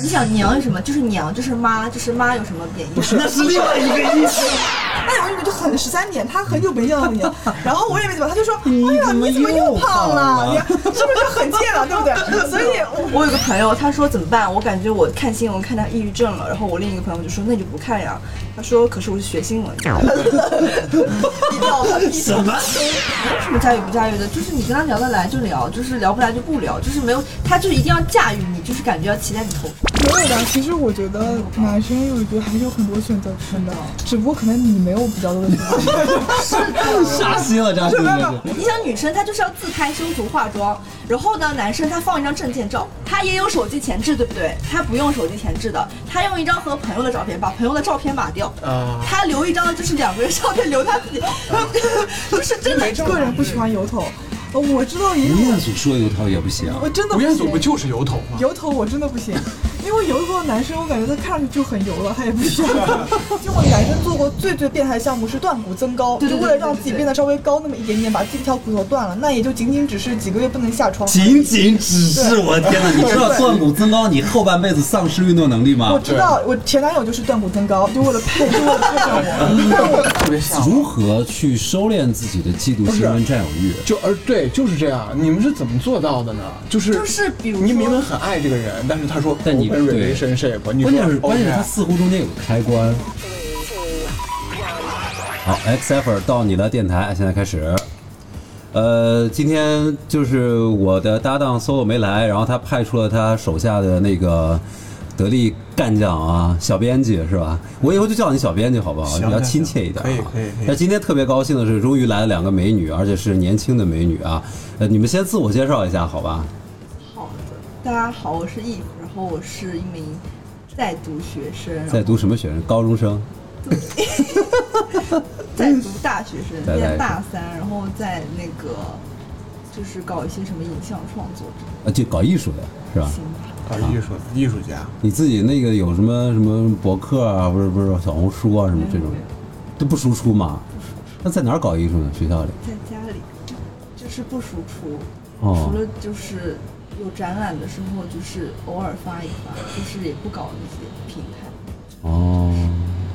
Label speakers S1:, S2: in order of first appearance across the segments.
S1: 你想娘是什么？就是娘，就是妈，就是妈有什么贬义？
S2: 不是， 那是另外一个意 思。
S3: 那会儿你们就狠了十三年，他很久没见 啊到你了，然后我也没怎么，他就说，
S2: 你
S3: 哎呀，
S2: 怎么
S3: 你怎么又
S2: 又
S3: 胖
S2: 胖
S3: 了？
S2: 了
S3: 你看是不是就很贱啊 了，对不对？所以我
S1: 我有个朋友，他说怎么办？我感觉我看新闻看到抑郁症了。然后我另一个朋友就说那你就不看呀。他说可是我是学 新闻的，
S3: 一定要狠
S2: 什么？
S1: 有什么驾驭不驾驭的？就是你跟他聊得来就聊，就是聊不来就不聊，就是没有他就是一定要驾驭你，就是感觉要骑在你头上。
S4: 没有吧？其实我觉得男生有一个还是有很多选择权的，啊只不过可能你没有比较多的选择。
S2: 扎心了，扎心了！
S1: 你想女生她就是要自拍、修图、化妆，然后呢，男生他放一张证件照，他也有手机前置，对不对？他不用手机前置的，他用一张和朋友的照片，把朋友的照片码掉，
S2: 啊，
S1: 他留一张就是两个人照片留他自己， 就是 真 的。
S4: 个人不喜欢油头，呃我知道也
S5: 吴
S4: 有
S5: 彦，祖说油头也不行，
S4: 我真的
S6: 吴
S4: 不
S6: 彦祖不
S4: 行。
S6: 就是油头吗？
S4: 油头我真的 不行，因为油头的男生，我感觉他看上去就很油了，他也不行。
S3: 就我男生做过最最变态的项目是断骨增高，
S1: 对
S3: 就
S1: 对对
S3: 为了让自己变得稍微高那么一点点，把自己一条骨头断了，那也就仅仅只是几个月不能下床。
S5: 仅仅只是我的天哪！你知道断骨增高你后半辈子丧失运动能力
S3: 我
S5: 吗？
S3: 知道，我前男友就是断骨增高，就为了配，就为了配上我。但我
S6: 特别像。
S5: 如何去收敛自己的嫉妒心跟占有欲？
S6: 就而对，就是这样。你们是怎么做到的呢？就是
S1: 就是比如说
S6: 你明明很爱这个人，但是他说
S5: 但你
S6: open
S5: 对
S6: relationship，你说
S5: 关键是关键是
S6: OK
S5: 它似乎中间有个开关。好，X F 到你的电台，现在开始。呃，今天就是我的搭档 solo 没来，然后他派出了他手下的那个得力干将啊，小编辑是吧？我以后就叫你小编辑好不好？
S6: 行
S5: 比较亲切一点、啊。
S6: 可以可以可以
S5: 那今天特别高兴的是，终于来了两个美女，而且是年轻的美女啊。呃，你们先自我介绍一下好吧？
S1: 好的，大家好，我是 Eve，然后我是一名在读学生，然后
S5: 在读什么学生？高中生。
S1: 在读大学生，
S5: 在
S1: 现在
S5: 大
S1: 大三，然后在那个就是搞一些什么影像创作之
S5: 啊，就搞艺术的是吧？
S1: 类的。
S6: 搞艺术艺术家，
S5: 你自己那个有什么什么博客啊，不是不是小红书啊什么这种，都不输出嘛？那在哪儿搞艺术呢？学校里？
S1: 在家里就是不输出，
S5: 哦
S1: 除了就是有展览的时候，就是偶尔发一发，就是也不搞那些平台。
S5: 哦，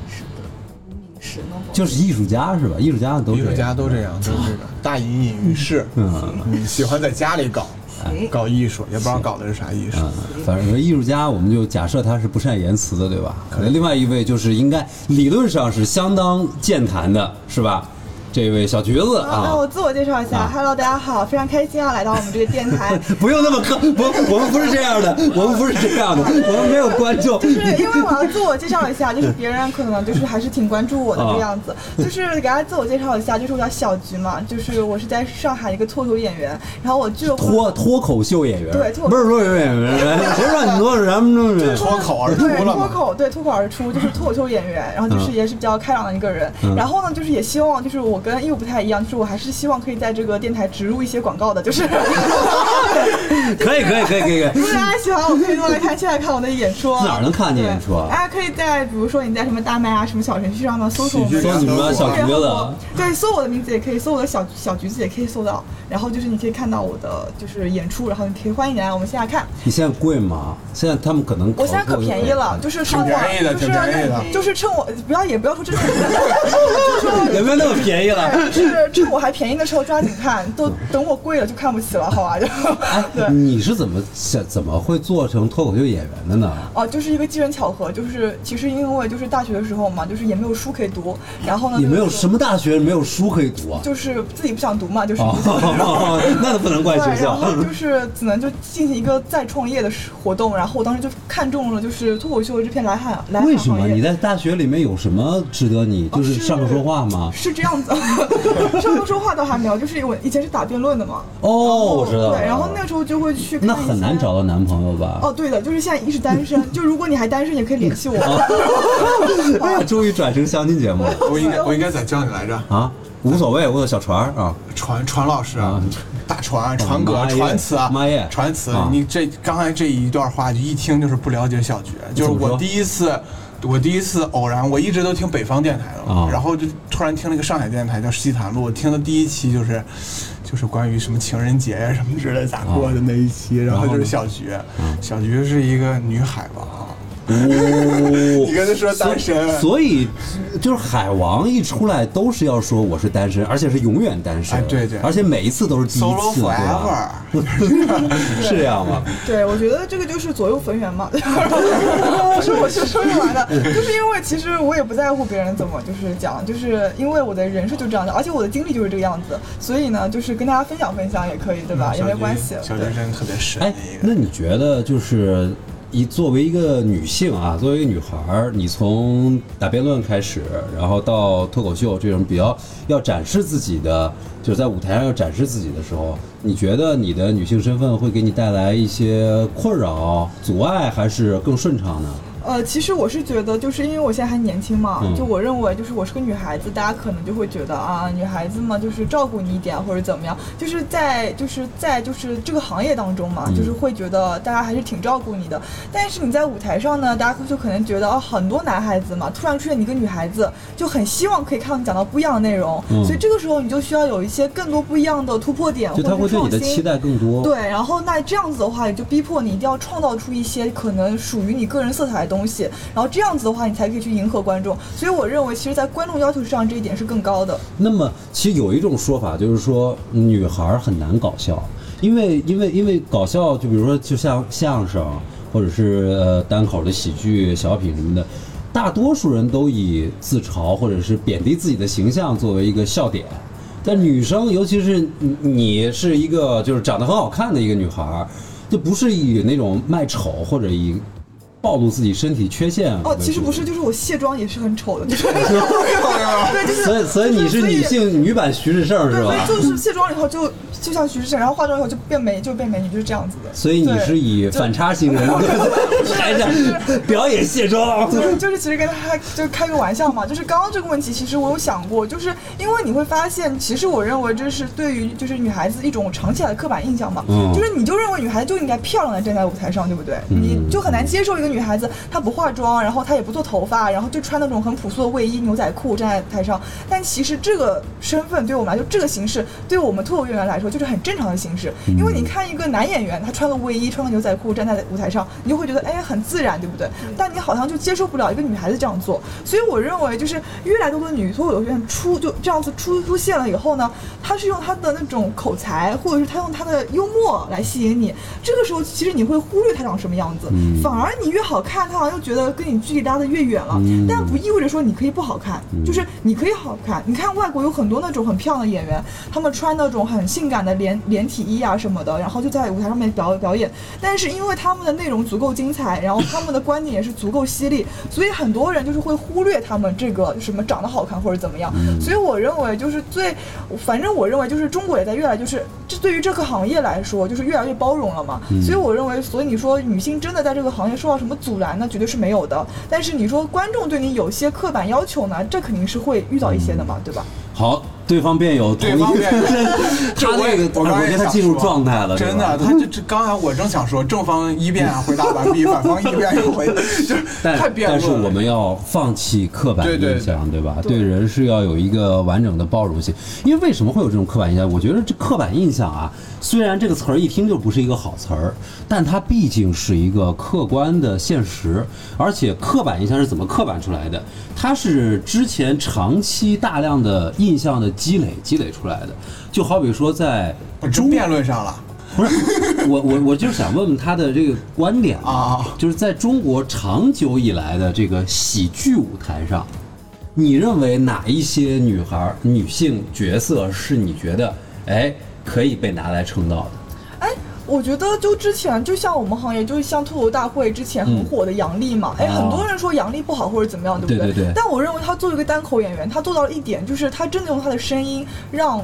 S1: 是的，无名氏弄不好
S5: 就是艺术家是吧？艺术家都
S6: 艺
S5: 这
S6: 术家
S5: 样。
S6: 都这样，都是这个大隐隐于市。
S5: 嗯
S6: 嗯，喜欢在家里搞
S1: 行
S6: 搞艺术，也不知道搞的是啥艺术。
S5: 嗯，反正艺术家，我们就假设他是不善言辞的，对吧？可能另外一位就是应该理论上是相当健谈的，是吧？这位小橘子
S3: 啊，那
S5: 啊
S3: 我，自我介绍一下、
S5: 啊
S3: h e l l o 大家好，非常开心啊，来到我们这个电台。
S5: 不用那么客，不，我们不是这样的，我们不是这样的，我们没有观众。
S3: 就是因为我要自我介绍一下，就是别人可能就是还是挺关注我的
S5: 啊
S3: 这样子，就是给大家自我介绍一下，就是我叫小菊嘛，就是我是在上海一个脱口演员，然后我俱乐部
S5: 脱脱口秀演员，
S3: 对脱口
S5: 不是脱口秀 演员，谁让你多什么这
S6: 脱口而出
S3: 对
S6: 了
S3: 脱
S6: 嘛？
S3: 口对脱口而出就是脱口秀演员，然后就是
S5: 嗯
S3: 也是比较开朗的一个人，
S5: 嗯
S3: 然后呢就是也希望就是我跟业务不太一样，就是我还是希望可以在这个电台植入一些广告的，就是
S5: 可以可以可以可以可以
S3: 如，果大家喜欢，我可以多来看，现在看我的演出啊。
S5: 哪儿能看见演出啊
S3: 对大家可以在比如说你在什么大麦啊、什么小程序上呢搜索我们。
S6: 喜剧
S5: 说你们小橘
S3: 然
S5: 子
S3: 后
S6: 啊
S3: 对，搜我的名字也可以，搜我的小小橘子也可以搜到。然后就是你可以看到我的就是演出，然后你可以欢迎你来我们线下看。
S5: 你现在贵吗？现在他们可能
S3: 我现在可便宜了，就是是趁我，
S6: 哦挺便宜的
S3: 就是
S6: 挺便宜的
S3: 就是趁我不要也不要说这种，就是
S5: 有没有那么便宜了？
S3: 就是趁我还便宜的时候抓紧看，都
S6: 嗯
S3: 等我贵了就看不起了，好 吧？就对
S5: 哎，。你是怎么想怎么会做成脱口秀演员的呢？
S3: 哦，就是一个机缘巧合，就是其实因为就是大学的时候嘛，就是也没有书可以读，然后呢，
S5: 你没有
S3: 就是
S5: 什么大学没有书可以 读啊？
S3: 就是自己不想读嘛，就是
S5: 哦，那不能怪
S3: 对，
S5: 学
S3: 然
S5: 校。
S3: 后 就是只能就进行一个再创业的活动，然后我当时就看中了就是脱口秀这片蓝海蓝海
S5: 为什么
S3: 行业哦
S5: 你在大学里面有什么值得你就是上课说话吗？
S3: 是这样子，上课说话倒还没有，就是我以前是打辩论的嘛。
S5: 哦，我知道了。
S3: 对，然后那个时候就会去看
S5: 那
S3: 一些
S5: 很难找。到男朋友吧？
S3: 哦，对的，就是现在一直单身，就如果你还单身，也可以联系我。
S5: 哦哎呀，终于转成相亲节目 了
S6: 我应该我应该咋叫你来着？
S5: 啊！无所谓，我有小船儿啊。
S6: 传传老师啊
S5: 啊，哦
S6: 大传传哥
S5: 妈耶
S6: 传词啊，
S5: 妈耶
S6: 传词
S5: 啊！
S6: 你这刚才这一段话，就一听就是不了解小菊，就是
S5: 怎么
S6: 我
S5: 说
S6: 第一次。我第一次偶然，我一直都听北方电台的嘛，
S5: 啊
S6: 然后就突然听了一个上海电台叫西坛路，我听的第一期就是，就是关于什么情人
S5: 啊嗯
S6: 节呀、什么之类咋过的那一期，然后就是小菊，小菊是一个女海王，
S5: 哦
S6: 你跟他说单身，
S5: 所以就是海王一出来都是要说我是单身，而且是永远单身。
S6: 哎对对
S5: 而且每一次都是第一
S6: Solo
S5: 次，对吧？ 是这样吗？
S3: 对，我觉得这个就是左右逢源嘛。 我说我是说不完的，就是因为其实我也不在乎别人怎么就是讲，就是因为我的人设就这样的，而且我的经历就是这个样子，所以呢，就是跟大家分享分享也可以，对吧？也没关系。
S6: 嗯小军真的特别神
S5: 哎，
S6: 那
S5: 那你觉得就是以作为一个女性啊，作为一个女孩儿，你从打辩论开始，然后到脱口秀这种比较要展示自己的，就是在舞台上要展示自己的时候，你觉得你的女性身份会给你带来一些困扰、阻碍，还是更顺畅呢？
S3: 呃，其实我是觉得，就是因为我现在还年轻嘛，
S5: 嗯
S3: 就我认为，就是我是个女孩子，大家可能就会觉得啊，女孩子嘛，就是照顾你一点或者怎么样，就是在就是在就是这个行业当中嘛，
S5: 嗯
S3: 就是会觉得大家还是挺照顾你的。但是你在舞台上呢，大家就可能觉得哦，很多男孩子嘛，突然出现一个女孩子，就很希望可以看到你讲到不一样的内容，
S5: 嗯
S3: 所以这个时候你就需要有一些更多不一样的突破点，
S5: 就他
S3: 或
S5: 会
S3: 者是
S5: 对你
S3: 创
S5: 的
S3: 新。
S5: 期待更多。
S3: 对，然后那这样子的话，也就逼迫你一定要创造出一些可能属于你个人色彩的东西，然后这样子的话，你才可以去迎合观众。所以我认为，其实，在观众要求上，这一点是更高的。
S5: 那么，其实有一种说法就是说，女孩儿很难搞笑，因为因为因为搞笑，就比如说就像相声或者是呃单口的喜剧、小品什么的，大多数人都以自嘲或者是贬低自己的形象作为一个笑点。但女生，尤其是你你是一个就是长得很好看的一个女孩儿，就不是以那种卖丑或者以暴露自己身体缺陷
S3: 哦
S5: 为，
S3: 其实
S5: 主
S3: 不是，就是我卸妆也是很丑的， 就是对，就是
S5: 啊所以所以
S3: 就是
S5: 你是
S3: 所以
S5: 女性女版徐志胜
S3: 对，
S5: 是吧
S3: 所？以就是卸妆以后就就像徐志胜，然后化妆以后就变美，就变美女，就是这样子的。
S5: 所以你是以反差型人格台 上表演卸妆。
S3: 就是就是，其实跟他就开个玩笑嘛。就是刚刚这个问题，其实我有想过，就是因为你会发现，其实我认为这是对于就是女孩子一种长期以来的刻板印象嘛。
S5: 嗯
S3: 就是你就认为女孩子就应该漂亮的站在舞台上，对不对？
S5: 嗯
S3: 你就很难接受一个女孩子她不化妆，然后她也不做头发，然后就穿那种很朴素的卫衣、牛仔裤站在台上。但其实这个身份对我们来说，这个形式对我们脱口秀演员来说就是很正常的形式。
S5: 嗯
S3: 因为你看一个男演员，他穿个卫衣、穿个牛仔裤站在舞台上，你就会觉得哎很自然，对不对？
S5: 嗯
S3: 但你好像就接受不了一个女孩子这样做，所以我认为就是越来越多的女脱口秀演员出就这样子出出现了以后呢，她是用她的那种口才，或者是她用她的幽默来吸引你。这个时候其实你会忽略她长什么样子，
S5: 嗯
S3: 反而你越好看，她好像又觉得跟你距离拉得越远了。
S5: 嗯
S3: 但不意味着说你可以不好看，就是你可以好看。你看外国有很多那种很漂亮的演员，他们穿那种很性感的连连体衣啊什么的，然后就在舞台上面表表演。但是因为他们的内容足够精彩，然后他们的观点也是足够犀利， 所以很多人就是会忽略他们这个什么长得好看或者怎么样。所以我认为就是最，反正我认为就是中国也在越来就是这对于这个行业来说就是越来越包容了嘛。所以我认为，所以你说女性真的在这个行业受到什么阻拦呢？绝对是没有的。但是你说观众对你有些刻板要求呢，这肯定是会遇到一些的嘛，对吧？
S5: 好，对方辩友同
S6: 对
S5: 意，
S6: 方辩
S5: 他那个，我觉
S6: 友这我也我刚才也
S5: 得他
S6: 想
S5: 进入
S6: 说
S5: 状态了，
S6: 真
S5: 对吧
S6: 的，他这这刚才我正想说，正方一辩回答完毕，反方一辩又回， 就是
S5: 但
S6: 太辩
S5: 但是
S6: 论了。
S5: 我们要放弃刻板
S6: 对对
S5: 印象，对吧？对人是要有一个完整的包容性。因为为什么会有这种刻板印象？我觉得这刻板印象啊，虽然这个词儿一听就不是一个好词儿，但它毕竟是一个客观的现实。而且刻板印象是怎么刻板出来的？它是之前长期大量的印象的积累积累出来的。就好比说在
S6: 不是辩论上了，
S5: 不是， 我我我就是想问问他的这个观点
S6: 啊
S5: 就是在中国长久以来的这个喜剧舞台上，你认为哪一些女孩儿、女性角色是你觉得哎可以被拿来称道的？
S3: 哎，我觉得就之前就像我们行业，就是像脱口大会之前很火的杨笠嘛，哎、
S5: 啊
S3: 很多人说杨笠不好或者怎么样，对不
S5: 对对对
S3: 但我认为他作为一个单口演员，他做到了一点，就是他真的用他的声音让。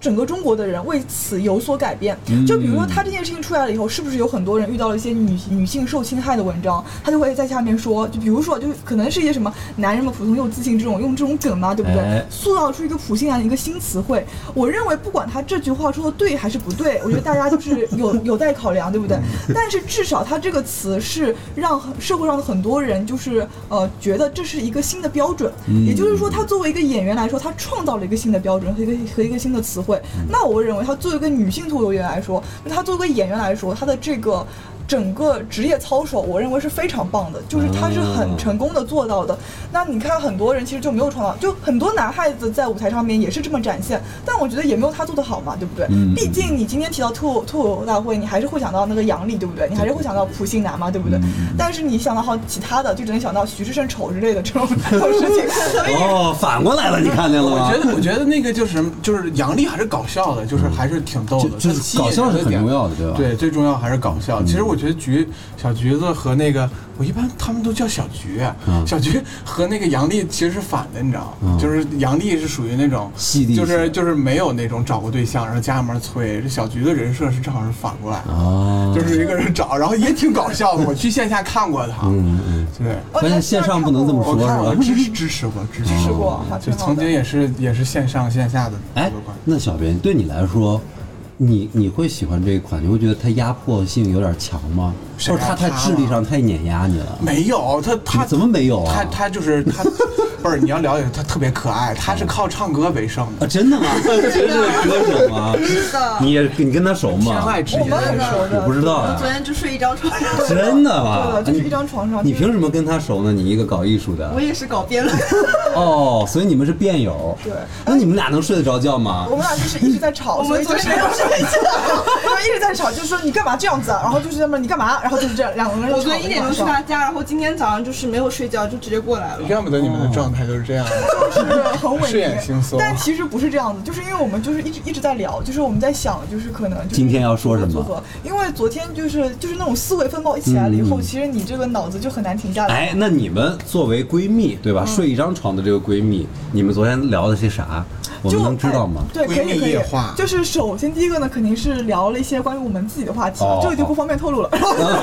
S3: 整个中国的人为此有所改变，
S5: 嗯
S3: 就比如说他这件事情出来了以后，是不是有很多人遇到了一些女女性受侵害的文章，他就会在下面说，就比如说，就是可能是一些什么男人们普通又自信这种用这种梗嘛，对不对？
S5: 哎
S3: 塑造出一个普信男的一个新词汇。我认为不管他这句话说的对还是不对，我觉得大家就是有 有待考量，对不对？但是至少他这个词是让很社会上的很多人就是呃觉得这是一个新的标准，也就是说他作为一个演员来说，他创造了一个新的标准和一个和一个 新的词汇。那我认为他作为一个女性脱口秀演员来说，那他作为一个演员来说，他的这个。整个职业操守，我认为是非常棒的，就是他是很成功的做到的。那你看很多人其实就没有创造，就很多男孩子在舞台上面也是这么展现，但我觉得也没有他做的好嘛，对不对？
S5: 嗯
S3: 毕竟你今天提到兔兔友大会，你还是会想到那个杨笠，对不对？你还是会想到普信男嘛，对不
S5: 嗯
S3: 对？但是你想到好其他的，就只能想到徐志胜丑之类的这种 这种事情，所以
S5: 哦，反过来了，你看见了
S6: 哎我
S5: 吗？
S6: 觉得，我觉得那个就是就是杨笠还是搞笑的，就是还是挺逗的。
S5: 就就是
S6: 它吸引人
S5: 搞笑是很
S6: 点
S5: 重要的对吧嗯
S6: 对，最重要还是搞笑。其实我觉得橘小橘子和那个，我一般他们都叫小橘啊
S5: 嗯，
S6: 小橘和那个杨笠其实是反的，你知道吗
S5: 嗯？
S6: 就是杨笠是属于那种
S5: 细腻型
S6: 就是就是没有那种找过对象，然后家里面催。这小橘的人设是正好是反过来的，
S5: 啊，
S6: 就是一个人找，然后也挺搞笑的。我去线下看过他，
S5: 嗯嗯，
S6: 对，
S5: 关键线上不能这么
S6: 我
S5: 说，
S6: 看我
S5: 是吧？
S6: 支持支持过，支持
S3: 试
S6: 过。
S3: 过，还
S6: 就
S3: 挺好
S6: 曾
S3: 的
S6: 经。也是也是线上线下的
S5: 哎
S6: 合作关，系。
S5: 那小编对你来说，你你会喜欢这款？你会觉得它压迫性有点强吗？
S6: 谁
S5: 或者它
S6: 让
S5: 太
S6: 他
S5: 智力上太碾压你了？
S6: 没有，他他
S5: 你怎么没有啊
S6: 他他就是他， 不是你要了解他特别可爱，他是靠唱歌为生
S5: 啊，
S6: 的。
S5: 真的吗？真是歌手吗？
S1: 是的，
S5: 你也你跟他熟
S6: 天
S5: 吗
S6: 籁？之音，
S5: 我不知道
S1: 我昨
S5: 啊，
S1: 天就睡一张床 上，
S5: 真的吗？
S3: 对，就是一张床上。
S5: 你凭什么跟他熟呢？你一个搞艺术的
S1: 我，也是搞 辩论，
S5: 哦，所以你们是辩友。对，那你们俩能睡得着觉吗
S3: 我？们俩就是一直在吵，
S1: 我们
S3: 所以就是
S1: 昨天
S3: 我 们一直在吵，就说你干嘛这样子啊，然后就是那么你干嘛，然后就是这样两个人就
S1: 我
S3: 吵
S1: 昨
S3: 得
S1: 天一点钟去
S3: 晚上
S1: 他家，然后今天早上就是没有睡觉，就直接过来了。
S6: 要不得你们的状态就是 这样的，
S3: 就是很萎
S6: 睡眼惺忪
S3: 靡，但其实不是这样子，就是因为我们就是一直一直在聊，就是我们在想，就是可能就是
S5: 今天要说什么
S3: 组合，因为昨天就是就是那种思维风暴一起来了以后，
S5: 嗯
S3: 其实你这个脑子就很难停下来。
S5: 哎，那你们作为闺蜜对吧？睡一张床的这个闺蜜，你们昨天聊的些啥？我
S3: 就
S5: 们能知道吗
S3: 哎？对，可
S6: 闺蜜
S3: 以可以
S6: 夜话。
S3: 就是首先第一个呢，肯定是聊了一些关于我们自己的话题，
S5: 哦
S3: 这个就不方便透露了。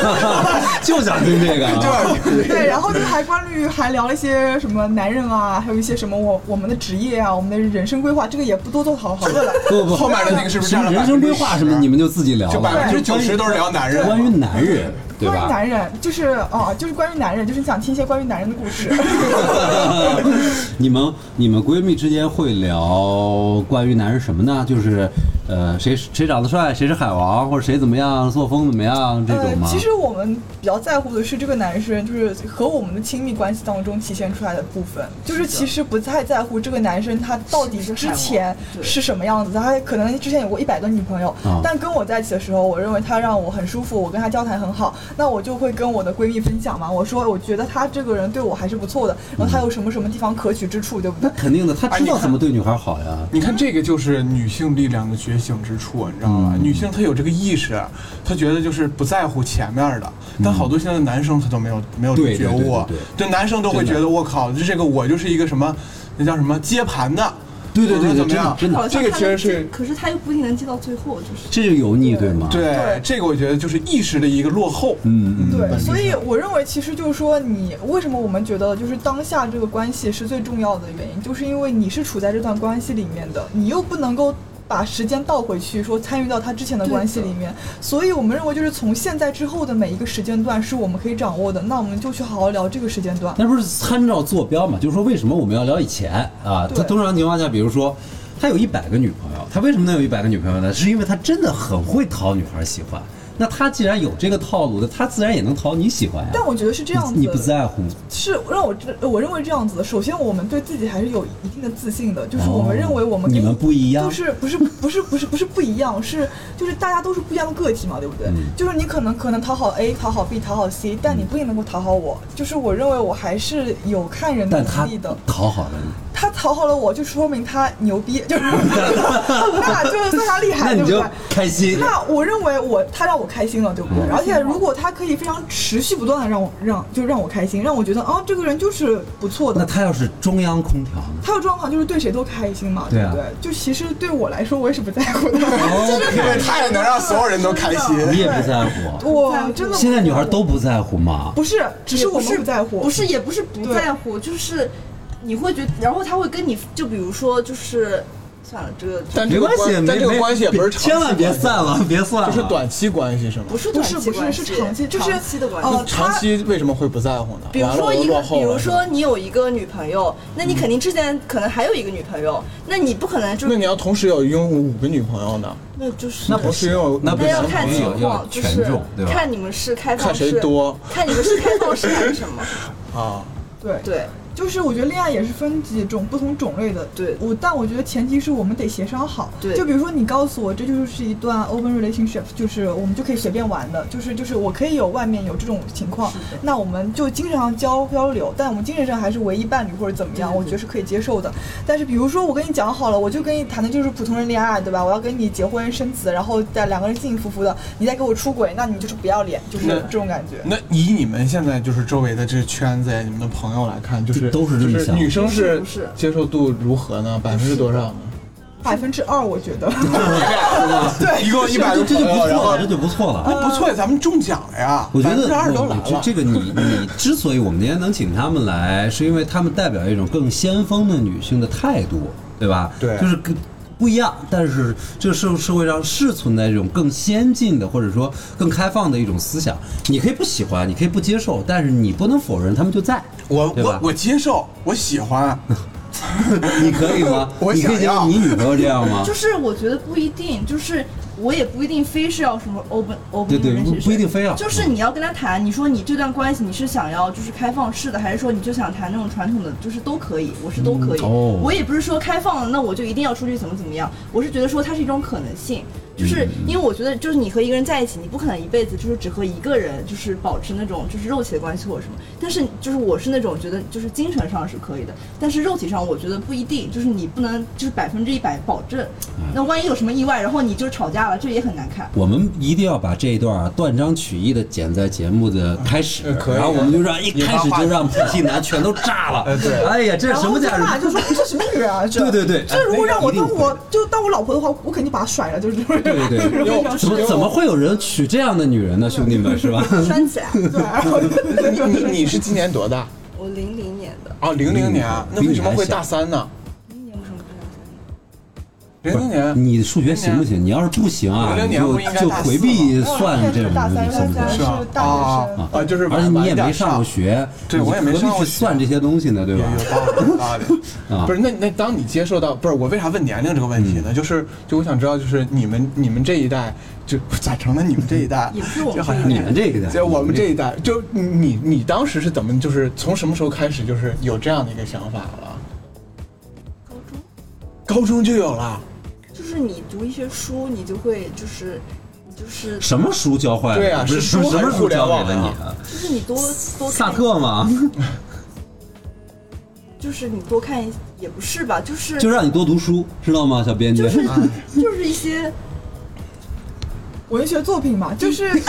S5: 就想听这个 啊，
S3: 对，然后就还关于还聊了一些什么男人啊，还有一些什么我我们的职业啊，我们的人生规划，这个也不多做讨论了。
S5: 不不，
S6: 后面的那个是不是
S5: 什
S6: 占
S5: 么
S6: 了
S5: 人生规划什么？
S6: 10%
S5: 你们就自己聊了。
S6: 就百分之九十都是聊男人，
S5: 关于男人，对
S3: 关于
S5: 吧？
S3: 男人，就是啊，就是关于男人，就是你想听一些关于男人的故事。
S5: 你们你们闺蜜之间会聊关于男人什么呢？就是呃，谁谁长得帅，谁是海王，或者谁怎么样，作风怎么样这种吗？
S3: 呃其实我们比较在乎的是这个男生，就是和我们的亲密关系当中体现出来的部分，就是其实不太在乎这个男生他到底之前是什么样子，他可能之前有过一百个女朋友
S5: 啊，
S3: 但跟我在一起的时候，我认为他让我很舒服，我跟他交谈很好，那我就会跟我的闺蜜分享嘛，我说我觉得他这个人对我还是不错的，然
S5: 嗯
S3: 后他有什么什么地方可取之处，对不对？
S5: 肯定的，他知道怎么对女孩好呀。
S6: 你看，这个就是女性力量的觉醒之处，你知道吗？
S5: 嗯
S6: 女性她有这个意识，她觉得就是不在乎前面的，但好多现在男生他都没有没有
S5: 嗯对
S6: 觉
S5: 对对
S6: 悟
S5: 对，
S6: 对男生都会觉
S5: 真
S6: 得
S5: 的
S6: 我靠，这个我就是一个什么，那叫什么接盘的，
S5: 对对对
S6: 或
S5: 对，
S6: 者怎么
S5: 真的
S6: 样？
S5: 真的，
S1: 好像
S6: 这个
S1: 他
S6: 其实
S1: 能
S6: 是
S1: 接可是他又不一定能接到最后，就是。
S5: 这就油腻对吗？，
S6: 对
S3: 对，
S6: 这个我觉得就是意识的一个落后。
S5: 嗯嗯，
S3: 对，所
S6: 是
S3: 以我认为，其实就是说，你为什么我们觉得就是当下这个关系是最重要的原因，就是因为你是处在这段关系里面的，你又不能够。把时间倒回去，说参与到他之前的关系里面，所以我们认为就是从现在之后的每一个时间段是我们可以掌握的，那我们就去好好聊这个时间段。
S5: 那不是参照坐标嘛？就是说，为什么我们要聊以前啊？
S3: 对
S5: 他通常情况下，比如说，他有一百个女朋友，他为什么能有一百个女朋友呢？是因为他真的很会讨女孩喜欢。那他既然有这个套路的，他自然也能讨你喜欢呀。
S3: 但我觉得是这样子的，
S5: 你你不在乎，
S3: 是让我这我认为这样子的。首先，我们对自己还是有一定的自信的，就是
S5: 哦
S3: 我们认为我们
S5: 你
S3: 跟
S5: 们不一样
S3: 就是不是不是不是不是不一样，是就是大家都是不一样的个体嘛，对不对？
S5: 嗯
S3: 就是你可能可能讨好 A，讨好 B，讨好 C，但你不一定能够讨好我。就是我认为我还是有看人的
S5: 但他
S3: 能力的。
S5: 讨好了你，
S3: 他讨好了我，就说明他牛逼， 就是那就算他厉
S5: 那
S3: 害，对
S5: 你
S3: 不
S5: 就
S3: 对？
S5: 开心。
S3: 那我认为我他让我开心了，对不对？
S5: 嗯
S3: 而且如果他可以非常持续不断的让我让就让我开心，让我觉得哦这个人就是不错
S5: 那
S3: 的。
S5: 他要是中央空调呢？
S3: 他的状况就是对谁都开心嘛，
S5: 对
S3: 对
S5: 啊哦
S3: 不对？就其实对我来说，我也是不在乎的。
S6: 因为他也能让所有人都开心。
S5: 你也不在乎。 啊
S3: 我真的
S5: 现在女孩都不在乎吗？
S3: 不是，只是我们不在乎，
S1: 不是也不是不在乎，就是你会觉得，然后他会跟你，就比如说就是。算了，这个
S6: 但
S7: 没
S6: 这个
S7: 关系，
S6: 关，
S7: 没
S6: 但这个
S7: 没
S6: 关系也不是长期
S7: 千万别
S6: 关系
S7: 散了，别散了，
S6: 这是短期关系是吗？
S1: 不是
S3: 不
S1: 短
S3: 是
S1: 期
S3: 不是
S1: 关
S3: 是
S1: 系
S3: 长期就是
S1: 长期的关系。
S3: 哦
S6: 长期为什么会不在乎呢？
S1: 比如
S6: 完了
S1: 说
S6: 我
S1: 一
S6: 落
S1: 个，
S6: 后
S1: 比如
S6: 了是吧
S1: 说你有一个女朋友，那
S5: 嗯
S1: 你肯定之前可能还有一个女朋友，那你不可能就
S6: 那你要同时有拥有五个女朋友呢？
S1: 那就是
S5: 那不
S6: 同
S5: 是
S6: 时拥有
S5: 那不
S1: 那
S5: 是
S1: 要看
S5: 朋友
S1: 情
S5: 要
S1: 况，就
S5: 权
S1: 是
S5: 重，对吧？
S1: 看你们是开放
S6: 看
S1: 式，
S6: 谁多
S1: 看你们是开放式还是什么？
S6: 啊？
S3: 对
S1: 对，
S3: 就是我觉得恋爱也是分几种不同种类的，
S1: 对
S3: 我，但我觉得前提是我们得协商好，
S1: 对
S3: 就比如说你告诉我这就是一段 open relationship，就是我们就可以随便玩的，就是就是我可以有外面有这种情况，那我们就精神上交交流，但我们精神上还是唯一伴侣或者怎么样，我觉得是可以接受的。但是比如说我跟你讲好了，我就跟你谈的就是普通人恋爱，对吧？我要跟你结婚生子，然后再两个人幸幸福福的，你再给我出轨，那你就是不要脸，就是
S6: 那
S3: 这种感觉。
S6: 那以你们现在就是周围的这圈子呀，你们的朋友来看，就是
S5: 都是这么
S6: 就
S5: 想
S6: 女生是
S1: 不是
S6: 接受度如何呢？百分之多少呢？
S3: 百分之二，我觉得。
S6: 对，一共一百
S5: 这
S6: 个
S5: 这
S6: 朋
S5: 就不
S6: 友，
S5: 错
S6: 然后哎
S5: 了，这就不错了。
S6: 那不错，咱们中奖了呀！
S5: 我觉得
S6: 百分之二都来
S5: 我这
S6: 了，
S5: 这个你你之所以我们今天能请他们来，是因为他们代表一种更先锋的女性的态度，对吧？
S6: 对
S5: 就是跟不一样，但是这个社社会上是存在这种更先进的，或者说更开放的一种思想。你可以不喜欢，你可以不接受，但是你不能否认他们就在。
S6: 我
S5: 对吧
S6: 我我接受，我喜欢，
S5: 你可以吗？
S6: 我
S5: 你可以
S6: 想
S5: 接受
S6: 要
S5: 你女朋友这样吗？
S1: 就是我觉得不一定，就是我也不一定非是要什么 open open
S5: 对对，不
S1: relationship
S5: 不一定非要。
S1: 就是你要跟他谈，你说你这段关系你是想要就是开放式的，还是说你就想谈那种传统的，就是都可以，我是都可以。
S5: 嗯哦
S1: 我也不是说开放了，那我就一定要出去怎么怎么样，我是觉得说它是一种可能性，就是
S5: 嗯
S1: 因为我觉得就是你和一个人在一起，你不可能一辈子就是只和一个人就是保持那种就是肉体的关系或者什么，但是就是我是那种觉得就是精神上是可以的，但是肉体上我觉得不一定，就是你不能就是百分之一百保证，那万一有什么意外，然后你就吵架了，这也很难看。
S5: 我们一定要把这一段啊断章取义的剪在节目的开始，
S6: 呃可以
S5: 然后我们就让一
S6: 引
S5: 开
S6: 发
S5: 始
S6: 话
S5: 就
S6: 题
S5: 让普信男全都炸了。
S6: 呃 对
S5: 哎呀，这
S3: 然
S5: 是什
S3: 后
S5: 么
S3: 他
S5: 家人？
S3: 俩就说这什么女人 啊？这
S5: 对对对
S3: 这如果让我
S5: 哎那一定
S3: 当我
S5: 会
S3: 就当我老婆的话，我肯定把她甩了，就是这种。
S5: 对对 对，
S6: 因为
S5: 怎么怎么会有人娶这样的女人呢？兄弟们，是吧？
S1: 拴起来，
S6: 你你你是今年多大？
S1: 我零零年的。
S6: 哦，零零年啊，那为什么会
S5: 比你还小
S6: 大三呢？
S1: 今年为什么不来
S6: 零零年，
S5: 你数学行不行？你要是不行啊，
S6: 06
S5: 你
S6: 年
S5: 就
S6: 不应该
S5: 就
S6: 大四
S5: 回避算这种
S3: 大三
S5: 东
S3: 大
S5: 西，行不
S3: 三
S5: 行？
S6: 是吧
S3: 是大学
S6: 啊
S3: 生
S6: 啊，就是
S5: 而且你也没上
S6: 上
S5: 过，学，
S6: 对
S5: 你
S6: 我也没
S5: 何必
S6: 上过
S5: 去
S6: 学
S5: 算这些东西呢，对
S6: 有
S5: 吧？
S6: 有道理，有道理。
S5: 啊嗯
S6: 不是，那那当你接受到不是我为啥问年龄这个问题呢？就是就我想知道，就是你们你们这一代就咋成了你们这一代？
S1: 也不是我们
S6: 就好像
S5: 你们这一代
S6: 就我们这一代，就你你你当时是怎么就是从什么时候开始就是有这样的一个想法了？
S1: 高中？
S6: 高中就有了，
S1: 就是你读一些书，你就会就是就是
S5: 什么书教坏了？
S6: 对啊
S5: 不是
S6: 是书
S5: 什么
S6: 还是
S5: 书
S6: 互联
S5: 教给
S6: 网
S5: 了
S6: 啊
S5: 你啊？
S1: 就是你多多看
S5: 萨，特吗？
S1: 就是你多看一也不是吧，就是
S5: 就让你多读书，知道吗，小编 辑？
S1: 就是 就是一些
S3: 文学作品嘛，就是
S5: 嗯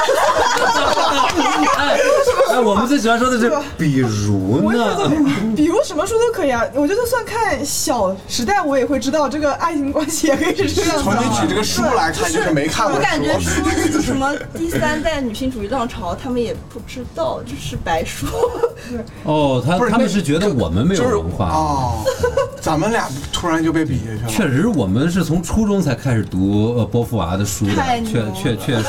S5: 哎哎，我们最喜欢说 的是，比如
S3: 文学作
S5: 呢，
S3: 品，比如什么书都可以啊。我觉得算看《小时代》，我也会知道这个爱情关系也可以是这样
S6: 从
S3: 的啊
S6: 你。举这个书来看，就是没看过
S1: 我
S6: 书。
S1: 感觉说什么第三代女性主义浪潮，他们也不知道，就是白说。
S5: 哦，他
S6: 不是
S5: 他们
S6: 那
S5: 是觉得我们没有
S6: 就是
S5: 文化，
S6: 哦， 咱们俩突然就被比下去
S5: 确
S6: 了。
S5: 实我们是从初中才开始读呃波伏娃的书
S1: 太
S5: 的，
S1: 牛
S5: 确
S1: 了
S5: 确确实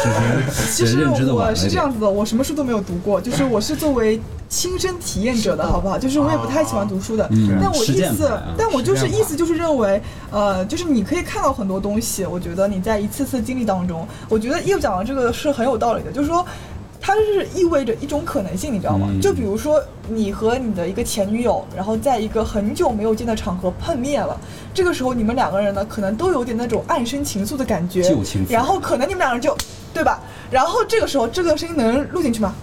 S3: 其
S5: 是
S3: 实
S5: 认知的晚
S3: 我
S5: 了
S3: 是
S5: 一
S3: 这
S5: 点
S3: 样。子的，我什么书都没有读过，就是我是作为亲身体验者的，好不好？就是我也不太喜欢读书的，
S5: 嗯
S3: 但我
S5: 实
S3: 意
S5: 践派
S3: 思
S5: 啊，
S3: 但我就是
S6: 实践派
S3: 意思就是认为，呃，就是你可以看到很多东西。我觉得你在一次次经历当中，我觉得叶讲的这个是很有道理的，就是说。它是意味着一种可能性，你知道吗？
S5: 嗯
S3: 就比如说，你和你的一个前女友，然后在一个很久没有见的场合碰面了，这个时候你们两个人呢，可能都有点那种暗生情愫的感觉，
S5: 旧情复
S3: 然后可能你们两个人就，对吧？然后这个时候，这个声音能录进去吗？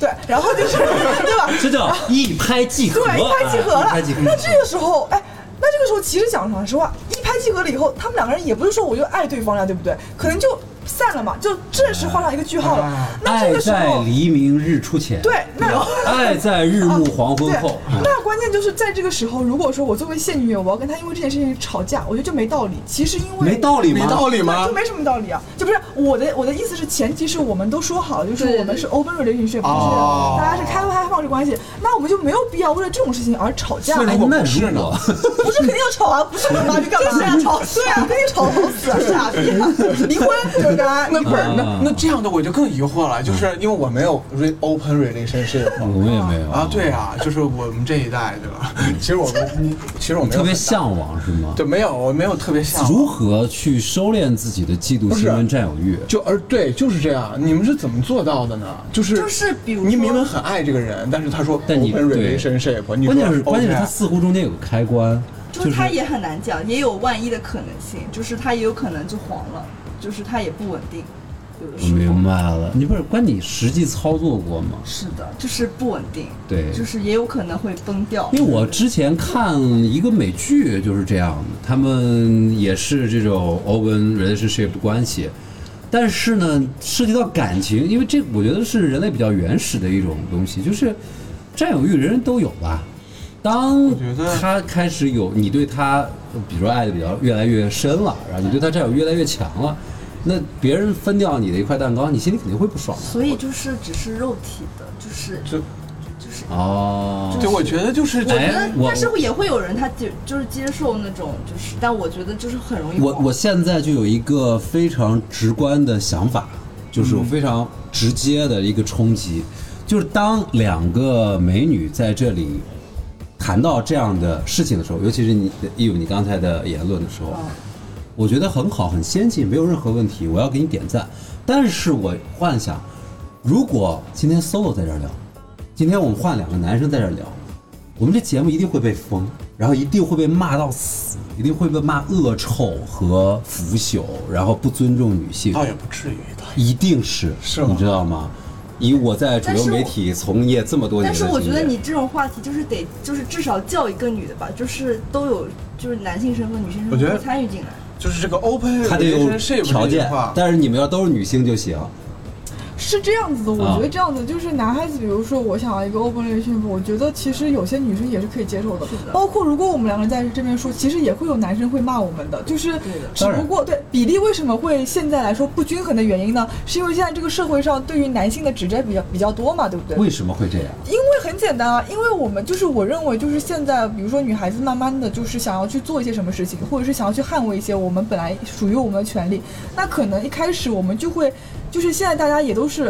S3: 对，然后就是，对吧？
S5: 这叫 一拍即合，
S3: 对，一拍即合了。
S5: 哎一拍即合。
S3: 那这个时候，哎，那这个时候其实讲老实话，一拍即合了以后，他们两个人也不是说我就爱对方了，对不对？可能就散了嘛，就正式画上一个句号了。那这
S5: 啊爱
S3: 个时
S5: 在
S3: 候，
S5: 黎明日出前，
S3: 对那
S5: 吧爱在日
S3: 啊
S5: 暮黄昏后，
S3: 对，那关键就是在这个时候，如果说我作为现女友，我要跟他因为这件事情吵架，我觉得就没道理。其实因为
S5: 没道理吗？
S6: 没道理吗
S3: 对就？没什么道理啊，就不是我的我的意思是，前提是我们都说好了，就是
S1: 对对
S3: 我们
S1: 对
S3: 是 open relationship，就是
S6: 哦
S3: 大家是开放开放
S8: 效率关系，那我们就没有必要为了这种事情而吵架。
S3: 哎
S6: 那如果哎不是
S5: 如
S6: 呢？
S5: 果
S8: 不是肯定要吵啊，不是 干嘛就干嘛，对啊，吵对啊，肯定吵吵死啊，傻逼啊，离婚就是该。
S6: 那不是
S5: 啊
S6: 那那这样的我就更疑惑了，就是因为我没有 re open relationship
S5: 我们也没有
S6: 啊，对啊，就是我们这一代对吧？其实我们其实我没有
S5: 特别
S6: 很大，
S5: 向往是吗？
S6: 对，没有我没有特别向往
S5: 如何去收敛自己的嫉妒
S6: 不是
S5: 心跟占有欲？
S6: 就而对，就是这样。你们是怎么做到的呢？就是
S1: 就是比如说
S6: 你明明很爱这个人，但是他说
S5: 但你
S6: open
S5: 对
S6: relationship，你说
S5: 关键是关键是
S6: OK
S5: 他似乎中间有个开关，
S1: 就
S5: 就是是
S1: 他也很难讲，也有万一的可能性，就是他也有可能就黄了，就是他也不稳定，有的
S5: 我
S1: 时候。
S5: 明白了。你不是关你实际操作过吗？
S1: 是的，就是不稳定，
S5: 对
S1: 就是也有可能会崩掉。
S5: 因为我之前看一个美剧就是这样的，他们也是这种 open relationship 关系，但是呢，涉及到感情，因为这我觉得是人类比较原始的一种东西，就是占有欲，人人都有吧。当
S6: 觉得
S5: 他开始有你对他，比如说爱的比较越来越深了，然后你对他占有越来越强了，那别人分掉你的一块蛋糕，你心里肯定会不爽的。
S1: 所以就是只是肉体的，就是
S6: 就
S1: 就是。
S5: 哦，
S6: 对，我觉得就是
S1: 我觉得
S5: 哎，我
S1: 但是也会有人他就就是接受那种，就是，但我觉得就是很容易
S5: 我
S1: 黄
S5: 我现在就有一个非常直观的想法，就是我非常直接的一个冲击，就是当两个美女在这里谈到这样的事情的时候，尤其是你一有你刚才的言论的时候，我觉得很好，很先进，没有任何问题，我要给你点赞。但是我幻想，如果今天 solo 在这儿聊，今天我们换两个男生在这儿聊，我们这节目一定会被封，然后一定会被骂到死，一定会被骂恶臭和腐朽，然后不尊重女性，
S1: 哎
S6: 倒也不至于的。
S5: 一定是，
S6: 是吗
S5: 你知道吗？以我在主流
S1: 但是我
S5: 媒体从业这么多年
S1: 但
S5: 的
S1: 是
S5: 经验，
S1: 我觉得你这种话题就是得就是至少叫一个女的吧，就是都有就是男性身份、女性身
S6: 我觉得
S1: 份都参与进来。
S6: 就是这个 open
S5: 还得有
S6: relationship
S5: 条
S6: 这句
S5: 件
S6: 话，，
S5: 但是你们要都是女性就行。
S3: 是这样子的，我
S5: 啊
S3: 觉得这样子就是男孩子，比如说我想要一个 open relationship，我觉得其实有些女生也是可以接受的
S1: 是，的
S3: 包括如果我们两个人在这边说，其实也会有男生会骂我们的，就是
S1: 对的
S3: 只
S5: 当然
S3: 不过对比例为什么会现在来说不均衡的原因呢？是因为现在这个社会上对于男性的指摘比较比较多嘛，对不对？
S5: 为什么会这样？
S3: 因为很简单啊，因为我们就是我认为就是现在，比如说女孩子慢慢的就是想要去做一些什么事情，或者是想要去捍卫一些我们本来属于我们的权利，那可能一开始我们就会，就是现在大家也都是。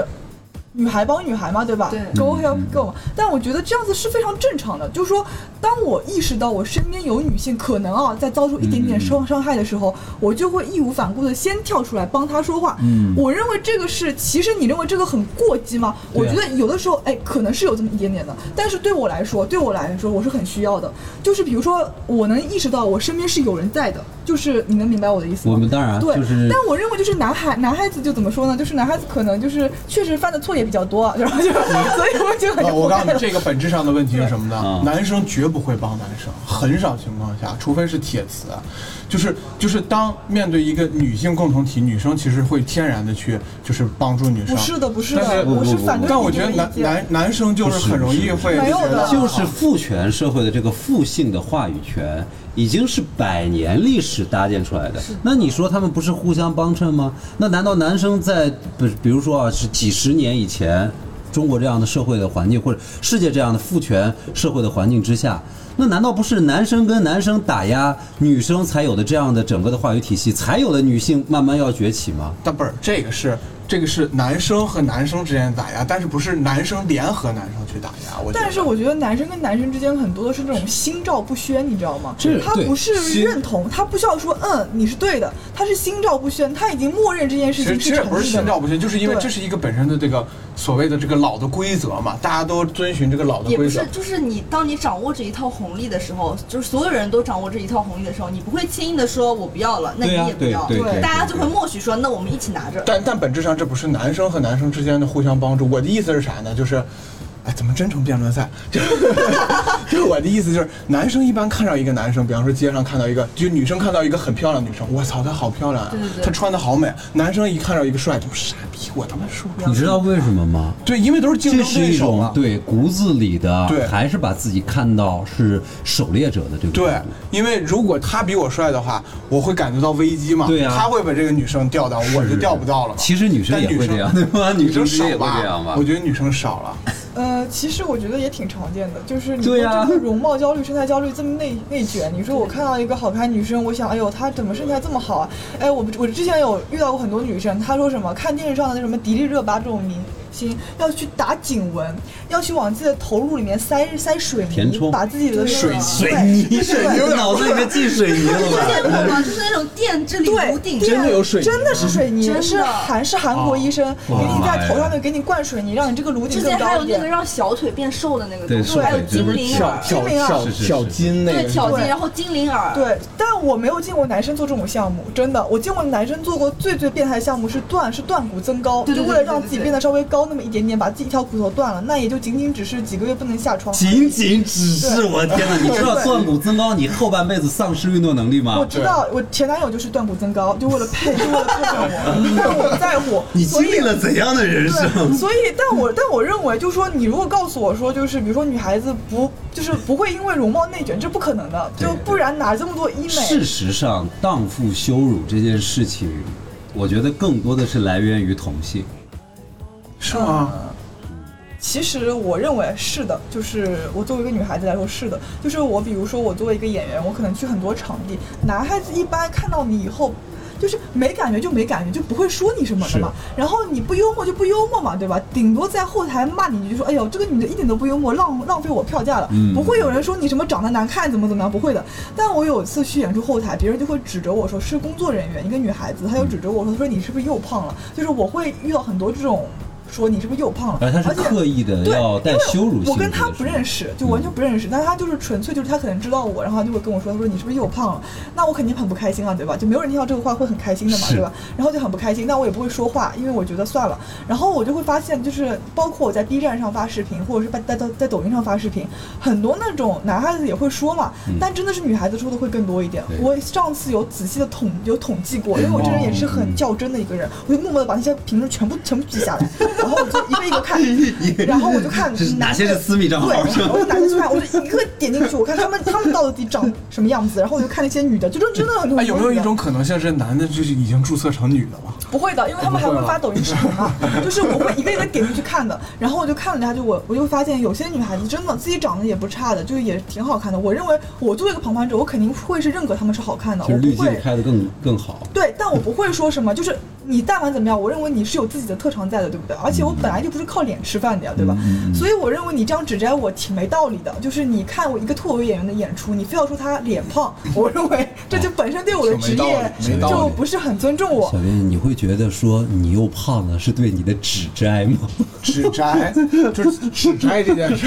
S3: 女孩帮女孩嘛，对吧？
S1: 对
S3: ，go help go。但我觉得这样子是非常正常的，就是说，当我意识到我身边有女性可能啊在遭受一点点伤伤害的时候，我就会义无反顾的先跳出来帮她说话。
S5: 嗯
S3: 我认为这个是，其实你认为这个很过激吗？我
S5: 对啊
S3: 觉得有的时候，哎，可能是有这么一点点的，但是对我来说，对我来说，我是很需要的。就是比如说，我能意识到我身边是有人在的，就是你能明白我的意思吗？
S5: 我们当然
S3: 对，
S5: 就是
S3: 但我认为就是男孩男孩子就怎么说呢？就是男孩子可能就是确实犯的错也比较多，啊然后就是 所以哎我 就很
S6: 呃，我告诉你，
S3: 了
S6: 这个本质上的问题是什么呢
S5: 啊？
S6: 男生绝不会帮男生，很少情况下，除非是铁磁，就是就是当面对一个女性共同体，女生其实会天然的去就是帮助女生。
S3: 不是的，不是
S6: 但
S3: 的，
S6: 是
S3: 我是反对
S6: 但我
S3: 你
S6: 觉
S3: 这
S6: 得
S3: 个
S6: 男
S3: 意见。
S6: 男男生就是很容易会
S3: 没有的
S6: 觉得
S5: 就是父权社会的这个父性的话语权，已经是百年历史搭建出来的。那你说他们不是互相帮衬吗？那难道男生在不是，比如说啊，是几十年以前中国这样的社会的环境，或者世界这样的父权社会的环境之下？那难道不是男生跟男生打压女生才有的这样的整个的话语体系，才有了女性慢慢要崛起吗？
S6: 但不是这个是这个是男生和男生之间的打压，但是不是男生联合男生去打压？我觉得
S3: 但是我觉得男生跟男生之间很多的是那种心照不宣，你知道吗
S5: 这？
S3: 他
S5: 对
S3: 不是
S5: 心
S3: 认同，他不需要说嗯你是对的，他是心照不宣，他已经默认这件事
S6: 其实
S3: 情
S6: 其实也不
S3: 成
S6: 是
S3: 立的
S6: 心。照不宣，就是因为
S3: 对
S6: 这是一个本身的这个所谓的这个老的规则嘛，大家都遵循这个老的
S1: 也不
S6: 规则
S1: 是，。就是你当你掌握着一套红利的时候，就是所有人都掌握这一套红利的时候，你不会轻易的说我不要了，那你
S5: 对呀
S1: 也不要，
S5: 对对对
S1: 大家就会默许说那我们一起拿着。
S6: 但但本质上这不是男生和男生之间的互相帮助。我的意思是啥呢？就是，哎，怎么真成辩论赛？就是 就是我的意思就是，男生一般看到一个男生，比方说街上看到一个，就女生看到一个很漂亮的女生，我操，她好漂亮啊
S1: 对对，对
S6: 她穿的好美。男生一看到一个帅，就傻逼，我他妈受不了。
S5: 你知道为什么吗？
S6: 对，因为都是竞
S5: 这
S6: 争
S5: 是
S6: 对
S5: 一
S6: 手嘛
S5: 种。对骨子里的，
S6: 对
S5: 还是把自己看到是狩猎者的这个
S6: 对
S5: 角，度
S6: 因为如果他比我帅的话，我会感觉到危机嘛。
S5: 对啊
S6: 他会把这个女生钓到，我就钓不到了嘛。
S5: 其实女生
S6: 但
S5: 也会这样，
S6: 女
S5: 对
S6: 生
S5: 吧？女
S6: 女
S5: 生
S6: 生
S5: 之间
S6: 少
S5: 也会
S6: 吧？
S5: 这样吧
S6: 我？觉得女生少了，
S3: 呃，其实我觉得也挺常见的，就是你说
S5: 对呀
S3: 这个容貌焦虑、身材焦虑这么内内卷。你说我看到一个好看女生，我想，哎呦，她怎么身材这么好啊？哎，我我之前有遇到过很多女生，她说什么看电视上的那什么迪丽热巴这种明星，要去打颈纹，要去往自己的头颅里面塞塞水
S5: 填
S3: 泥
S5: 充，
S3: 把自己的水
S2: 水泥，水泥，脑子里面进水泥了吧？
S1: 见过吗？就是那种电之里
S3: 对
S1: 无，顶，
S3: 对
S6: 真的有水泥
S3: 真的是水泥，
S1: 真的啊
S3: 是韩是韩国医生给
S5: 哇
S3: 你在头
S5: 妈呀
S3: 上面给你灌水泥，让你这个颅顶
S1: 之
S3: 更
S1: 前还
S3: 高
S1: 有
S3: 一
S1: 那个
S3: 点。
S1: 让小腿变瘦的那个
S5: 对
S1: 东西，
S5: 瘦
S1: 还有
S5: 腿
S1: 精灵
S6: 挑
S1: 耳，
S6: 挑
S3: 精灵耳
S6: 挑
S5: 是是是
S6: 挑筋那
S1: 对
S6: 个是吧
S1: 挑筋，
S3: 对
S1: 然后精灵耳，
S3: 对，但我没有见过男生做这种项目，真的，我见过男生做过最最变态的项目是断，是断骨增高，
S1: 对对
S3: 就
S1: 对
S3: 为了让自
S1: 对
S3: 己
S1: 对
S3: 变得稍微高那么一点点，把自己一条骨头断了，那也就仅仅只是几个月不能下床。
S2: 仅仅只是我天哪！你知道断骨增高，你后半辈子丧失运动能力
S3: 我
S5: 吗？
S3: 知道，我前男友就是断骨增高，就为了配，就为了配上 我，但我不在乎。
S2: 你
S3: 所
S2: 经
S3: 以
S2: 历了怎样的人
S3: 对，
S2: 生？
S3: 所以，但我但我认为，就是说，你如果告诉我说，就是比如说女孩子不就是不会因为容貌内卷，这不可能的，
S5: 对
S3: 就不然哪这么多医
S5: 事
S3: 美？
S5: 实上，荡妇羞辱这件事情，我觉得更多的是来源于同性。
S6: 是吗？
S3: 呃其实我认为是的，就是我作为一个女孩子来说是的，就是我比如说我作为一个演员，我可能去很多场地，男孩子一般看到你以后。就是没感觉就没感觉，就不会说你什么的嘛。然后你不幽默就不幽默嘛，对吧？顶多在后台骂你一句说：“哎呦，这个女的一点都不幽默，浪浪费我票价了。
S5: 嗯
S3: 不会有人说你什么长得难看，怎么怎么样，不会的。但我有一次去演出后台，别人就会指着我说，是工作人员，一个女孩子，她就指着我说，她说你是不是又胖了？就是我会遇到很多这种说你是不是又胖了，
S5: 而他哎是刻意的
S3: 对，
S5: 要带
S3: 因为
S5: 羞辱性质。
S3: 我跟他不认，识，就
S5: 嗯
S3: 完全不认识。但他就是纯粹就是他可能知道我，然后他就会跟我说，他说你是不是又胖了？那我肯定很不开心啊，对吧？就没有人听到这个话会很开心的嘛，
S5: 是
S3: 对吧？然后就很不开心，但我也不会说话，因为我觉得算了。然后我就会发现，就是包括我在 B 站上发视频，或者是在在在抖音上发视频，很多那种男孩子也会说嘛，但真的是女孩子说的会更多一点
S5: 嗯对。
S3: 我上次有仔细的统有统计过，因为我这人也是很较真的一个人，我就默默的把那些评论全部全部记下来，然后我就一个一 个看，然后我就看
S2: 这是哪
S3: 嗯
S2: 些是私密账号
S3: 对，我就哪些去看，我就一个点进去，我看他们他们到底长什么样子，然后我就看那些女的，就真真的很多
S6: 哎，有没有
S3: 女
S6: 一
S3: 的
S6: 种可能性是男的就是已经注册成女的了？
S3: 不会的，因为他们还会发抖音视频嘛，就是我会一个一个点进去看的，然后我就看了一下，就我我就发现有些女孩子真的自己长得也不差的，就是也挺好看的。我认为我作为一个旁观者，我肯定会是认可她们是好看的，
S5: 就
S3: 我
S5: 是滤
S3: 不
S5: 镜
S3: 会
S5: 开的更更好。
S3: 对，但我不会说什么，就是你但凡怎么样，我认为你是有自己的特长在的，对不对？而且我本来就不是靠脸吃饭的呀，对
S6: 嗯
S3: 吧？所以我认为你这样指摘我挺没道理的。就是你看我一个脱口秀演员的演出，你非要说他脸胖，我认为这就本身对我的职
S6: 挺没道
S3: 业
S6: 理没道理
S3: 就不是很尊重我
S5: 小。林，你会觉得说你又胖了是对你的指摘吗？
S6: 指摘，就是指摘这件事，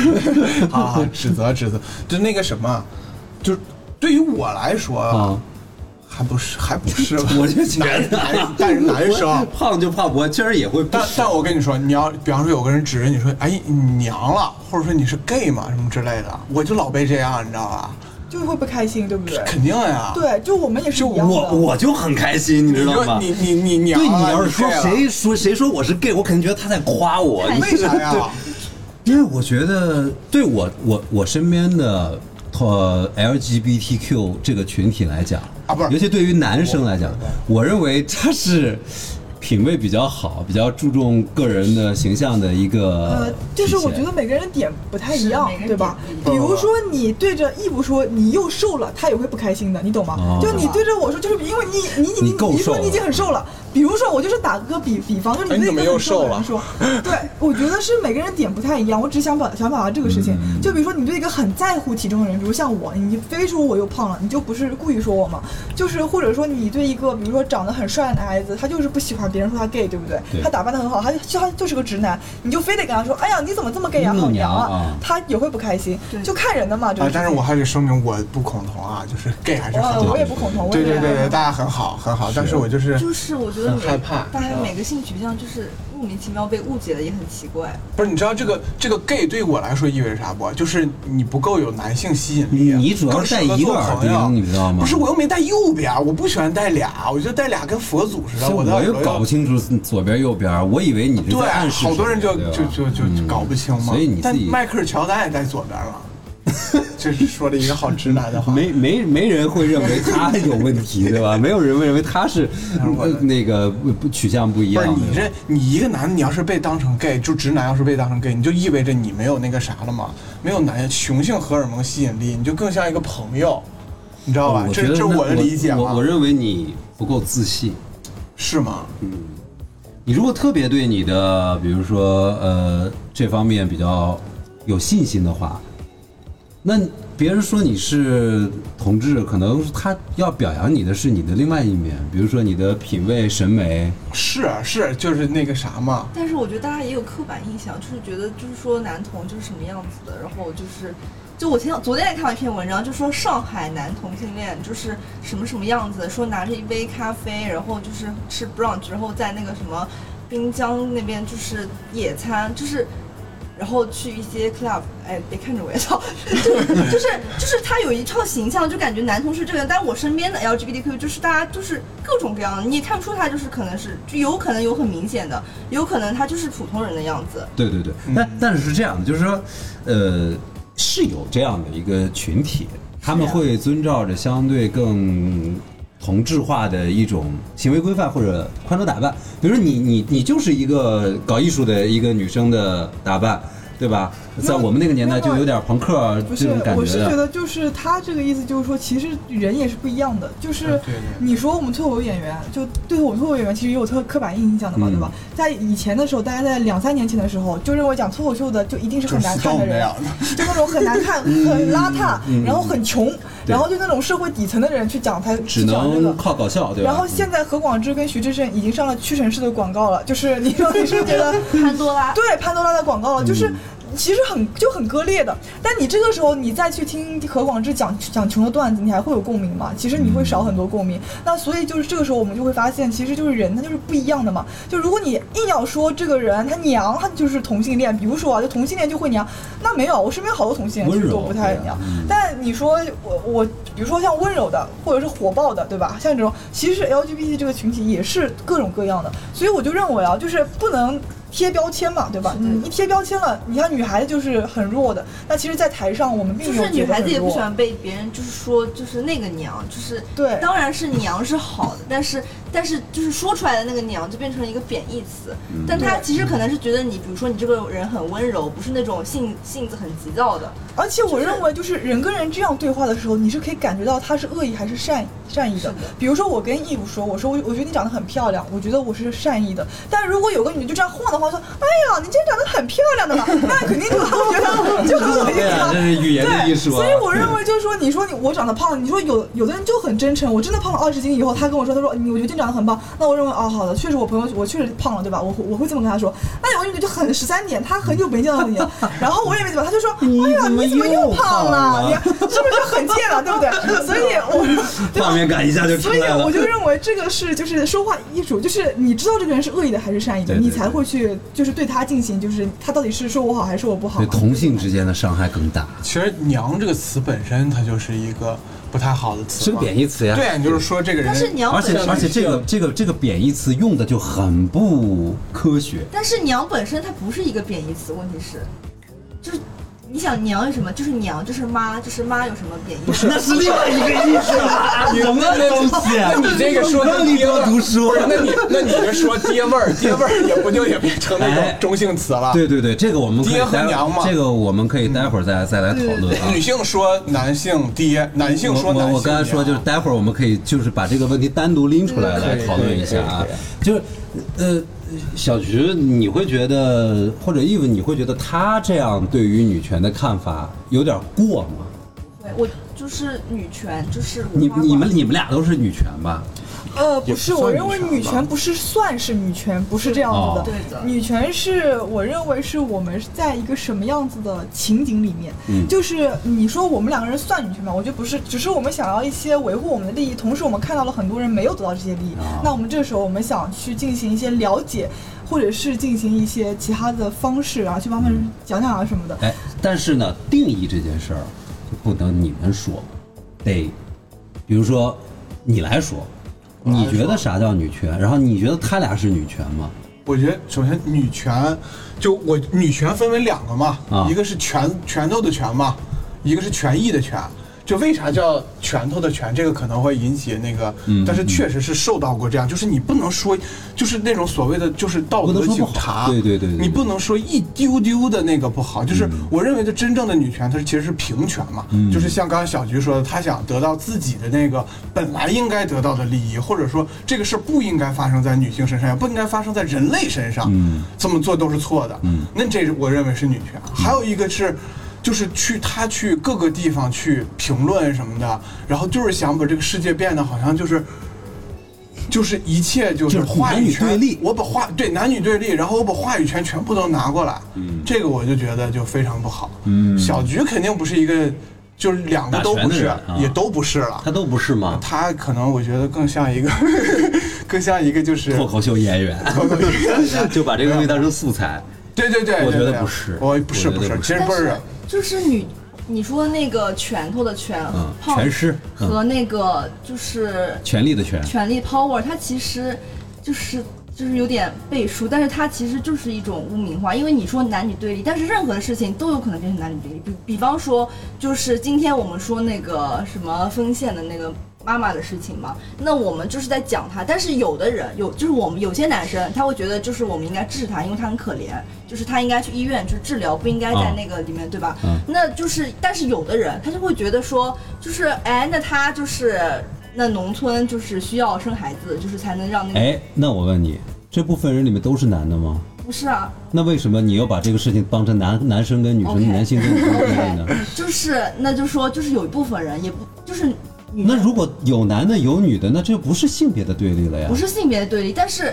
S6: 好好指责指责，就那个什么，就对于我来说，
S5: 啊，？
S6: 还不是还不是吧
S5: 我就觉 得，
S6: 男男但是男生
S5: 胖就胖，我今儿也会不
S6: 但
S5: 爽。
S6: 但我跟你说，你要比方说有个人指着你说，哎，你娘了，或者说你是 gay 嘛什么之类的，我就老被这样，你知道吧？
S3: 就会不开心，对不对？
S6: 肯定的呀。
S3: 对，就我们也是
S6: 就
S3: 一样
S2: 我
S3: 的。
S2: 我就很开心，你
S6: 你
S2: 知道
S6: 说
S2: 吗？
S6: 你你你娘
S2: 对
S6: 了，
S2: 你要是说
S6: gay 了，
S2: 谁说谁说我是 gay，我肯定觉得他在夸我，你
S6: 为啥呀？
S5: 因为我觉得，对我我我身边的呃 LGBTQ 这个群体来讲
S6: 啊不是
S5: 尤其对于男生来讲，我认为他是品味比较好，比较注重个人的形象的一个。
S3: 呃，就是我觉得。每个人的点不太一样
S1: 是每个，人
S3: 对吧
S1: 点？
S3: 比如说你对着义务说你又瘦了，他也会不开心的，你懂吗？
S5: 哦
S3: 就你对着我说，就是因为你你
S5: 你
S3: 你
S5: 够
S3: 你
S5: 瘦
S3: 说
S5: 了
S3: 你已经很瘦了。比如说我就是打个比比方，就是
S6: 哎
S3: 你
S6: 你
S3: 对
S6: 怎
S3: 一
S6: 么
S3: 个
S6: 又
S3: 很瘦的人
S6: 瘦
S3: 说，对，我觉得是每个人点不太一样。我只想表想表达这个事情，就比如说你对一个很在乎体重的人，比如像我，你非说我又胖了，你就不是故意说我嘛？就是或者说你对一个比如说长得很帅的男孩子，他就是不喜欢别人说他 gay，对不对？
S5: 对
S3: 他打扮的很好，他就他就是个直男，你就非得跟他说，哎呀，你怎么这么 gay 呀，
S5: 嗯
S3: 好娘
S5: 娘
S3: 啊
S5: 啊！
S3: 他也会不开心，就看人的嘛。这个
S6: 啊
S3: 事，情
S6: 但是我还得声明，我不恐同啊，就是 gay 还是很
S3: 我
S6: 好
S3: 我也
S6: 的。
S3: 不恐同，我
S6: 对
S3: 也
S6: 对对
S5: 嗯
S6: 对，
S3: 不
S6: 大家很好很好，但是我就是
S1: 就是我觉得
S6: 很
S1: 每
S6: 害怕
S1: 大家每个性取向就是莫名其妙被误解的也很奇怪。
S6: 不是，你知道这个这个 gay 对我来说意味着啥不？啊就是你不够有男性吸引力。啊
S5: 你主要是戴一个耳钉，你知道吗？
S6: 不是，我又没戴右边，啊我不喜欢戴俩，我觉得戴俩跟佛祖似的。
S5: 所以
S6: 的
S5: 我
S6: 耳
S5: 又
S6: 朵
S5: 搞不清楚左边右边，我以为你是在暗
S6: 对，啊
S5: 示谁。
S6: 好多人就
S5: 对吧
S6: 就就就就
S5: 嗯
S6: 搞不清嘛。
S5: 所以你自
S6: 但
S5: 己
S6: 迈克尔乔丹也戴左边了， 这是说了一个好直男的话。
S5: 没没没人会认为他有问题，对吧？没有人会认为他是
S6: 但是我
S5: 呃那个不不取向不一
S6: 不
S5: 样
S6: 是
S5: 的。
S6: 你这，你一个男的，你要是被当成 gay，就直男要是被当成 gay，你就意味着你没有那个啥了嘛，没有男雄性荷尔蒙吸引力，你就更像一个朋友，你知道吧？
S5: 哦我
S6: 这
S5: 觉得
S6: 这是
S5: 那
S6: 我的理解
S5: 我
S6: 嘛
S5: 我认为你不够自信。
S6: 是吗？
S5: 嗯你如果特别对你的，比如说呃这方面比较有信心的话，那别人说你是同志，可能他要表扬你的是你的另外一面，比如说你的品味、审美。
S6: 是啊是，就是那个啥嘛。
S1: 但是我觉得大家也有刻板印象，就是觉得就是说男童就是什么样子的，然后就是，就我前两昨天还看了一篇文章，就说上海男同性恋就是什么什么样子，说拿着一杯咖啡，然后就是吃 brunch，然后在那个什么滨江那边就是野餐，就是。然后去一些 club，哎，别看着我呀，操， 就是就是就是他有一套形象，就感觉男同事这个人，但我身边的 LGBTQ 就是大家就是各种各样的，你也看不出他就是可能是，就有可能有很明显的，有可能他就是普通人的样子。
S5: 对对对，
S3: 嗯
S5: 但但是是这样的，就是说，呃，是有这样的一个群体，
S3: 啊
S5: 他们会遵照着相对更同质化的一种行为规范或者穿着打扮，比如说你你你就是一个搞艺术的一个女生的打扮，对吧？在我们那个年代就有点朋克
S3: 不
S5: 这
S3: 是
S5: 种感，
S3: 我
S5: 觉
S3: 是觉
S5: 的。
S3: 得就是他这个意思，就是说其实人也是不一样的。就是
S6: 啊对对
S3: 你说我们脱口秀演员，就对我们脱口秀演员其实也有特刻板印象的嘛，
S5: 嗯
S3: 对吧？在以前的时候，大家在两三年前的时候，就认为讲脱口秀的就一定是很难看的人，就那种很难看、
S5: 嗯
S3: 很邋遢，然后很穷，然后就那种社会底层的人去讲他
S5: 只
S3: 去讲这
S5: 能
S3: 个。
S5: 靠搞笑，对吧？
S3: 然后现在何广智跟徐志胜已经上了屈臣氏的广告了，就是你说你是不是觉得
S1: 潘多拉，
S3: 对潘多拉的广告，就是。其实很就很割裂的，但你这个时候你再去听何广智讲讲穷的段子，你还会有共鸣吗？其实你会少很多共鸣。那所以就是这个时候我们就会发现，其实就是人他就是不一样的嘛。就如果你硬要说这个人他娘，他就是同性恋，比如说啊，就同性恋就会娘，那没有，啊我身边好多同性恋
S5: 温
S3: 其实都
S5: 柔
S3: 不太
S5: 对啊
S3: 娘。
S5: 嗯
S3: 但你说我我，比如说像温柔的，或者是火爆的，对吧？像这种，其实 LGBT 这个群体也是各种各样的，所以我就认为啊，就是不能贴标签嘛，对吧？你一贴标签了，你看女孩子就是很弱的，那其实，在台上我们并
S1: 就
S3: 没有
S1: 是女
S3: 觉得
S1: 孩子
S3: 很
S1: 也不
S3: 弱
S1: 喜欢被别人就是说就是那个娘，就是
S3: 对
S1: 当然是娘是好的，但是但是就是说出来的那个娘就变成了一个贬义词，但她其实可能是觉得你，比如说你这个人很温柔，不是那种性性子很急躁的，
S3: 而且我
S1: 就是
S3: 认为，就是人跟人这样对话的时候，你是可以感觉到他是恶意还是善善意
S1: 是
S3: 的
S1: 的。
S3: 比如说，我跟义务说，我说我我觉得你长得很漂亮，我觉得我是善意的。但如果有个女的就这样晃的话，说，哎呀，你今天长得很漂亮的嘛，那肯定就 会觉得就很恶
S5: 对啊，这
S3: 意
S5: 是语言的艺
S3: 对，
S5: 术啊。
S3: 所以我认为就是说，你说你我长得胖，你说有有的人就很真诚，我真的胖了二十斤以后，他跟我说，他说你我觉得你长得很棒，那我认为哦好的，确实我朋友我确实胖了，对吧？我会我会这么跟他说。那有的女的就很十三点，她很久没见 到你了，然后我也没怎么，她就说，哎呀
S5: 你
S3: 你
S5: 怎
S3: 怎
S5: 么
S3: 么
S5: 又
S3: 又胖
S5: 胖了
S3: 了？你看是不是就很贱了，对不 对？所以我对吧
S5: 画面感一下就出
S3: 所以
S5: 来了
S3: 我。就认为这个是就是说话艺术，就是你知道这个人是恶意的还是善意的，
S5: 对对
S3: 你才会去就是对他进行就是他到底是说我好还是说我不好
S5: 对
S3: 嘛。
S5: 同性之间的伤害更大，
S6: 其实“娘”这个词本身它就是一个不太好的词，
S5: 是个贬义。啊词呀。
S6: 对，啊你就是说这个人，
S1: 但是娘
S5: 而
S1: 本
S5: 且
S1: 身
S5: 而且这个这个这个贬义词用的就很不科学。
S1: 但是娘本身它不是一个贬义词，问题是，就是你想娘有什么？就是娘，就是妈，就是妈有什么贬义词？
S2: 那是另外一个意思啊， 什么东西啊？
S6: 你这个说
S2: 让你
S6: 爹味
S2: 多
S6: 儿
S2: 读书
S6: 不是？那你那你这说爹味儿，爹味儿也不就也变成那
S5: 哎
S6: 种中性词 了？
S5: 对对对，这个我们可以
S6: 爹和
S5: 待
S6: 娘嘛嗯
S5: 这个我们可以待会儿再再来讨论啊
S6: 女。性说男性爹，男性
S5: 我
S6: 说男
S5: 我
S6: 性啊
S5: 我刚才
S6: 娘
S5: 说就是待会儿我们可以就是把这个问题单独拎出
S6: 嗯
S5: 来来讨论一下啊
S6: 可以可以可以可，
S5: 就是呃，小徐你会觉得或者 Eve 你会觉得他这样对于女权的看法有点过吗？
S1: 对我就是女权，就是
S5: 你
S1: 五花
S5: 你
S1: 八
S5: 们你们俩都是女权吧？
S3: 呃，
S6: 也
S3: 不
S6: 不
S3: 是，
S6: 算
S3: 我
S6: 女
S3: 认为
S6: 权
S3: 女
S6: 吧
S3: 权不是算是女权，不是这样子
S5: 哦
S3: 的。
S1: 对的
S3: 女权是我认为是我们在一个什么样子的情景里面，
S5: 嗯
S3: 就是你说我们两个人算女权吗？我觉得不是，只是我们想要一些维护我们的利益，同时我们看到了很多人没有得到这些利益，
S5: 哦
S3: 那我们这个时候我们想去进行一些了解，或者是进行一些其他的方式啊，去帮他们讲讲啊什么的。
S5: 哎，但是呢，定义这件事儿就不能你们说，得，比如说你来说，你觉得啥叫女权？然后你觉得他俩是女权吗？
S6: 我觉得首先女权，就我女权分为两个嘛，
S5: 啊
S6: 一个是拳拳头的拳嘛，一个是权益的权。就为啥叫拳头的拳？这个可能会引起那个，
S5: 嗯
S6: 但是确实是受到过这样，就是你不能说，就是那种所谓的就是道
S5: 不能
S6: 德
S5: 哎说不
S6: 警
S5: 好
S6: 察，
S5: 对对对对对
S6: 你不能说一丢丢的那个不好。就是我认为的真正的女权，它其实是平权嘛，
S5: 嗯
S6: 就是像刚刚小菊说的，她想得到自己的那个本来应该得到的利益，或者说这个事不应该发生在女性身上，也不应该发生在人类身上，
S5: 嗯
S6: 这么做都是错的。
S5: 嗯
S6: 那这是我认为是女权。还有一个是，就是去他去各个地方去评论什么的，然后就是想把这个世界变得好像就是。就是一切就是
S5: 就是
S6: 话
S5: 男
S6: 语
S5: 女
S6: 权
S5: 对立
S6: 我把话对男女对立，然后我把话语权全部都拿过来，
S5: 嗯
S6: 这个我就觉得就非常不好。
S5: 嗯
S6: 小菊肯定不是一个，就是两个都不
S5: 打拳的
S6: 是，
S5: 人啊
S6: 也都不是了
S5: 他。都不是吗？
S6: 他可能我觉得更像一个， 更像一个就是
S5: 脱口秀演员， 就把这个东西当成素材。
S6: 对对对，
S5: 我觉得
S6: 对对
S5: 不是
S6: 我不是
S5: 我觉得不是
S6: 不是，其实
S1: 但
S6: 不
S1: 是
S5: 啊
S6: 是，
S1: 就是你你说的那个拳头的拳
S5: 嗯，
S1: 胖
S5: 拳师嗯
S1: 和那个就是
S5: 权力的权，
S1: 权力 power，它其实就是就是有点背书，但是它其实就是一种污名化，因为你说男女对立，但是任何的事情都有可能变成男女对立。比比方说，就是今天我们说那个什么丰县的那个。妈妈的事情嘛，那我们就是在讲她，但是有的人有，就是我们有些男生，他会觉得就是我们应该支持他，因为他很可怜，就是他应该去医院去治疗，不应该在
S5: 啊
S1: 那个里面，对吧？
S5: 嗯
S1: 那就是，但是有的人他就会觉得说，就是哎，那他就是那农村就是需要生孩子，就是才能让那个、
S5: 哎，那我问你，这部分人里面都是男的吗？
S1: 不是啊，
S5: 那为什么你又把这个事情当成男男生跟女生、
S1: OK
S5: 男性跟女生对立呢？
S1: 就是那就说就是有一部分人也不就是女
S5: 那如果有男的有女的，那这不是性别的对立了呀
S1: 不？是性别的对立，但是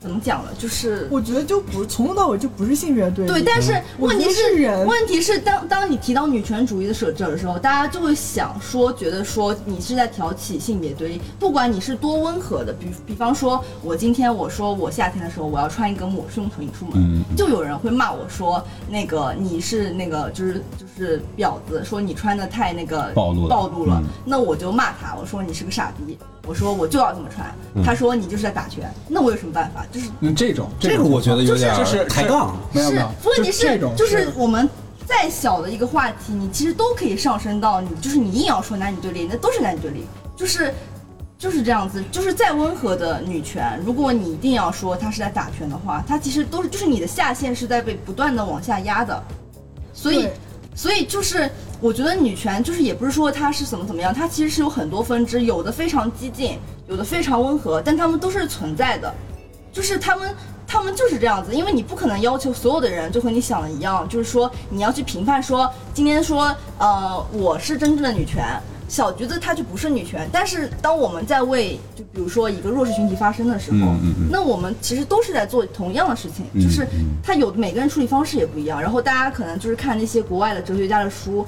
S1: 怎么讲呢？就是
S8: 我觉得就不从头到尾就不是性别对立。
S3: 嗯
S1: 对，但是
S8: 我
S1: 问题
S8: 觉得
S1: 是，
S8: 是人
S1: 问题是当当你提到女权主义的设置的时候，大家就会想说，觉得说你是在挑起性别对立，不管你是多温和的，比比方说，我今天我说我夏天的时候我要穿一个抹胸臀出门，
S5: 嗯
S1: 就有人会骂我说那个你是那个就是就是婊子，说你穿的太那个
S5: 暴露了
S1: 暴露了，
S5: 嗯
S1: 那我就骂他，我说你是个傻逼。我说我就要这么穿，他说你就是在打拳，那我有什么办法？就是
S6: 嗯，这种
S5: 这个我觉得有点
S6: 这是
S5: 抬杠。
S6: 没有
S1: 是
S6: 没有，
S1: 问题
S6: 这
S1: 是
S6: 种
S1: 就是我们再小的一个话题，你其实都可以上升到你，就是你硬要说男女对立，那都是男女对立，就是就是这样子，就是再温和的女权，如果你一定要说她是在打拳的话，她其实都是就是你的下限是在被不断的往下压的，所以
S8: 对
S1: 所以就是。我觉得女权就是也不是说它是怎么怎么样，它其实是有很多分支，有的非常激进，有的非常温和，但它们都是存在的。就是他们，他们就是这样子，因为你不可能要求所有的人就和你想的一样，就是说你要去评判说，今天说，呃，我是真正的女权，小橘子她就不是女权。但是当我们在为就比如说一个弱势群体发声的时候，
S5: 嗯嗯嗯
S1: 那我们其实都是在做同样的事情，
S5: 嗯
S1: 就是
S5: 嗯
S1: 他有每个人处理方式也不一样，然后大家可能就是看那些国外的哲学家的书，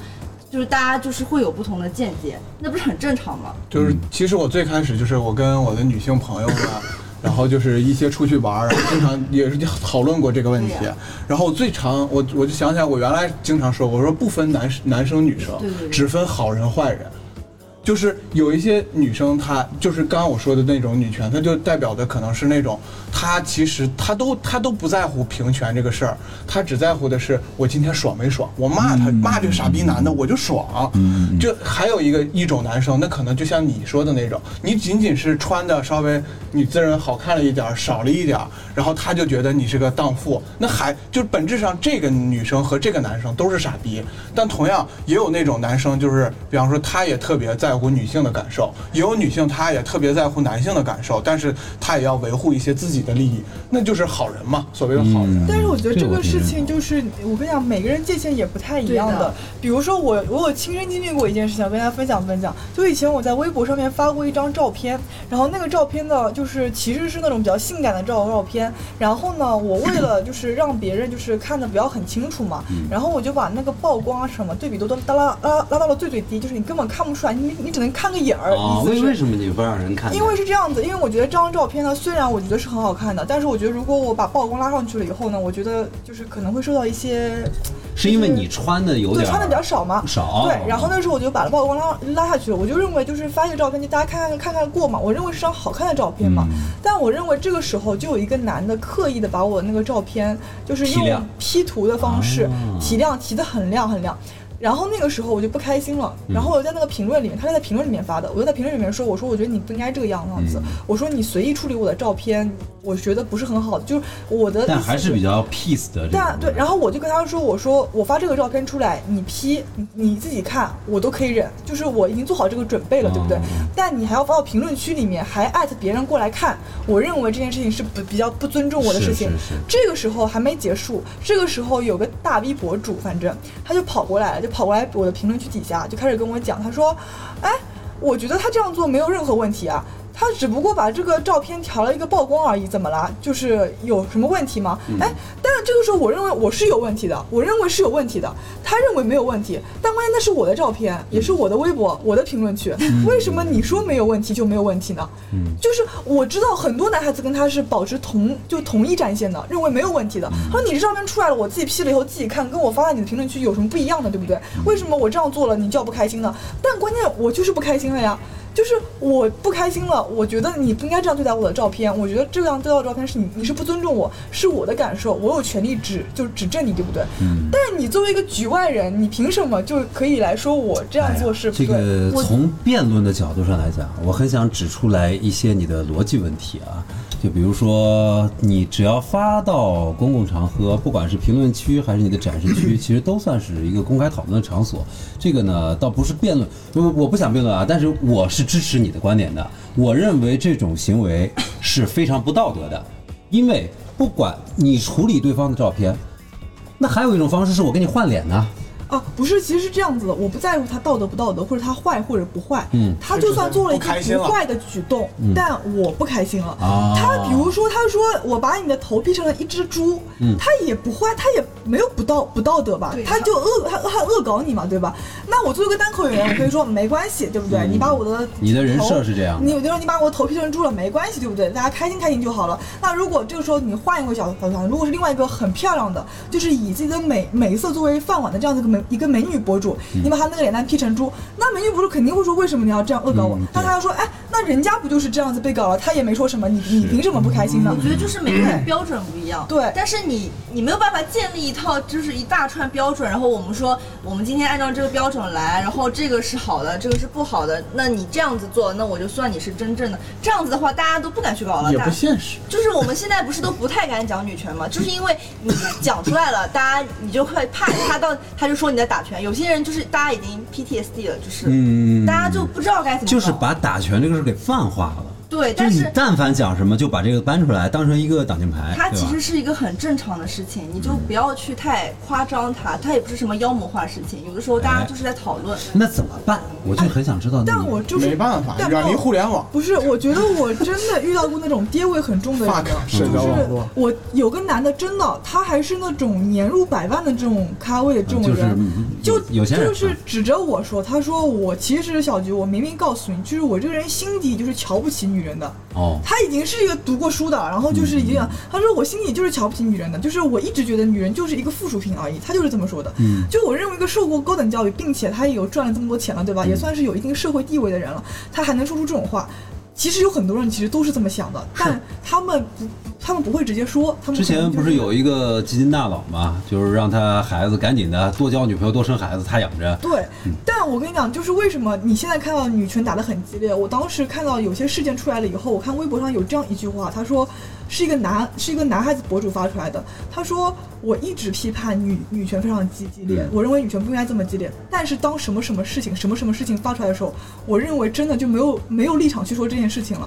S1: 就是大家就是会有不同的见解，那不是很正常吗？
S6: 就是其实我最开始就是我跟我的女性朋友们， 然后就是一些出去玩儿，然后经常也是讨论过这个问题
S1: 对呀。
S6: 然后最常我我就想起来，我原来经常说，我说不分男男生女生
S1: 对对对，
S6: 只分好人坏人。就是有一些女生，她就是刚刚我说的那种女权，她就代表的可能是那种，她其实她都她都不在乎平权这个事儿，她只在乎的是我今天爽没爽，我骂他、骂这个傻逼男的我就爽。就还有一个一种男生，那可能就像你说的那种，你仅仅是穿的稍微你自认为好看了一点儿，少了一点儿，然后他就觉得你是个荡妇，那还就是本质上这个女生和这个男生都是傻逼，但同样也有那种男生，就是比方说他也特别在乎女性的感受，也有女性她也特别在乎男性的感受，但是他也要维护一些自己的利益，那就是好人嘛，所谓的好人。
S8: 但是我觉得
S5: 这
S8: 这
S5: 我
S8: 个
S5: 挺
S8: 事
S5: 认
S8: 情就是，我跟你讲，每个人界限也不太一样的。
S1: 对的
S8: 比如说我，我有亲身经历过一件事情，跟大家分享分享。就以前我在微博上面发过一张照片，然后那个照片呢，就是其实是那种比较性感的照照片。然后呢，我为了就是让别人就是看的比较很清楚嘛，然后我就把那个曝光啊什么对比度都拉拉拉拉到了最最低，就是你根本看不出来，你你只能看个眼儿。
S2: 啊，
S8: 意
S5: 哦
S8: 思
S2: 为
S8: 是
S2: 为什么你不让人看见？
S8: 因为是这样子，因为我觉得这张照片呢，虽然我觉得是很好看的，但是我觉得如果我把曝光拉上去了以后呢，我觉得就是可能会受到一些，
S2: 是因为你穿的有
S8: 对，
S2: 点
S8: 穿的比较少嘛。
S2: 少，
S8: 对，然后那时候我就把曝光拉拉下去了，我就认为就是发一个照片，就大家看看看看过嘛，我认为是张好看的照片嘛。
S5: 嗯
S8: 但我认为这个时候就有一个男的刻意的把我那个照片，就是
S5: 提
S8: 用
S5: 亮
S8: P 图的方式
S2: 啊
S8: 提亮，提的很亮很亮。
S3: 然后那个时候我就不开心了，
S5: 嗯
S3: 然后我在那个评论里面，他是在评论里面发的，我就在评论里面说，我说我觉得你不应该这个样子，
S5: 嗯
S3: 我说你随意处理我的照片，我觉得不是很好，就是我的意思，
S5: 但还是比较 peace 的这种。
S3: 但对，然
S5: 后
S3: 后我就跟他说：“我说我发这个照片出来，你 P 你你自己看，我都可以忍，就是我已经做好这个准备了，对不对？
S5: 哦
S3: 但你还要发到评论区里面，还艾特别人过来看，我认为这件事情是不比较不尊重我的事情。
S5: 是是是
S3: 这个时候还没结束，这个时候有个大 V 博主，反正他就跑过来了，就跑过来我的评论区底下就开始跟我讲，他说：哎，我觉得他这样做没有任何问题啊。”他只不过把这个照片调了一个曝光而已，怎么啦？就是有什么问题吗？
S5: 嗯
S3: 哎、但是这个时候我认为我是有问题的，我认为是有问题的，他认为没有问题，但关键那是我的照片，也是我的微博，我的评论区，
S5: 嗯
S3: 为什么你说没有问题就没有问题呢？就是我知道很多男孩子跟他是保持同就同一战线的，认为没有问题的。
S5: 嗯
S3: 他说你这照片出来了，我自己 P 了以后自己看，跟我发在你的评论区有什么不一样的，对不对？
S5: 嗯
S3: 为什么我这样做了你就要不开心呢？但关键我就是不开心了呀。就是我不开心了，我觉得你不应该这样对待我的照片，我觉得这样对待我的照片是你你是不尊重我，是我的感受，我有权利指就是指正你，对不对？
S5: 嗯
S3: 但是你作为一个局外人，你凭什么就可以来说我这样做是不
S5: 哎这
S3: 对？
S5: 个
S3: 我
S5: 从辩论的角度上来讲，我很想指出来一些你的逻辑问题啊。就比如说，你只要发到公共场合，不管是评论区还是你的展示区，其实都算是一个公开讨论的场所。这个呢，倒不是辩论，我我不想辩论啊，但是我是支持你的观点的。我认为这种行为是非常不道德的，因为不管你处理对方的照片，那还有一种方式是我跟你换脸呢、
S3: 啊，不是，其实是这样子的，我不在乎他道德不道德，或者他坏或者不坏，
S5: 嗯
S3: 他就算做了一个
S6: 就觉得
S3: 不
S6: 不
S3: 坏的举动，但我不开心了。
S5: 啊
S3: 他比如说，他说我把你的头劈成了一只猪，
S5: 嗯
S3: 他也不坏，他也没有不道不道德吧
S1: 对，
S3: 他就恶他他恶搞你嘛，对吧？那我作为一个单口演员，我可以说没关系，对不对？你把我的
S5: 嗯你的人
S3: 头
S5: 设是这样的
S3: 你有的时候你把我的头皮成猪了，没关系，对不对？大家开心开心就好了。那如果这个时候你换一个角度角度，如果是另外一个很漂亮的，就是以自己的美美色作为饭碗的这样的一个美一个美女博主，你把她那个脸蛋 P 成猪，那美女博主肯定会说为什么你要这样恶搞我？那她要说，哎，那人家不就是这样子被搞了，她也没说什么，你你凭什么不开心呢
S1: 我？觉得就是每个人标准不一样，
S3: 对
S1: 但是你你没有办法建立一套就是一大串标准，然后我们说我们今天按照这个标准来，然后这个是好的，这个是不好的，那你这样子做，那我就算你是真正的。这样子的话，大家都不敢去搞了，
S6: 也
S1: 大
S6: 不
S1: 家
S6: 现实。
S1: 就是我们现在不是都不太敢讲女权嘛， 就是因为你讲出来了，大家你就会怕他到他就说你在打拳。有些人就是大家已经 PTSD 了，就是、
S5: 嗯
S1: 大家就不知道该怎么搞，
S5: 就是把打拳这个事儿给泛化了。
S1: 对，
S5: 就
S1: 但
S5: 是你
S1: 是。
S5: 但凡讲什么，就把这个搬出来当成一个挡箭牌，
S1: 它其
S5: 对
S1: 实
S5: 吧
S1: 是一个很正常的事情，你就不要去太夸张它，它也不是什么妖魔化事情。有的时候大
S5: 哎
S1: 家就是在讨论，
S5: 那怎么办？我就很想知道那
S3: 但
S5: 你
S3: 我就是
S6: 没办法
S3: 但
S6: 远离互联网
S3: 不是，我觉得我真的遇到过那种爹味很重的人
S6: fuck 社交网络，
S3: 我有个男的，真的，他还是那种年入百万的这种咖位的这种
S5: 嗯就是
S3: 人，就
S5: 有钱人
S3: 就是指着我说，他说我其实小菊，我明明告诉你，就是我这个人心底就是瞧不起女人的。
S5: 哦，嗯
S3: 他已经是一个读过书的，然后就是已经，他说我心里就是瞧不起女人的，就是我一直觉得女人就是一个附属品而已，他就是这么说的。
S5: 嗯
S3: 就我认为一个受过高等教育，并且他也有赚了这么多钱了，
S5: 嗯
S3: 对吧？也算是有一定社会地位的人了，他还能说出这种话。其实有很多人其实都是这么想的，但他们不，他们不会直接说。他们
S5: 之
S3: 可
S5: 前
S3: 能就
S5: 不是有一个基金大佬嘛，就是让他孩子赶紧的多交女朋友，多生孩子，他养着。
S3: 对，但我跟你讲，就是为什么你现在看到女权打得很激烈，我当时看到有些事件出来了以后，我看微博上有这样一句话，他说是一个男是一个男孩子博主发出来的，他说我一直批判女女权非常激激烈
S5: 嗯，
S3: 我认为女权不应该这么激烈，但是当什么什么事情什么什么事情发出来的时候，我认为真的就没有没有立场去说这件事情了。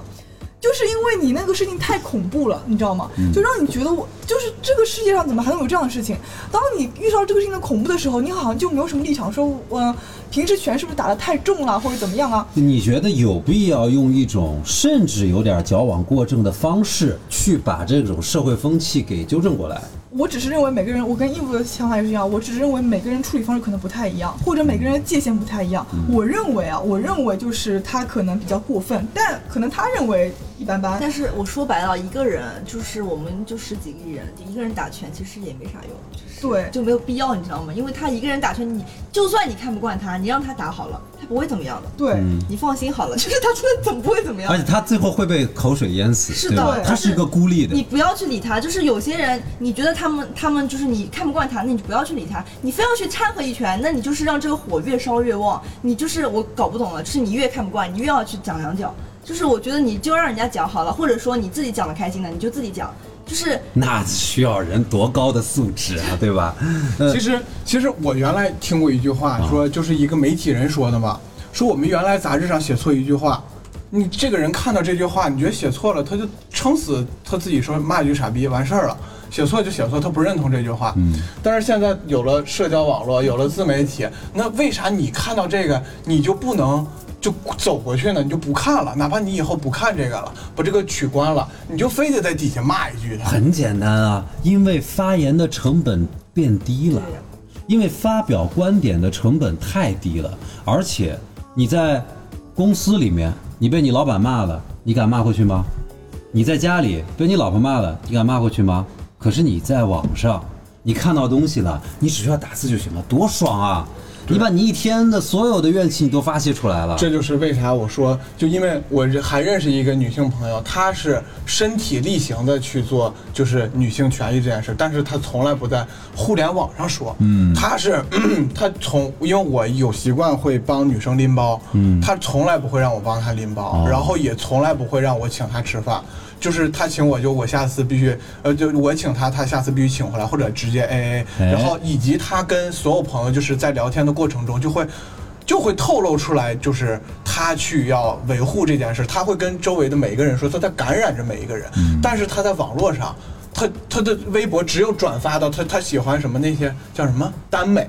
S3: 就是因为你那个事情太恐怖了，你知道吗？就让你觉得我就是这个世界上怎么还能有这样的事情？当你遇到这个事情的恐怖的时候，你好像就没有什么立场说，嗯、平时拳是不是打得太重了，或者怎么样啊？
S5: 你觉得有必要用一种甚至有点矫枉过正的方式去把这种社会风气给纠正过来？
S3: 我只是认为每个人，我跟义务的想法也是一样，我只是认为每个人处理方式可能不太一样，或者每个人的界限不太一样。我认为啊，我认为就是他可能比较过分，但可能他认为一般般。
S1: 但是我说白了，一个人就是我们就十几个人，就一个人打拳其实也没啥用，就是
S3: 对
S1: 就没有必要，你知道吗？因为他一个人打拳，你就算你看不惯他，你让他打好了，他不会怎么样的，
S3: 对，
S1: 你放心好了， 就是他真的怎么不会怎么样
S5: 而。且他最后会被口水淹死，
S1: 是
S5: 对吧
S1: 的，
S5: 他是一个孤立的
S1: 你。不要去理他，就是有些人，你觉得他们他们就是你看不惯他，那你就不要去理他，你非要去掺和一拳，那你就是让这个火越烧越旺。你就是我搞不懂了，就是你越看不惯，你越要去讲两讲。就是我觉得你就让人家讲好了，或者说你自己讲的开心的，你就自己讲。就是
S5: 那需要人多高的素质啊，对吧？
S6: 其实，其实我原来听过一句话，说就是一个媒体人说的嘛，说我们原来杂志上写错一句话，你这个人看到这句话，你觉得写错了，他就撑死他自己说骂一句傻逼完事儿了。写错就写错，他不认同这句话。嗯，但是现在有了社交网络，有了自媒体，那为啥你看到这个，你就不能就走过去呢？你就不看了，哪怕你以后不看这个了，把这个取关了，你就非得在底下骂一句他。
S5: 很简单啊，因为发言的成本变低了，因为发表观点的成本太低了，而且你在公司里面，你被你老板骂了，你敢骂回去吗？你在家里被你老婆骂了，你敢骂回去吗？可是你在网上，你看到东西了，你只需要打字就行了，多爽啊！你把你一天的所有的怨气你都发泄出来了，
S6: 这就是为啥我说，就因为我这还认识一个女性朋友，她是身体力行的去做，就是女性权益这件事，但是她从来不在互联网上说。嗯，她是 她从，因为我有习惯会帮女生拎包，嗯，她从来不会让我帮她拎
S5: 哦
S6: 包，然后也从来不会让我请她吃饭。就是她请我就我下次必须，呃，就我请她，她下次必须请回来，或者直接 A A。
S5: 哎
S6: 然后以及她跟所有朋友就是在聊天的过程中就会就会透露出来，就是他去要维护这件事，他会跟周围的每一个人说，他在感染着每一个人，
S5: 嗯
S6: 但是他在网络上。他他的微博只有转发到他他喜欢什么那些叫什么耽美，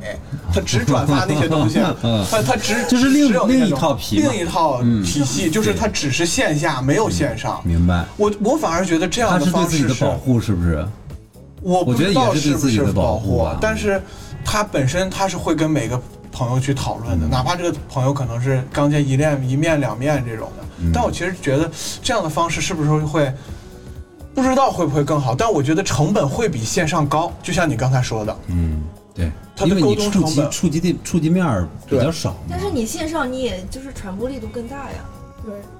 S6: 他只转发那些东西
S5: 嗯，
S6: 他他只
S5: 就是另
S6: 只有那些
S5: 另一
S6: 东西
S5: 套皮嘛嗯
S6: 另一套体系，就是他只是线下没有线上。
S5: 明白？
S6: 我我反而觉得这样
S5: 他
S6: 的
S5: 是对
S6: 方
S5: 自己
S6: 式
S5: 的
S6: 是
S5: 保护，是不是？
S6: 我不
S5: 我觉得也
S6: 知道
S5: 是对
S6: 是不
S5: 自己
S6: 是
S5: 的保
S6: 保啊
S5: 护啊嗯吧
S6: 但是他本身他是会跟每个朋友去讨论
S5: 嗯
S6: 的，哪怕这个朋友可能是刚见一面一面两面这种的，
S5: 嗯
S6: 但我其实觉得这样的方式是不是会不知道会不会更好，但我觉得成本会比线上高，就像你刚才说的，
S5: 嗯，对，
S6: 他的
S5: 因为
S6: 沟
S5: 你
S6: 通
S5: 触
S6: 成
S5: 及
S6: 本
S5: 触及的触及面儿比较
S6: 对
S5: 少嘛
S1: 但是你线上你也就是传播力度更大呀。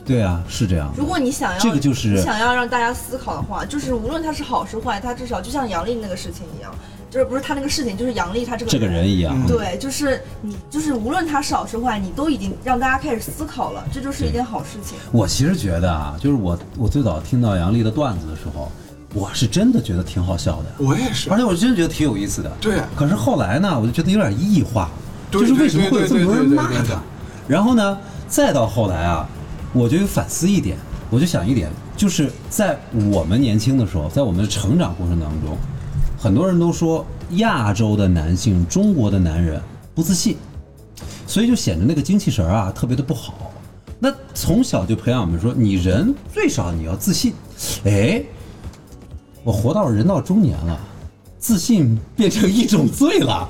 S5: 对啊，是这样。
S1: 如果你想要
S5: 这个就是
S1: 你想要让大家思考的话，就是无论他是好是坏，他至少就像杨笠那个事情一样，就是不是他那个事情，就是杨笠他这个
S5: 这个人一
S6: 嗯
S5: 样，嗯
S1: 对，就是你，就是无论他少是坏，你都已经让大家开始思考了，这就是一件好事情。
S5: 我其实觉得啊，就是我我最早听到杨笠的段子的时候，我是真的觉得挺好笑的，
S6: 我也是
S5: 而且我真的觉得挺有意思的。
S6: 对啊
S5: 可是后来呢，我就觉得有点异化，
S6: 对
S5: 就是为什么会有这么多人
S6: 对对对对
S5: 骂
S6: 对对对
S5: 他？然后呢，再到后来啊，我就有反思一点，我就想一点，就是在我们年轻的时候，在我们的成长过程当中，很多人都说亚洲的男性、中国的男人不自信，所以就显得那个精气神儿啊特别的不好。那从小就培养我们说，你人最少你要自信。哎，我活到人到中年了，自信变成一种罪了，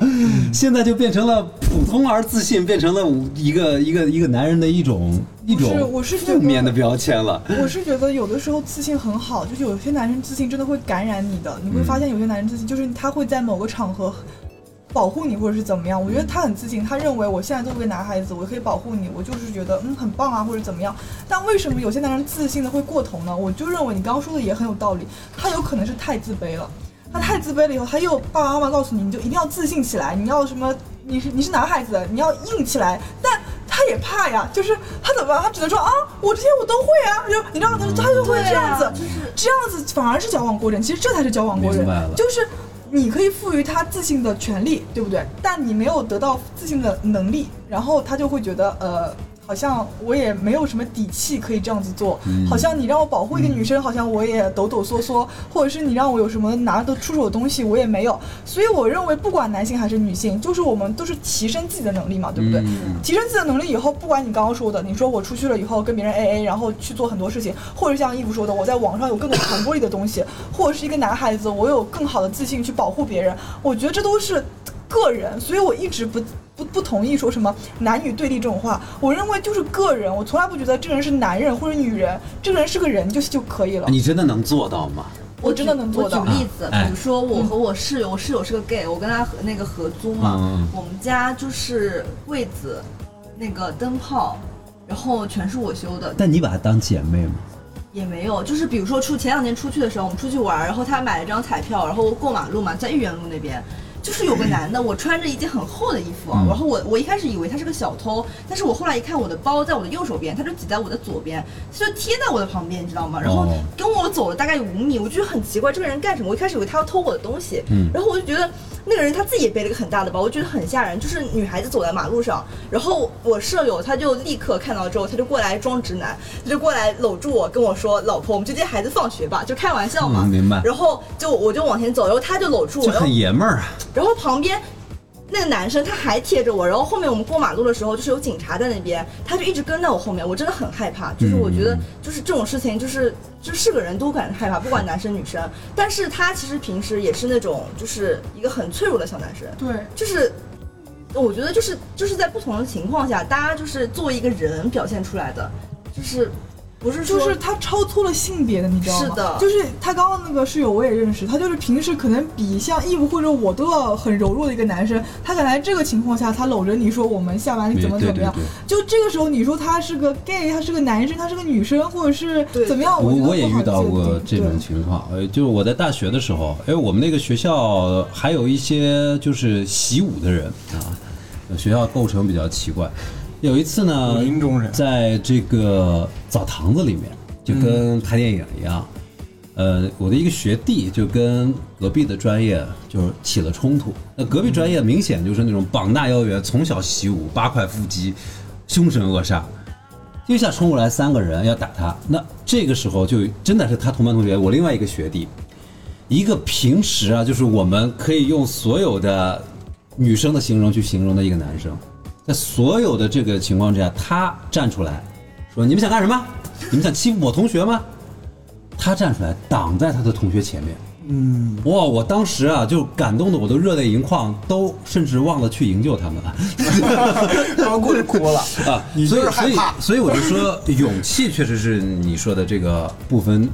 S5: 现在就变成了普通而自信，变成了一个一个一个男人的一种一
S3: 是
S5: 种
S3: 我是觉得
S5: 负面的标签了。
S3: 我是觉得有的时候自信很好，就是有些男人自信真的会感染你的。你会发现有些男人自信，就是他会在某个场合保护你，或者是怎么
S5: 嗯
S3: 样。我觉得他很自信，他认为我现在作为一个男孩子，我可以保护你，我就是觉得嗯很棒啊，或者怎么样。但为什么有些男人自信的会过头呢？我就认为你刚刚说的也很有道理，他有可能是太自卑了。他太自卑了以后，他又爸爸妈妈告诉你，你就一定要自信起来，你要什么？你是你是男孩子，你要硬起来。但他也怕呀，就是他怎么办？他只能说啊，我这些我都会啊。就你知道，他他就会这样子，
S1: 对啊就是
S3: 这样子反而是矫枉过正。其实这才是矫枉过正
S5: 嗯明白了，
S3: 就是你可以赋予他自信的权利，对不对？但你没有得到自信的能力，然后他就会觉得呃。好像我也没有什么底气可以这样子做，好像你让我保护一个女生，好像我也抖抖缩缩，或者是你让我有什么拿得出手的东西，我也没有。所以我认为，不管男性还是女性，就是我们都是提升自己的能力嘛，对不对？提升自己的能力以后，不管你刚刚说的，你说我出去了以后跟别人 AA，然后去做很多事情，或者像义父说的，我在网上有更多传播力的东西，或者是一个男孩子，我有更好的自信去保护别人，我觉得这都是个人，所以我一直不不不同意说什么男女对立这种话。我认为就是个人，我从来不觉得这个人是男人或者女人，这个人是个人就就可以了。
S5: 你真的能做到吗？
S3: 我真的能做到
S1: 我举例子，
S5: 哎
S1: 比如说我和我室友，我室友是个 gay，我跟他合那个合租嘛，
S5: 嗯
S1: 我们家就是柜子、那个灯泡，然后全是我修的，
S2: 但你把她当姐妹吗？
S1: 也没有，就是比如说出前两天出去的时候，我们出去玩，然后他买了张彩票，然后过马路嘛，在豫园路那边。就是有个男的，我穿着一件很厚的衣服啊，然后我我一开始以为他是个小偷，但是我后来一看，我的包在我的右手边，他就挤在我的左边，他就贴在我的旁边，你知道吗？然后
S5: 哦
S1: 跟我走了大概有五米，我就觉得很奇怪，这个人干什么？我一开始以为他要偷我的东西，
S5: 嗯
S1: 然后我就觉得那个人他自己也背了一个很大的包，我觉得很吓人。就是女孩子走在马路上，然后我舍友他就立刻看到之后，他就过来装直男，他就过来搂住我跟我说：“老婆，我们就接孩子放学吧。”就开玩笑嘛，
S5: 嗯明白
S1: 然后就我就往前走，然后他就搂住我，
S5: 就
S1: 然后
S5: 很爷们儿啊。
S1: 然后旁边那个男生他还贴着我，然后后面我们过马路的时候就是有警察在那边，他就一直跟在我后面，我真的很害怕。就是我觉
S3: 嗯
S1: 得就是这种事情，就是就是个人都感害怕，不管男生女生。但是他其实平时也是那种就是一个很脆弱的小男生，
S3: 对，
S1: 就是。我觉得就是就是在不同的情况下，大家就是作为一个人表现出来的，就是不是说
S3: 就是他超脱了性别的，你知道吗？
S1: 是的
S3: 就是他刚刚那个室友我也认识，他就是平时可能比像 Eve 或者我都要很柔弱的一个男生，他敢来这个情况下，他搂着你说我们下班怎么
S5: 对
S3: 怎么样，
S5: 对对
S3: 就这个时候你说他是个 gay，他是个男生，他是个女生，或者是
S1: 对
S3: 怎么样？
S5: 我
S3: 啊觉得
S5: 我也
S3: 不好
S5: 遇到
S3: 界
S5: 过
S3: 定
S5: 这种情况，呃，就是我在大学的时候，哎，我们那个学校还有一些就是习武的人啊，呃学校构成比较奇怪。有一次呢，
S6: 林中人
S5: 在这个澡堂子里面，就跟拍电影一样，呃，我的一个学弟就跟隔壁的专业就是起了冲突。那隔壁专业明显就是那种膀大腰圆，从小习武，八块腹肌，凶神恶煞。一下冲过来三个人要打他，那这个时候就真的是他同班同学，我另外一个学弟，一个平时啊，就是我们可以用所有的女生的形容去形容的一个男生，在所有的这个情况之下，他站出来说：“你们想干什么？你们想欺负我同学吗？”他站出来挡在他的同学前面。嗯，哇！我当时啊，就感动的我都热泪盈眶，都甚至忘了去营救 他们了。
S6: 他们过去哭了。
S5: 啊，
S6: 你
S5: 所以
S6: 就是害怕
S5: 所以所以我就说，勇气确实是你说的这个不分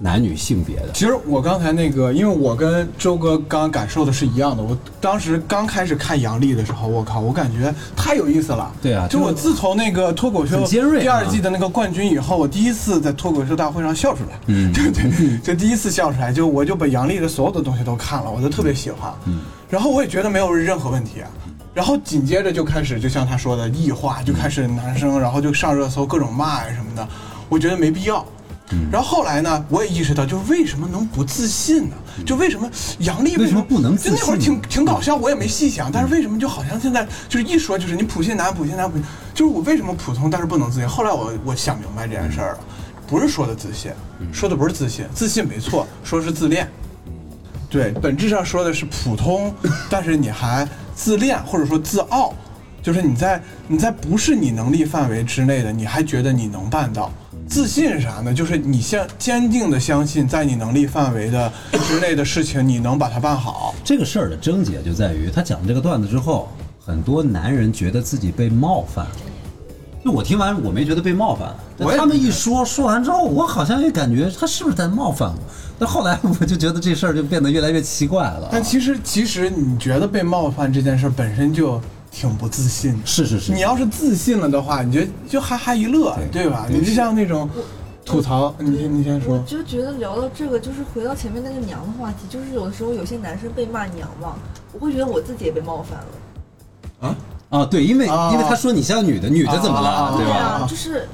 S5: 男女性别的。
S6: 其实我刚才那个，因为我跟周哥刚刚感受的是一样的。我当时刚开始看杨笠的时候，我靠，我感觉太有意思了。
S5: 对啊
S6: 就
S5: 就
S6: 我自从那个脱口秀
S5: 很尖锐啊
S6: 第二季的那个冠军以后，我第一次在脱口秀大会上笑出来。
S5: 嗯
S6: 对对， 就第一次笑出来，就我就把杨笠的所有的东西都看了，我就特别喜欢。嗯，然后我也觉得没有任何问题啊。然后紧接着就开始，就像他说的异化，就开始男生，然后就上热搜，各种骂呀什么的，我觉得没必要。
S5: 嗯
S6: 然后后来呢，我也意识到，就是为什么能不自信呢？
S5: 嗯
S6: 就为什么杨笠
S5: 为什么不能自
S6: 就
S5: 信
S6: 那会儿挺挺搞笑，我也没细想，但是为什么就好像现在就是一说就是你普信男普信男普信，就是我为什么普通但是不能自信？后来我我想明白这件事儿了，
S5: 嗯
S6: 不是说的自信，说的不是自信，自信没错，说是自恋。对，本质上说的是普通，但是你还自恋或者说自傲，就是你在你在不是你能力范围之内的，你还觉得你能办到。自信是啥呢？就是你相坚定的相信，在你能力范围的之内的事情，你能把它办好。
S5: 这个事儿的症结就在于，他讲这个段子之后，很多男人觉得自己被冒犯。就我听完，我没觉得被冒犯，但
S6: 我也
S5: 他们一说说完之后，我好像也感觉他是不是在冒犯我？但后来我就觉得这事儿就变得越来越奇怪了。
S6: 但其实，其实你觉得被冒犯这件事本身就挺不自信的。
S5: 是是是，
S6: 你要是自信了的话，你就就哈哈一乐，
S5: 对
S6: 对吧？
S5: 对
S6: 你就像那种吐槽，你先你先
S1: 我
S6: 说。
S1: 就觉得聊到这个，就是回到前面那个娘的话题，就是有的时候有些男生被骂娘嘛，我会觉得我自己也被冒犯了。
S5: 啊，对，因为、
S6: 啊
S5: 因为他说你像女的，女的怎么了，
S6: 啊
S5: 对吧？
S1: 啊，就是